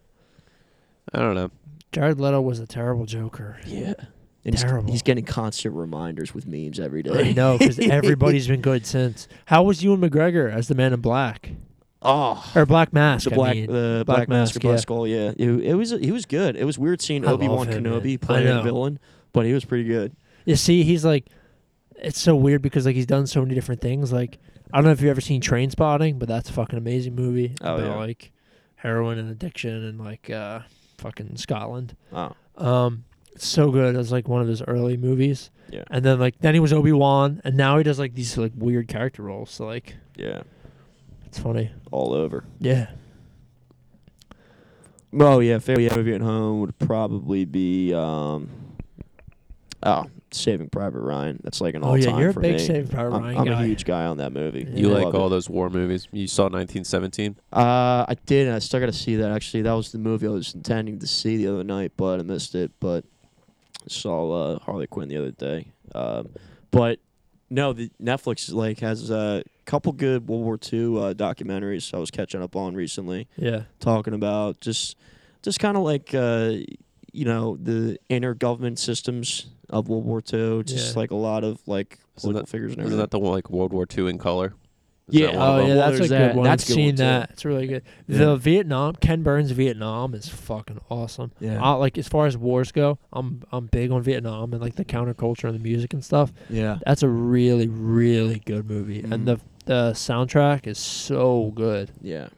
Speaker 1: I don't know.
Speaker 2: Jared Leto was a terrible Joker.
Speaker 3: Yeah. And he's,
Speaker 2: Terrible.
Speaker 3: he's getting constant reminders with memes every
Speaker 2: I
Speaker 3: day.
Speaker 2: know [LAUGHS] because everybody's been good since. How was Ewan McGregor as the Man in Black
Speaker 3: [LAUGHS] Oh.
Speaker 2: or Black Mask?
Speaker 3: The
Speaker 2: I
Speaker 3: black,
Speaker 2: mean.
Speaker 3: the
Speaker 2: Black
Speaker 3: black, mask,
Speaker 2: Mask,
Speaker 3: or black
Speaker 2: yeah.
Speaker 3: skull. Yeah, it, it was he was good. It was weird seeing
Speaker 2: I love
Speaker 3: Obi Wan
Speaker 2: him, man.
Speaker 3: Kenobi
Speaker 2: I
Speaker 3: playing
Speaker 2: know.
Speaker 3: a villain, but he was pretty good.
Speaker 2: You see, he's like, it's so weird because like he's done so many different things. Like I don't know if you've ever seen Train Spotting, but that's a fucking amazing movie
Speaker 3: Oh,
Speaker 2: about
Speaker 3: yeah.
Speaker 2: like heroin and addiction and like uh, fucking Scotland.
Speaker 3: Oh,
Speaker 2: Um, it's so good. It was like one of his early movies,
Speaker 3: yeah,
Speaker 2: and then like then he was Obi Wan, and now he does like these like weird character roles. So like
Speaker 3: yeah,
Speaker 2: it's funny.
Speaker 3: all over.
Speaker 2: Yeah,
Speaker 3: Oh yeah, favorite movie at home would probably be um, oh, Saving Private Ryan. That's like an
Speaker 2: Oh,
Speaker 3: all time
Speaker 2: yeah, you're a
Speaker 3: for
Speaker 2: big
Speaker 3: me.
Speaker 2: Saving Private
Speaker 3: I'm-
Speaker 2: Ryan
Speaker 3: I'm,
Speaker 2: guy.
Speaker 3: a huge guy on that movie.
Speaker 2: Yeah.
Speaker 1: You
Speaker 3: I
Speaker 1: like
Speaker 3: love
Speaker 1: all
Speaker 3: it.
Speaker 1: those war movies? You saw 1917?
Speaker 3: Uh, I did. and I still got to see that. Actually, that was the movie I was intending to see the other night, but I missed it. But I saw uh, Harley Quinn the other day. Um, but no, the Netflix like has a couple good World War II uh, documentaries I was catching up on recently.
Speaker 2: yeah.
Speaker 3: talking about just just kind of like uh you know the inner government systems of World War II. It's Just
Speaker 2: Yeah.
Speaker 3: like a lot of like
Speaker 1: Isn't
Speaker 3: political
Speaker 1: that-
Speaker 3: figures and
Speaker 1: Isn't
Speaker 3: everything.
Speaker 1: that the one like World War II in color?
Speaker 3: Yeah,
Speaker 1: that one of
Speaker 2: Oh
Speaker 1: them?
Speaker 2: yeah,
Speaker 3: Well,
Speaker 2: that's a
Speaker 3: there's
Speaker 2: good
Speaker 3: that.
Speaker 2: one.
Speaker 3: That's a
Speaker 2: I've
Speaker 3: good
Speaker 2: seen
Speaker 3: one, too.
Speaker 2: that. It's really good.
Speaker 3: Yeah.
Speaker 2: The Vietnam, Ken Burns' Vietnam is fucking awesome.
Speaker 3: yeah,
Speaker 2: I, like as far as wars go, I'm I'm big on Vietnam and like the counterculture and the music and stuff.
Speaker 3: yeah.
Speaker 2: That's a really really good movie,
Speaker 3: Mhm.
Speaker 2: and the the soundtrack is so good.
Speaker 3: Yeah.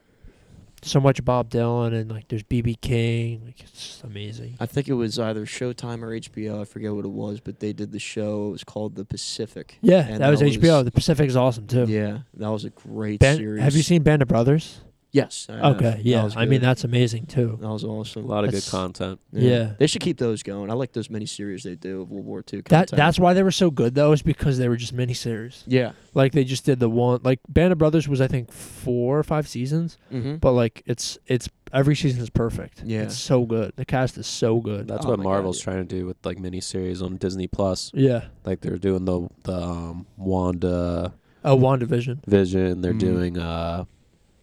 Speaker 2: So much Bob Dylan and like there's BB King. Like it's just amazing.
Speaker 3: I think it was either Showtime or HBO. I forget what it was, but they did the show. It was called The Pacific.
Speaker 2: Yeah,
Speaker 3: And
Speaker 2: that was
Speaker 3: that
Speaker 2: HBO.
Speaker 3: was-
Speaker 2: The Pacific is awesome too.
Speaker 3: Yeah, that was a great
Speaker 2: Band-
Speaker 3: series.
Speaker 2: have you seen Band of Brothers?
Speaker 3: Yes. I have.
Speaker 2: okay,
Speaker 3: That
Speaker 2: yeah.
Speaker 3: was
Speaker 2: I mean
Speaker 3: good.
Speaker 2: that's amazing too.
Speaker 3: that was
Speaker 1: A
Speaker 3: awesome.
Speaker 1: lot of good
Speaker 2: That's-
Speaker 1: content.
Speaker 2: Yeah.
Speaker 3: They should keep those going. I like those miniseries they do of World War II.
Speaker 2: That
Speaker 3: Content.
Speaker 2: that's why they were so good though, is because they were just miniseries.
Speaker 3: yeah.
Speaker 2: Like they just did the one like Band of Brothers was I think four or five seasons,
Speaker 3: Mm-hmm.
Speaker 2: but like it's it's every season is perfect.
Speaker 3: Yeah.
Speaker 2: it's so good. The cast is so good.
Speaker 1: That's
Speaker 3: Oh
Speaker 1: what
Speaker 3: my God,
Speaker 1: Marvel's
Speaker 3: yeah.
Speaker 1: trying to do with like miniseries on Disney Plus.
Speaker 2: yeah.
Speaker 1: Like they're doing the the um, Wanda
Speaker 2: Oh, Wandavision.
Speaker 1: Vision. They're
Speaker 3: Mhm.
Speaker 1: doing uh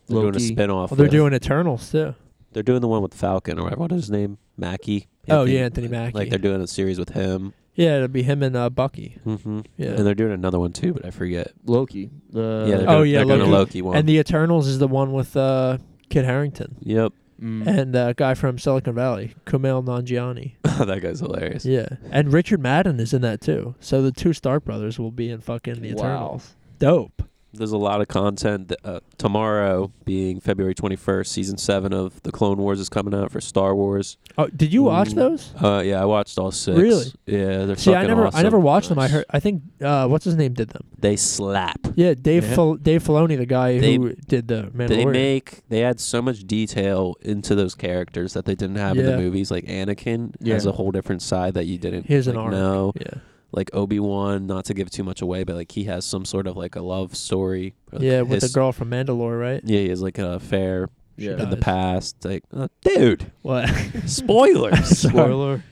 Speaker 1: they're doing
Speaker 3: Loki.
Speaker 1: a spinoff.
Speaker 2: Well, Mm. Oh, they're
Speaker 1: with-
Speaker 2: doing Eternals too.
Speaker 1: they're doing the one with Falcon or whatever. What is his name? Mackie.
Speaker 2: Oh, yeah, Anthony Mackie.
Speaker 1: Like they're doing a series with him.
Speaker 2: Yeah, it'll be him and uh, Bucky.
Speaker 1: Mm-hmm.
Speaker 2: Yeah.
Speaker 1: And they're doing another one too, but I forget.
Speaker 3: Loki. The
Speaker 1: yeah. They're
Speaker 2: oh,
Speaker 1: doing,
Speaker 2: yeah,
Speaker 1: They're doing a
Speaker 2: Loki.
Speaker 1: Loki one.
Speaker 2: And the Eternals is the one with uh, Kid Harrington
Speaker 1: yep. [LAUGHS]
Speaker 3: Mm.
Speaker 2: and uh, guy from Silicon Valley, Kumail Nanjiani.
Speaker 1: that guy's hilarious.
Speaker 2: Yeah, and Richard Madden is in that too. So the two Stark brothers will be in fucking the
Speaker 3: Wow.
Speaker 2: Eternals. Dope.
Speaker 1: There's a lot of content. That, uh, tomorrow, being February 21st, season seven of the Clone Wars is coming out for Star Wars.
Speaker 2: Oh, did you watch
Speaker 1: Mm.
Speaker 2: those?
Speaker 1: Uh, yeah, I watched all six.
Speaker 2: Really?
Speaker 1: Yeah, they're
Speaker 2: See,
Speaker 1: fucking
Speaker 2: I never,
Speaker 1: awesome.
Speaker 2: I never watched them. I
Speaker 3: Nice.
Speaker 2: heard, I think, uh, what's his name did them?
Speaker 1: They slap.
Speaker 2: Yeah, Dave,
Speaker 3: Yeah.
Speaker 2: Fil- Dave Filoni, the guy
Speaker 1: They-
Speaker 2: who did the
Speaker 1: They
Speaker 2: Mandalorian.
Speaker 1: make they add so much detail into those characters that they didn't have in the
Speaker 2: Yeah.
Speaker 1: movies. Like Anakin has
Speaker 3: Yeah.
Speaker 1: a whole different side that you didn't.
Speaker 2: He has an
Speaker 1: like,
Speaker 2: arc.
Speaker 1: know.
Speaker 2: yeah,
Speaker 1: like Obi Wan, not to give too much away, but like he has some sort of like a love story. or, like,
Speaker 2: yeah, with the
Speaker 1: his-
Speaker 2: girl from Mandalore,
Speaker 1: [LAUGHS]
Speaker 2: right?
Speaker 1: Yeah, he has like an affair
Speaker 3: Yeah.
Speaker 1: in the
Speaker 2: [LAUGHS] Nice.
Speaker 1: past. Like, uh, dude,
Speaker 2: What?
Speaker 1: spoilers.
Speaker 2: [LAUGHS] Spoiler.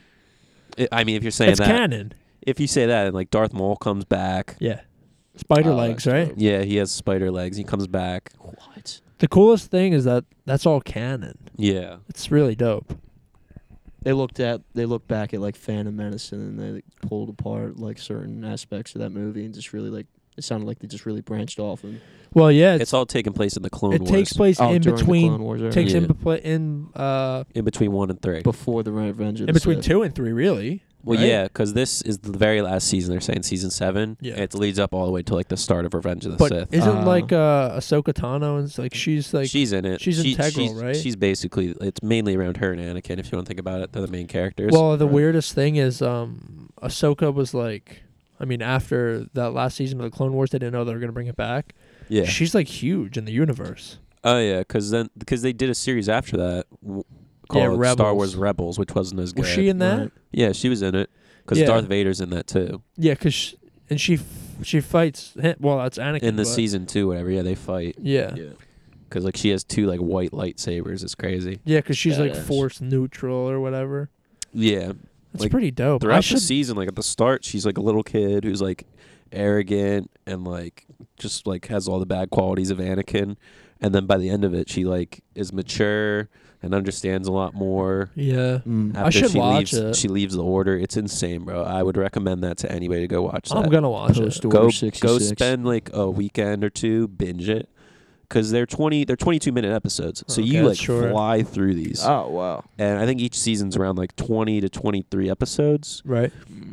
Speaker 1: I- I mean, if you're saying
Speaker 2: it's
Speaker 1: that,
Speaker 2: canon.
Speaker 1: if you say that, and like Darth Maul comes back,
Speaker 2: Yeah, spider
Speaker 3: Oh,
Speaker 2: legs,
Speaker 3: that's
Speaker 2: right?
Speaker 3: dope.
Speaker 1: yeah, he has spider legs. He comes back,
Speaker 3: What?
Speaker 2: The coolest thing is that that's all canon.
Speaker 1: yeah.
Speaker 2: It's really dope.
Speaker 3: They looked at they looked back at like Phantom Menace and then they like, pulled apart like certain aspects of that movie and just really like it sounded like they just really branched off and
Speaker 2: Well, yeah,
Speaker 1: It's,
Speaker 2: it's,
Speaker 1: all taking place in the Clone
Speaker 2: it
Speaker 1: Wars,
Speaker 2: takes place
Speaker 3: Oh,
Speaker 2: in
Speaker 3: during the
Speaker 2: between
Speaker 3: Clone Wars era.
Speaker 2: takes in
Speaker 1: Yeah.
Speaker 2: bepla- in uh
Speaker 1: in between one and three.
Speaker 3: before the Revenge of
Speaker 2: in
Speaker 3: the
Speaker 2: between
Speaker 3: Sith.
Speaker 2: two and three, really.
Speaker 1: well,
Speaker 2: right?
Speaker 1: yeah, because this is the very last season. They're saying season seven.
Speaker 2: Yeah.
Speaker 1: it leads up all the way to like the start of Revenge of the
Speaker 2: But
Speaker 1: Sith.
Speaker 2: isn't
Speaker 3: Uh,
Speaker 2: like uh, Ahsoka Tano and it's like she's like
Speaker 1: she's in it.
Speaker 2: she's
Speaker 1: She-
Speaker 2: integral,
Speaker 1: she's-
Speaker 2: right?
Speaker 1: She's basically it's mainly around her and Anakin. If you want to think about it, they're the main characters.
Speaker 2: well the
Speaker 3: Right.
Speaker 2: weirdest thing is um Ahsoka was like I mean after that last season of the Clone Wars they didn't know they were gonna bring it back.
Speaker 1: yeah.
Speaker 2: She's like huge in the universe.
Speaker 1: Oh yeah, because then because they did a series after that w-
Speaker 2: Yeah,
Speaker 1: called Star
Speaker 2: Rebels.
Speaker 1: Wars Rebels, which wasn't as good.
Speaker 2: Was she in that?
Speaker 3: Right.
Speaker 1: yeah, she was in it because
Speaker 2: Yeah.
Speaker 1: Darth Vader's in that too.
Speaker 2: Yeah, cause she, and she f- she fights him. well that's Anakin
Speaker 1: in the
Speaker 2: but-
Speaker 1: season two, whatever. Yeah, they fight
Speaker 2: Yeah.
Speaker 3: Yeah.
Speaker 1: because like she has two like white lightsabers. It's crazy.
Speaker 2: Yeah, because she's like
Speaker 3: Badass.
Speaker 2: force neutral or whatever.
Speaker 1: Yeah,
Speaker 2: It's
Speaker 1: Like,
Speaker 2: pretty dope. I
Speaker 1: throughout
Speaker 2: should
Speaker 1: the season, like at the start, she's like a little kid who's like arrogant and like just like has all the bad qualities of Anakin, and then by the end of it, she like is mature and understands a lot more.
Speaker 2: yeah.
Speaker 3: Mm.
Speaker 1: After
Speaker 2: I should
Speaker 1: she leaves,
Speaker 2: watch it.
Speaker 1: She leaves the order. It's insane, bro. I would recommend that to anybody to go watch that.
Speaker 2: I'm gonna watch it.
Speaker 3: Post
Speaker 1: go
Speaker 3: Order
Speaker 1: go
Speaker 3: 66.
Speaker 1: spend like a weekend or two binge it because they're 20 they're 22 minute episodes so
Speaker 2: Okay, Uh,
Speaker 1: you like
Speaker 2: that's short.
Speaker 1: fly through these
Speaker 3: Oh wow.
Speaker 1: and i think each season's around like 20 to 23 episodes
Speaker 2: Right.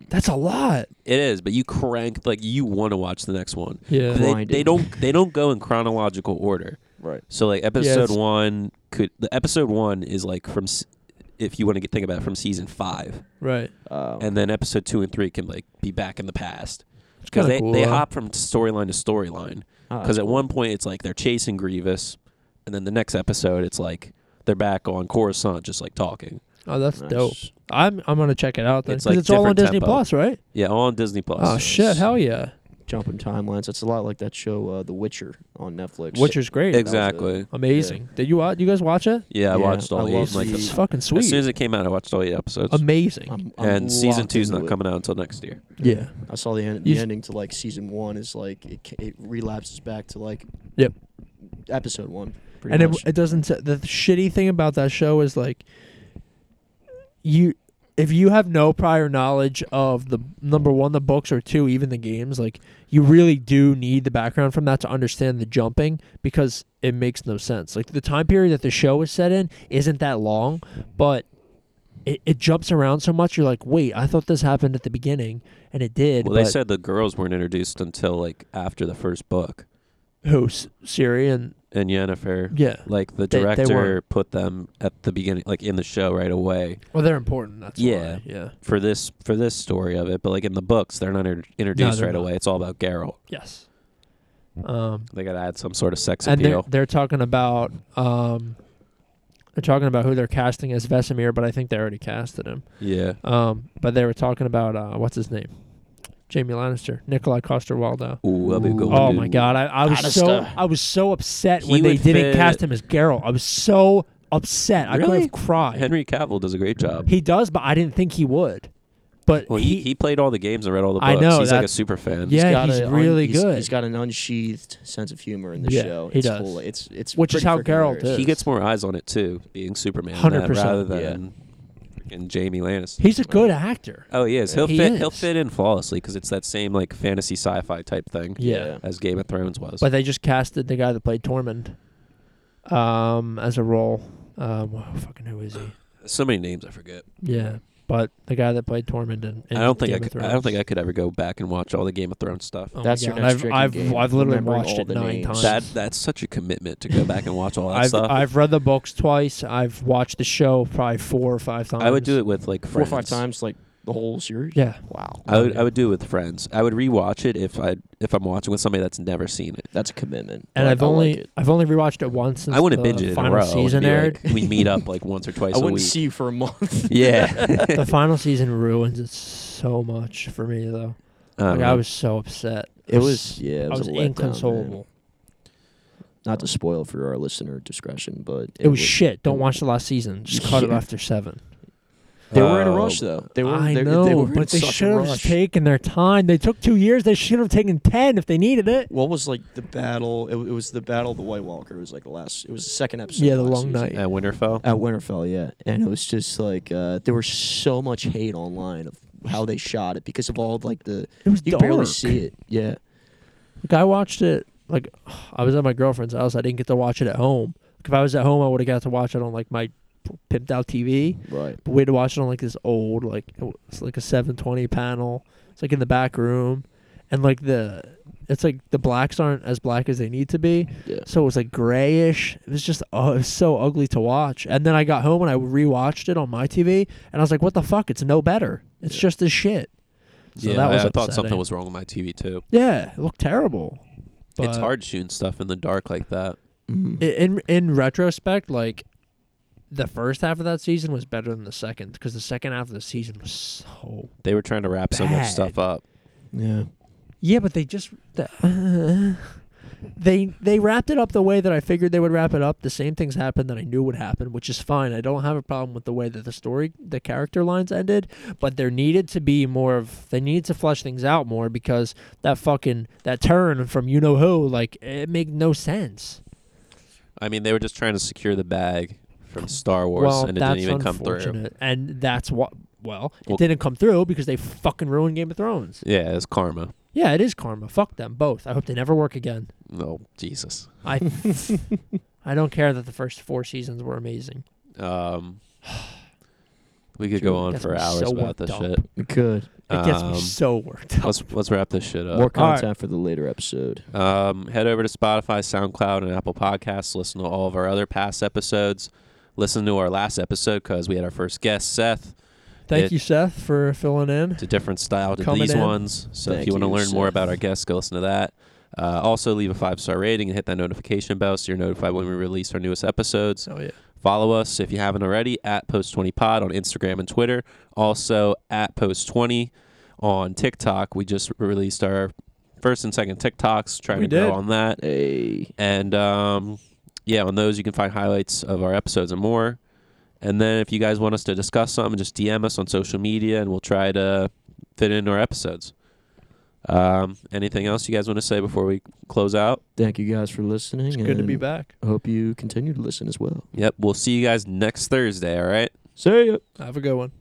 Speaker 2: That's a lot.
Speaker 1: it is but you crank like you want to watch the next one
Speaker 2: Yeah.
Speaker 1: they, they
Speaker 3: Grinding.
Speaker 1: don't they don't go in chronological order
Speaker 3: Right.
Speaker 1: so like episode
Speaker 2: it's-
Speaker 1: one could the episode one is like from s- if you want to think about it, from season five
Speaker 2: Right.
Speaker 3: Oh.
Speaker 1: and then episode two and three can like be back in the past
Speaker 2: It's
Speaker 1: because
Speaker 2: kind of
Speaker 1: they,
Speaker 2: cool.
Speaker 1: they
Speaker 2: huh?
Speaker 1: hop from storyline to storyline
Speaker 2: uh,
Speaker 3: Oh,
Speaker 1: because at one point it's like they're chasing Grievous, and then the next episode it's like they're back on Coruscant, just like talking.
Speaker 2: Oh, that's
Speaker 3: nice.
Speaker 2: dope. I'm I'm gonna check it out then
Speaker 1: It's,
Speaker 2: because it's,
Speaker 1: like,
Speaker 2: all on
Speaker 1: different
Speaker 2: Disney
Speaker 1: tempo.
Speaker 2: Plus, right?
Speaker 1: Yeah, all on Disney Plus.
Speaker 2: Oh shit! Hell yeah!
Speaker 3: Jumping timelines. That's a lot like that show uh, The Witcher on Netflix.
Speaker 2: Witcher's great.
Speaker 3: was
Speaker 1: exactly.
Speaker 2: Amazing. Did you watch? You guys watch it?
Speaker 1: Yeah, I
Speaker 3: Yeah,
Speaker 1: watched all
Speaker 3: I
Speaker 1: eight.
Speaker 3: love
Speaker 1: Like
Speaker 3: the-
Speaker 2: It's
Speaker 1: as
Speaker 2: fucking sweet.
Speaker 1: soon as it came out, I watched all eight episodes.
Speaker 2: Amazing.
Speaker 3: I'm- I'm
Speaker 1: and season
Speaker 3: locked
Speaker 1: two's
Speaker 3: into
Speaker 1: not
Speaker 3: it.
Speaker 1: coming out until next year.
Speaker 2: yeah.
Speaker 3: I saw the, end,
Speaker 2: You
Speaker 3: the
Speaker 2: s-
Speaker 3: ending to like season one is like it, ca- it relapses back to like
Speaker 2: Yep.
Speaker 3: episode one. Pretty
Speaker 2: And it,
Speaker 3: much.
Speaker 2: it doesn't. sa- The shitty thing about that show is like, you if you have no prior knowledge of the number one the books or two even the games like you really do need the background from that to understand the jumping because it makes no sense like the time period that the show was set in isn't that long but it, it jumps around so much you're like wait i thought this happened at the beginning and it did
Speaker 1: Well, they
Speaker 2: but
Speaker 1: said the girls weren't introduced until like after the first book,
Speaker 2: who S- siri and
Speaker 1: and Yennefer,
Speaker 2: yeah
Speaker 1: like the
Speaker 2: They- they
Speaker 1: director,
Speaker 2: weren't.
Speaker 1: put them at the beginning, like in the show right away
Speaker 2: well they're important that's
Speaker 1: Yeah.
Speaker 2: why. yeah
Speaker 1: for this for this story of it. But like in the books, they're not inter- introduced
Speaker 2: they're
Speaker 1: right
Speaker 2: not.
Speaker 1: away. It's all about Geralt.
Speaker 2: yes um
Speaker 1: They got to add some sort of sex
Speaker 2: and they're,
Speaker 1: appeal.
Speaker 2: they're talking about um, they're talking about who they're casting as Vesemir, but I think they already casted him.
Speaker 1: Yeah,
Speaker 2: Um, but they were talking about uh, what's his name, Jamie Lannister, Nikolai Coster Waldau.
Speaker 1: ooh, that'd be a good one,
Speaker 2: Oh
Speaker 1: dude.
Speaker 2: my God, I, I was so
Speaker 3: Lannister.
Speaker 2: I was so upset
Speaker 1: He
Speaker 2: when they
Speaker 1: would
Speaker 2: didn't
Speaker 1: fit-
Speaker 2: cast him as Geralt. I was so upset. I could
Speaker 1: Really?
Speaker 2: have cried.
Speaker 1: Henry Cavill does a great job.
Speaker 2: He does, but I didn't think he would. But
Speaker 1: Well,
Speaker 2: he,
Speaker 1: he, he played all the games and read all the books.
Speaker 2: I know,
Speaker 1: he's like a
Speaker 2: that's-
Speaker 1: super fan.
Speaker 2: Yeah,
Speaker 3: got
Speaker 2: he's
Speaker 3: a un-
Speaker 2: really
Speaker 3: he's-
Speaker 2: good.
Speaker 3: He's got an unsheathed sense of humor in the
Speaker 2: Yeah,
Speaker 3: show.
Speaker 2: he
Speaker 3: it's
Speaker 2: does.
Speaker 3: Cool. It's it's
Speaker 2: Which is
Speaker 3: pretty
Speaker 2: how
Speaker 3: freaking
Speaker 2: Geralt
Speaker 3: hilarious.
Speaker 2: is.
Speaker 1: he gets more eyes on it too, being Superman, than-
Speaker 2: 100%.
Speaker 1: rather than in Jamie Lannister.
Speaker 2: he's a good actor.
Speaker 1: Oh, he is. He'll
Speaker 2: Uh, He
Speaker 1: fit. He'll
Speaker 2: is.
Speaker 1: fit in flawlessly because it's that same like fantasy sci-fi type thing
Speaker 2: Yeah.
Speaker 1: as Game of Thrones was.
Speaker 2: But they just casted the guy that played Tormund um, as a role. Um, wow, fucking who is he?
Speaker 1: so many names I forget.
Speaker 2: Yeah, but the guy that played Tormund in, in
Speaker 1: I don't think
Speaker 2: Game
Speaker 1: I
Speaker 2: of
Speaker 1: could. I
Speaker 2: Thrones.
Speaker 1: don't think I could ever go back and watch all the Game of Thrones stuff.
Speaker 2: Oh my
Speaker 3: That's your
Speaker 2: God,
Speaker 3: next
Speaker 2: I've
Speaker 3: drinking
Speaker 2: I've,
Speaker 3: game,
Speaker 2: I've literally
Speaker 3: remembering
Speaker 2: watched
Speaker 3: all
Speaker 2: it
Speaker 3: the
Speaker 2: nine
Speaker 3: names.
Speaker 2: times.
Speaker 1: That that's such a commitment to go back and watch all that
Speaker 2: I've
Speaker 1: stuff.
Speaker 2: I've read the books twice. I've watched the show probably four or five times.
Speaker 1: I would do it with like
Speaker 3: four or
Speaker 1: friends.
Speaker 3: five times like the whole series.
Speaker 2: Yeah,
Speaker 3: Wow,
Speaker 1: I would I would do it with friends. I would rewatch it if I if I'm watching with somebody that's never seen it.
Speaker 3: that's a commitment.
Speaker 2: and
Speaker 3: but
Speaker 2: I've
Speaker 3: I like
Speaker 2: only
Speaker 3: it.
Speaker 2: I've only rewatched it once since
Speaker 1: I wouldn't
Speaker 2: the
Speaker 1: binge it in a
Speaker 2: final
Speaker 1: row. It'd
Speaker 2: season
Speaker 1: be like,
Speaker 2: aired.
Speaker 1: we meet up like once
Speaker 2: [LAUGHS]
Speaker 1: or twice
Speaker 3: I
Speaker 1: a
Speaker 3: wouldn't
Speaker 1: week. [LAUGHS]
Speaker 3: see you for a month.
Speaker 1: yeah, [LAUGHS]
Speaker 2: the final season ruins it so much for me though.
Speaker 1: Um,
Speaker 2: Like I was so upset. I
Speaker 3: It was yeah, it
Speaker 2: I
Speaker 3: was,
Speaker 2: was
Speaker 3: a letdown, man.
Speaker 2: inconsolable.
Speaker 3: Not to spoil for our listener discretion, but
Speaker 2: It was
Speaker 3: wa-
Speaker 2: shit. Don't watch the last season. Just cut it
Speaker 3: Yeah.
Speaker 2: after seven.
Speaker 3: They were in a
Speaker 1: Oh.
Speaker 3: rush though. They were.
Speaker 2: I
Speaker 3: they,
Speaker 2: know,
Speaker 3: they were in
Speaker 2: but they
Speaker 3: such a
Speaker 2: should have just
Speaker 3: rush.
Speaker 2: taken their time. They took two years. They should have taken ten if they needed it.
Speaker 3: What was like the battle? It, it was the battle of the White Walker. It was like the last. It was the second episode.
Speaker 2: Yeah, the
Speaker 3: of last
Speaker 2: long
Speaker 3: season.
Speaker 2: night.
Speaker 1: at Winterfell.
Speaker 3: at Winterfell. Yeah, and it was just like uh, there was so much hate online of how they shot it because of all of, like the
Speaker 2: It was
Speaker 3: you
Speaker 2: dark.
Speaker 3: could barely see it. Yeah,
Speaker 2: Like I watched it. Like I was at my girlfriend's house. I didn't get to watch it at home. Like, if I was at home, I would have got to watch it on like my p- pimped out TV.
Speaker 3: right.
Speaker 2: But we had to watch it on like this old like it's like a 720 panel. It's like in the back room, and like the it's like the blacks aren't as black as they need to be.
Speaker 3: Yeah.
Speaker 2: So it was like grayish. It was just oh, it was so ugly to watch. And then I got home and I rewatched it on my TV, and I was like, what the fuck? It's no better. It's
Speaker 3: Yeah.
Speaker 2: just as shit. So
Speaker 1: yeah,
Speaker 2: that was
Speaker 1: I, I thought
Speaker 2: upsetting.
Speaker 1: something was wrong with my TV too.
Speaker 2: Yeah, it looked terrible. But
Speaker 1: it's hard shooting stuff in the dark like that.
Speaker 3: Mm-hmm.
Speaker 2: i- In in retrospect, like the first half of that season was better than the second because the second half of the season was so
Speaker 1: They were trying to wrap so much
Speaker 2: Bad.
Speaker 1: stuff up.
Speaker 3: Yeah,
Speaker 2: Yeah, but they just the- [LAUGHS] they they wrapped it up the way that I figured they would wrap it up. The same things happened that I knew would happen, which is fine. I don't have a problem with the way that the story, the character lines ended, but there needed to be more of they needed to flesh things out more because that fucking that turn from you know who like it made no sense.
Speaker 1: I mean, they were just trying to secure the bag from Star Wars,
Speaker 2: well,
Speaker 1: and it
Speaker 2: that's
Speaker 1: didn't even come through.
Speaker 2: unfortunate, and that's what well it
Speaker 1: Well-
Speaker 2: didn't come through because they fucking ruined Game of Thrones.
Speaker 1: Yeah, it's karma.
Speaker 2: Yeah, it is karma. Fuck them both. I hope they never work again.
Speaker 1: No, Oh, Jesus. [LAUGHS]
Speaker 2: I [LAUGHS] I don't care that the first four seasons were amazing. [SIGHS]
Speaker 1: Um, we could
Speaker 2: Dude,
Speaker 1: go on
Speaker 2: gets
Speaker 1: for
Speaker 2: me
Speaker 1: hours
Speaker 2: so
Speaker 1: about
Speaker 2: worked
Speaker 1: this
Speaker 2: up.
Speaker 1: shit.
Speaker 3: it could
Speaker 2: It gets
Speaker 1: Um,
Speaker 2: me so worked up.
Speaker 1: let's let's wrap this shit
Speaker 3: more
Speaker 1: up.
Speaker 2: all right.
Speaker 3: content for the later episode.
Speaker 1: Um, head over to Spotify, SoundCloud, and Apple Podcasts. Listen to all of our other past episodes. Listen to our last episode because we had our first guest, Seth.
Speaker 2: Thank
Speaker 1: it-
Speaker 2: you, Seth, for filling in.
Speaker 1: It's a different style to
Speaker 2: Coming
Speaker 1: these
Speaker 2: in.
Speaker 1: ones. So if
Speaker 3: Thank
Speaker 1: you want to
Speaker 3: you,
Speaker 1: learn more
Speaker 3: Seth.
Speaker 1: about our guests, go listen to that. Uh, also, leave a five star rating and hit that notification bell so you're notified when we release our newest episodes.
Speaker 2: So yeah.
Speaker 1: Follow us if you haven't already at Post20Pod on Instagram and Twitter. Also at Post20 on TikTok. We just released our first and second TikToks, trying
Speaker 2: We
Speaker 1: to grow
Speaker 2: did.
Speaker 1: on that.
Speaker 3: Hey,
Speaker 1: And um, yeah, on those you can find highlights of our episodes and more. And then if you guys want us to discuss something, just DM us on social media and we'll try to fit in our episodes. Um, anything else you guys want to say before we close out?
Speaker 3: thank you guys for listening.
Speaker 2: It's good to be
Speaker 3: and
Speaker 2: back.
Speaker 3: I hope you continue to listen as well.
Speaker 1: Yep, we'll see you guys next Thursday, all right?
Speaker 3: See ya.
Speaker 2: Have a good one.